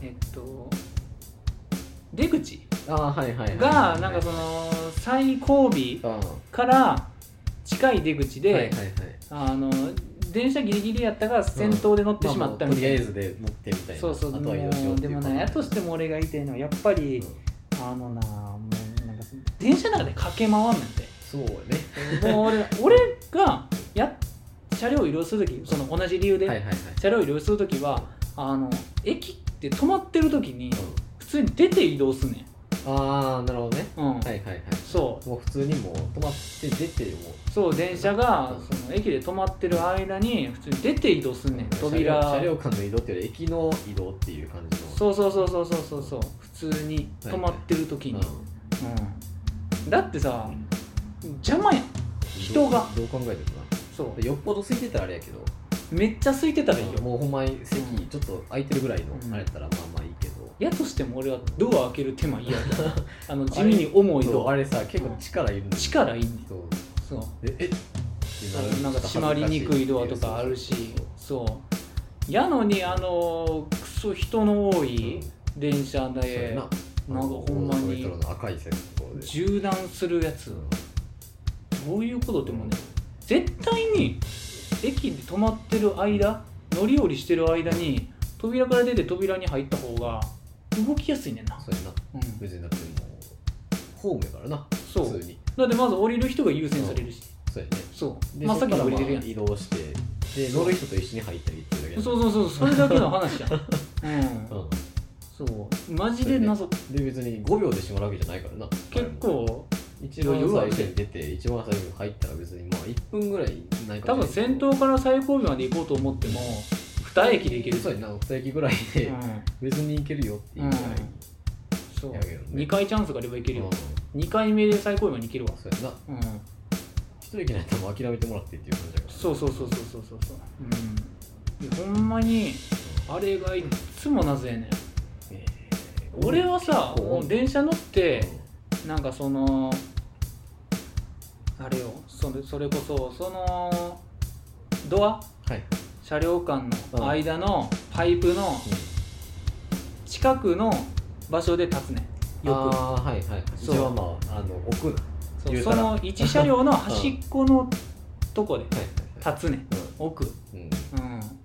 S2: えっ、と出口
S1: ああはいはいはい
S2: がなんかその最後尾
S1: あ
S2: から近い出口で、
S1: ーはいはいはい
S2: あの電車ギリギリやったが先頭で乗ってしまったみた
S1: あ
S2: い
S1: とりあえ
S2: な、
S1: ずで乗ってみたいな
S2: そうそう
S1: あとは移動しよ
S2: も
S1: う
S2: うでもなやとしても俺が言いたいのはやっぱり、
S1: うん
S2: あのなもうなんかその電車の中で駆け回んなんて
S1: そうね
S2: もう俺俺がや車両を移動する時その同じ理由で、
S1: はいはいはい
S2: 車両を移動する時はあの駅って止まってる時に普通に出て移動すんね
S1: うんああなるほどね
S2: ん、うん
S1: はいはいはい
S2: そ
S1: もう普通にもう止まって出ても
S2: うそう電車が
S1: うん
S2: その駅で止まってる間に普通に出て移動す
S1: うん
S2: ねん
S1: 車
S2: 扉
S1: 両車両間の移動っていうより駅の移動っていう感じの
S2: そうそうそうそうそうそうそう普通に止まってる時に、
S1: ん
S2: うんだってさ邪魔やん人が
S1: どうどう考えても
S2: そ
S1: なよっぽど空いてたらあれやけど
S2: うめっちゃ空いてたらいいよ
S1: もうほんまに席
S2: うん
S1: ちょっと空いてるぐらいの
S2: うん
S1: あれやったらまあまあいいけど
S2: やとしても俺はドア開ける手間
S1: *laughs*
S2: 嫌だあの地味に重い
S1: そう
S2: ド
S1: あ
S2: ア
S1: れさ結構力いるんだよ
S2: 力いんねん
S1: そう
S2: そう
S1: でえっ
S2: なんか閉まりにくいドアとかあるしそうやのにあのクソ人の多い電車で
S1: な
S2: なんかほんまに
S1: の赤い線のところで
S2: 縦断するやつどういうことでもね絶対に駅で止まってる間乗り降りしてる間に扉から出て扉に入った方が動きやすいねんな、
S1: そうやな
S2: うん、
S1: 別にだってもうホームやからな
S2: そう
S1: 普通に
S2: だってまず降りる人が優先されるし
S1: そうやね
S2: そう
S1: で
S2: 真っ先に
S1: そ
S2: 降
S1: っ
S2: り
S1: か
S2: てる
S1: らま
S2: や
S1: あ
S2: ん
S1: 移動してで乗る人と一緒に入ったりっていうだけやな
S2: そうそうそうそれだけの話やんうん
S1: うん
S2: そうマジで謎
S1: で別に5秒で閉まるわけじゃないからな
S2: 結構
S1: 一番最初に出て一番最初に入ったら別にまあ1分ぐらいないか
S2: 多
S1: も
S2: 分
S1: しれん
S2: 先
S1: けど
S2: 頭から最後尾まで行こうと思っても2駅で行ける
S1: そうやな2駅ぐらいで
S2: うん
S1: 別に行けるよっていうぐらい
S2: そう
S1: やけどね
S2: 2回チャンスがあれば行けるよ
S1: うん
S2: 2回目で最後尾まで行けるわ
S1: そうやな
S2: うん
S1: 一駅ないともう諦めてもらってっていう感じだから
S2: そうそうそうそうそうそうそううんいやほんまにあれがいっつも謎やねん
S1: えー
S2: 俺はさ
S1: 結構
S2: もう電車乗って、なんかそのあれよそれそれこそそのドア
S1: はい
S2: 車両間
S1: うん
S2: の間のパイプの近くの場所で立つねんよく
S1: ああはいはい一
S2: そう
S1: 応はまああの奥な
S2: そう
S1: 言う
S2: そ
S1: たら
S2: の1車両の端っこのとこで
S1: はいはいはい
S2: 立つねん奥うん
S1: うん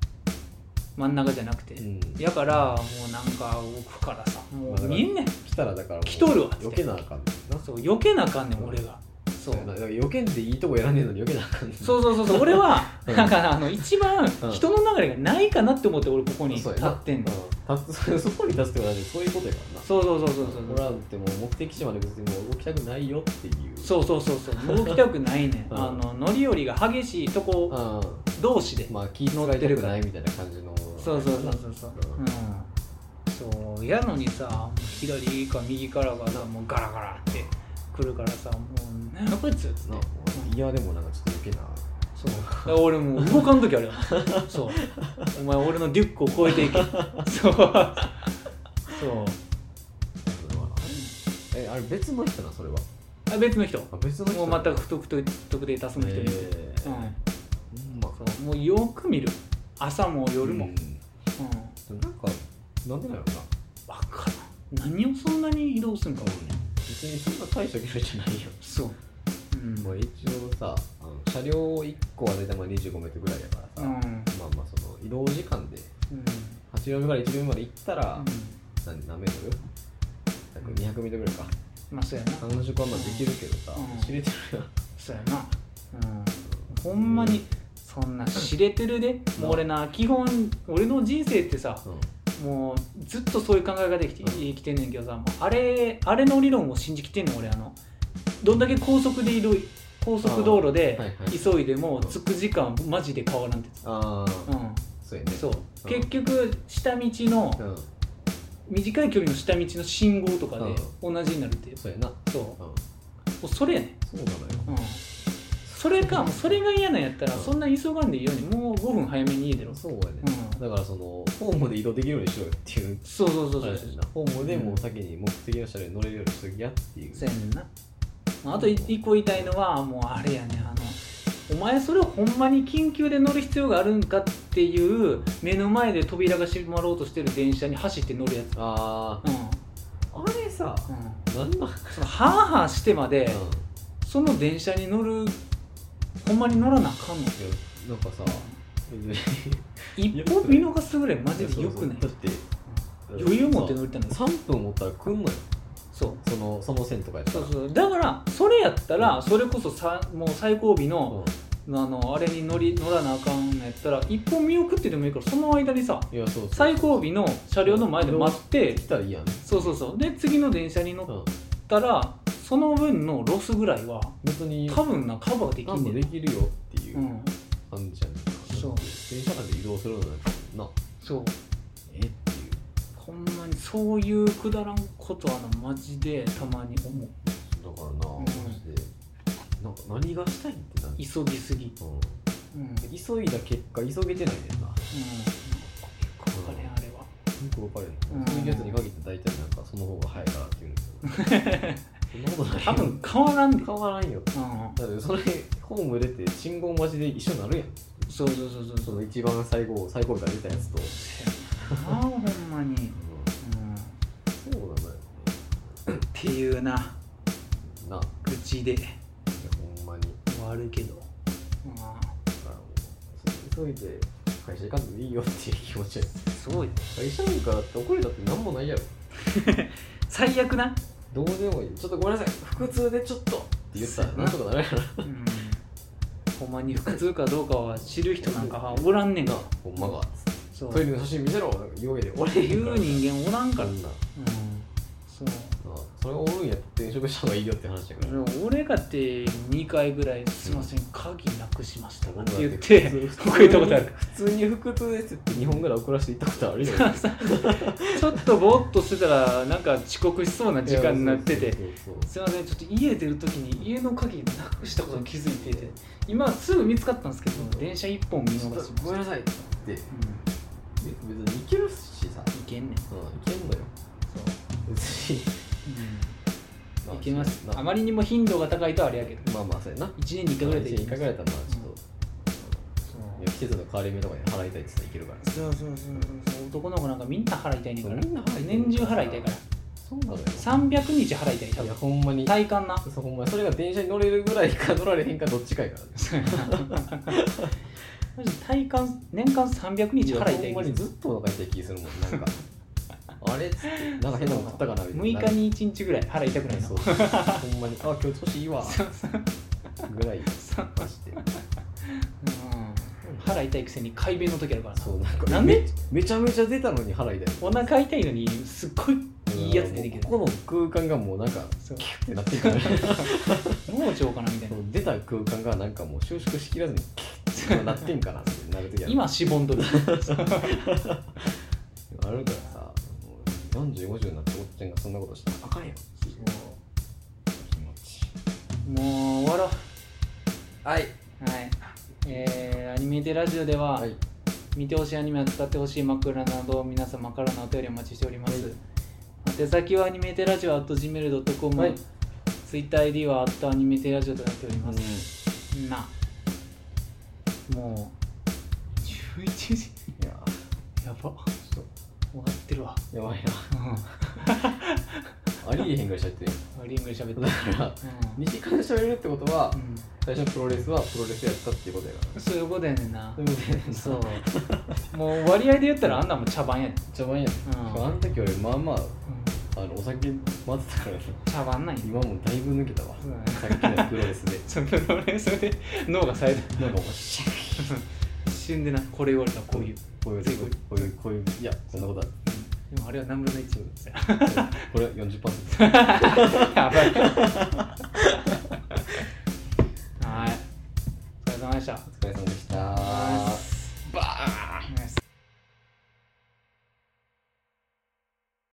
S2: 真ん中じゃなくて
S1: うん
S2: やからもうなんか奥からさもう見んねん
S1: 来たらだからもう
S2: 来とるわ
S1: 避けなあかんねんな
S2: そう避けなあかんねん俺がそう
S1: やなだから避けんでいいとこ選んでんのに避けなあかんねん
S2: そうそうそうそう俺は
S1: うん
S2: だからあの一番
S1: うん
S2: 人の流れがないかなって思って俺ここに立
S1: そう
S2: っ
S1: やな
S2: てんの
S1: うん立つ *laughs* そこに立つってことはそういうことやからな
S2: そうそうそうそう
S1: 俺はでも目的地まで別にもう動きたくないよっていう
S2: そうそうそうそうそう動きたくないねん
S1: うん
S2: あの乗り降りが激しいと
S1: うん
S2: こ同士で
S1: まあ気使いたくないみたいな感じの
S2: そうそうそうそうそう
S1: うん
S2: うんそうやのにさもう左か右からがさもうガラガラって来るからさもう何やこいつっつって
S1: な俺いやでもなんかちょっと避けな
S2: そうだから俺もう動かん時あるよそうお前俺のリュックを超えていけそうそう
S1: それはなえあれ別の人なそれは
S2: あ別の人
S1: あ別の人
S2: もう全く不特定不特定多数の人に、
S1: えー
S2: うん
S1: うんまあ
S2: そうもうよく見る朝も夜も、うん
S1: うんなんかなんでなのかな
S2: 分からん何をそんなに移動するんか俺ね
S1: 別にそんな大した距離じゃないよ
S2: そう、うん
S1: まあ一応さあの車両1個は大体まあ25メートルぐらいだか
S2: う
S1: らさ、
S2: ん
S1: まあまあその移動時間で
S2: うん
S1: 8秒目から1秒目まで行った
S2: う
S1: ら、
S2: ん
S1: 何何メートル約200メートルぐらいか
S2: まあそうやな
S1: 感触はまあできるけどさ、
S2: うん
S1: 知れてるやん
S2: そうやなうんほんまにそんな知れてるでもう俺な基本俺の人生ってさ
S1: うん
S2: もうずっとそういう考えができて
S1: うん
S2: 生きてんねんけどさもうあれあれの理論を信じきてんの俺あのどんだけ高速で移動高速道路で
S1: あーはいはい
S2: 急いでも
S1: うん
S2: 着く時間マジで変わらんって
S1: ああ、
S2: う
S1: そうやね
S2: んそう
S1: うん
S2: 結局下道の
S1: うん
S2: 短い距離の下道の信号とかで同じになるって
S1: そうやな
S2: そう
S1: うん
S2: もうそれやねん
S1: そうなのよ
S2: うんそれかもうそれが嫌なんやったら
S1: うん
S2: そんな急がんでいいようにもう5分早めに家出ろ
S1: そうやね、
S2: うん
S1: だからそのホームで移動できるようにしようよっていう
S2: そうそうそうそう
S1: 話
S2: そ
S1: や
S2: う
S1: なホームでもう先に目的の車両に乗れるようにしときやっていう、
S2: そうやねんなまああと一個言いたいのはもうあれやねあのお前それほんまに緊急で乗る必要があるんかっていう目の前で扉が閉まろうとしてる電車に走って乗るやつ
S1: あ
S2: うん、
S1: ああれさ
S2: うん、
S1: なんなん、
S2: そのハーハーしてまで
S1: うん
S2: その電車に乗るほんまに乗らなあかんの
S1: いやなんかさ別に
S2: 一歩見逃すぐらいマジでよくない
S1: いやそうそうだって
S2: 余裕持って乗りたいの
S1: 3分持ったら来んのよ
S2: そう
S1: そのその線とかやった
S2: そ
S1: ら
S2: うそうだからそれやったらそれこそさもう最後尾の,、あのあれに乗り乗らなあかんのやったら一本見送ってでもいいからその間にさ
S1: うんいやそうそう
S2: 最後尾の車両の前で待って
S1: 来たらいいやん
S2: そうそうそうで次の電車に乗
S1: うん
S2: ったらその分のロスぐらいは
S1: 別に
S2: 多分なカバーでき
S1: 何
S2: ん
S1: も
S2: ね
S1: で
S2: ん
S1: きるよっていううん感じやねんな
S2: そう
S1: 電車間で移動するのなんてな
S2: そう
S1: えっていう
S2: ほんまにそういうくだらんことはなマジでたまに思う
S1: だからな、
S2: うん
S1: マジでなんか何がしたいんってなる、
S2: 急ぎすぎ
S1: うん
S2: うん、うん、
S1: 急いだ結果急げてないねんなよ
S2: 結構あれあれは
S1: く分かれん
S2: うん
S1: のそういうやつに限って大体なんかその方が早いからって言うんです *laughs* けどそんなことない
S2: 多分変わらんで、
S1: 変わらんよ
S2: うん
S1: だってそれホーム出て信号待ちで一緒になるやん
S2: そうそうそうそう
S1: そ
S2: そう
S1: の一番最後最後から出たやつと、
S2: ああほんまに、うん、っ
S1: そうなのよね
S2: ていうな
S1: な
S2: 愚痴で
S1: ほんまに
S2: 終わるけど、う
S1: だからもうそう急いで会社行かんでいいよっていう気持ちや
S2: ん、すごい
S1: 会社なんかだって怒れたってなんもないやろ
S2: 最悪な、
S1: どうでもいいちょっとごめんなさい腹痛でちょっとって言ったら
S2: そうやな
S1: なんとかなるやろ
S2: うん、ほんまに腹痛かどうかは知る人なんかおらんねん
S1: な
S2: が
S1: *laughs* ほんまが
S2: そう
S1: トイレの写真見せろなんか言うわけで俺
S2: 言
S1: から
S2: う人間おらんか
S1: な
S2: ら、うん
S1: んな
S2: そう
S1: なそれがおるんやって転職した方がいいよって話やから
S2: 俺がって2回ぐらい「すいません鍵なくしました」って言っ
S1: 普
S2: て
S1: *laughs* 通
S2: 僕言ったことある
S1: 普通に腹痛ですって2本ぐらい送らせて行ったことあるよ
S2: ちょっとぼーっとしてたらなんか遅刻しそうな時間になってて
S1: そうそうそう
S2: すいませんちょっと家出るときに家の鍵なくしたことに気づいてて今すぐ見つかったんですけど電車一本見逃
S1: ち
S2: し
S1: ょ
S2: ま
S1: っ
S2: し
S1: とごめん
S2: た
S1: なさいって言って
S2: う
S1: 別に行けるし
S2: んい
S1: さ
S2: けんねん
S1: うん行けんのよ
S2: そう
S1: 別に
S2: うんいけます
S1: な
S2: あまりにも頻度が高いとあれやけど
S1: まあまあそうやな
S2: 1年に1回ぐらいで
S1: 一年に一回ぐらいだったらまあちょっと、
S2: そう
S1: いや季節の変わり目とかに払いたいって言ったらいけるから
S2: そうそうそうそう男の子なんかみんな払いたいねんから
S1: そうみんな払いたい
S2: 年中払いたいから
S1: そうなのよ
S2: 300日払いたい多
S1: い
S2: 分
S1: やほんまに
S2: 体感な
S1: そうほんまにそれが電車に乗れるぐらいか乗られへんかどっちかやからね
S2: マジ体感年間300日払いた
S1: い
S2: い
S1: やほんまにずっとお腹痛い気するもん
S2: *laughs*
S1: なんかあれっつってなんか変なの食ったかなみたいな
S2: 6日に1日ぐらい払いたくないな
S1: そうそうほんまにあ今日調子いいわ
S2: *laughs*
S1: ぐらい
S2: そう
S1: マジで
S2: うん腹痛いくせに快便の時あるからな
S1: そうなんか
S2: なんで
S1: めめちゃめちゃ出たのに腹痛い
S2: お腹痛いのにすっごいいいやつ出てきてる
S1: もうここの空間がもうなんか
S2: そう
S1: キュッてなって *laughs* るからね
S2: 盲腸かなみたい
S1: そ
S2: な
S1: う出た空間がなんかもう収縮しきらずにキュッてなってんかなってなる時ある
S2: 今しぼんどる
S1: あるからさもう4050になっておっちゃんがそんなことしたらあかんよ気持ち
S2: もう終わろうは
S1: はい
S2: いえー、アニメテラジオでは、
S1: はい
S2: 見てほしいアニメや使ってほしい枕など皆様からのお便りお待ちしております、宛先はアニメテラジオ at gmail.com、
S1: はい
S2: ツイッター ID は at アニメテラジオとなっており
S1: う
S2: ま
S1: ん
S2: す、なもう11時
S1: いや
S2: やば
S1: ちょっと
S2: 終わってるわ
S1: やばいなありえへんぐらい喋ってる
S2: うんリングで喋って
S1: やんだから
S2: う
S1: 2時間喋れるってことは
S2: ん、
S1: 最初のプロレスはプロレスやったっていうことやか
S2: うん、そういうことやねんな
S1: らそういうことやねんな
S2: そうもう割合で言ったらあんなんも茶番やねん、
S1: 茶番やね
S2: うん
S1: あの時俺まあまああのお酒待ってたからね
S2: 茶番なんや
S1: 今もうだいぶ抜けたわ
S2: うん
S1: さっきのプロレス *laughs* で
S2: そのプロレスで脳が冴え
S1: なんかもうシャー
S2: た *laughs* 死んでなこれ言われたらこういう、
S1: こういうこういうこういういやそんな *laughs* ことある
S2: うんでもあれは何分の1ですよ
S1: これは40%
S2: *laughs* やばいはいお疲れ様でした
S1: お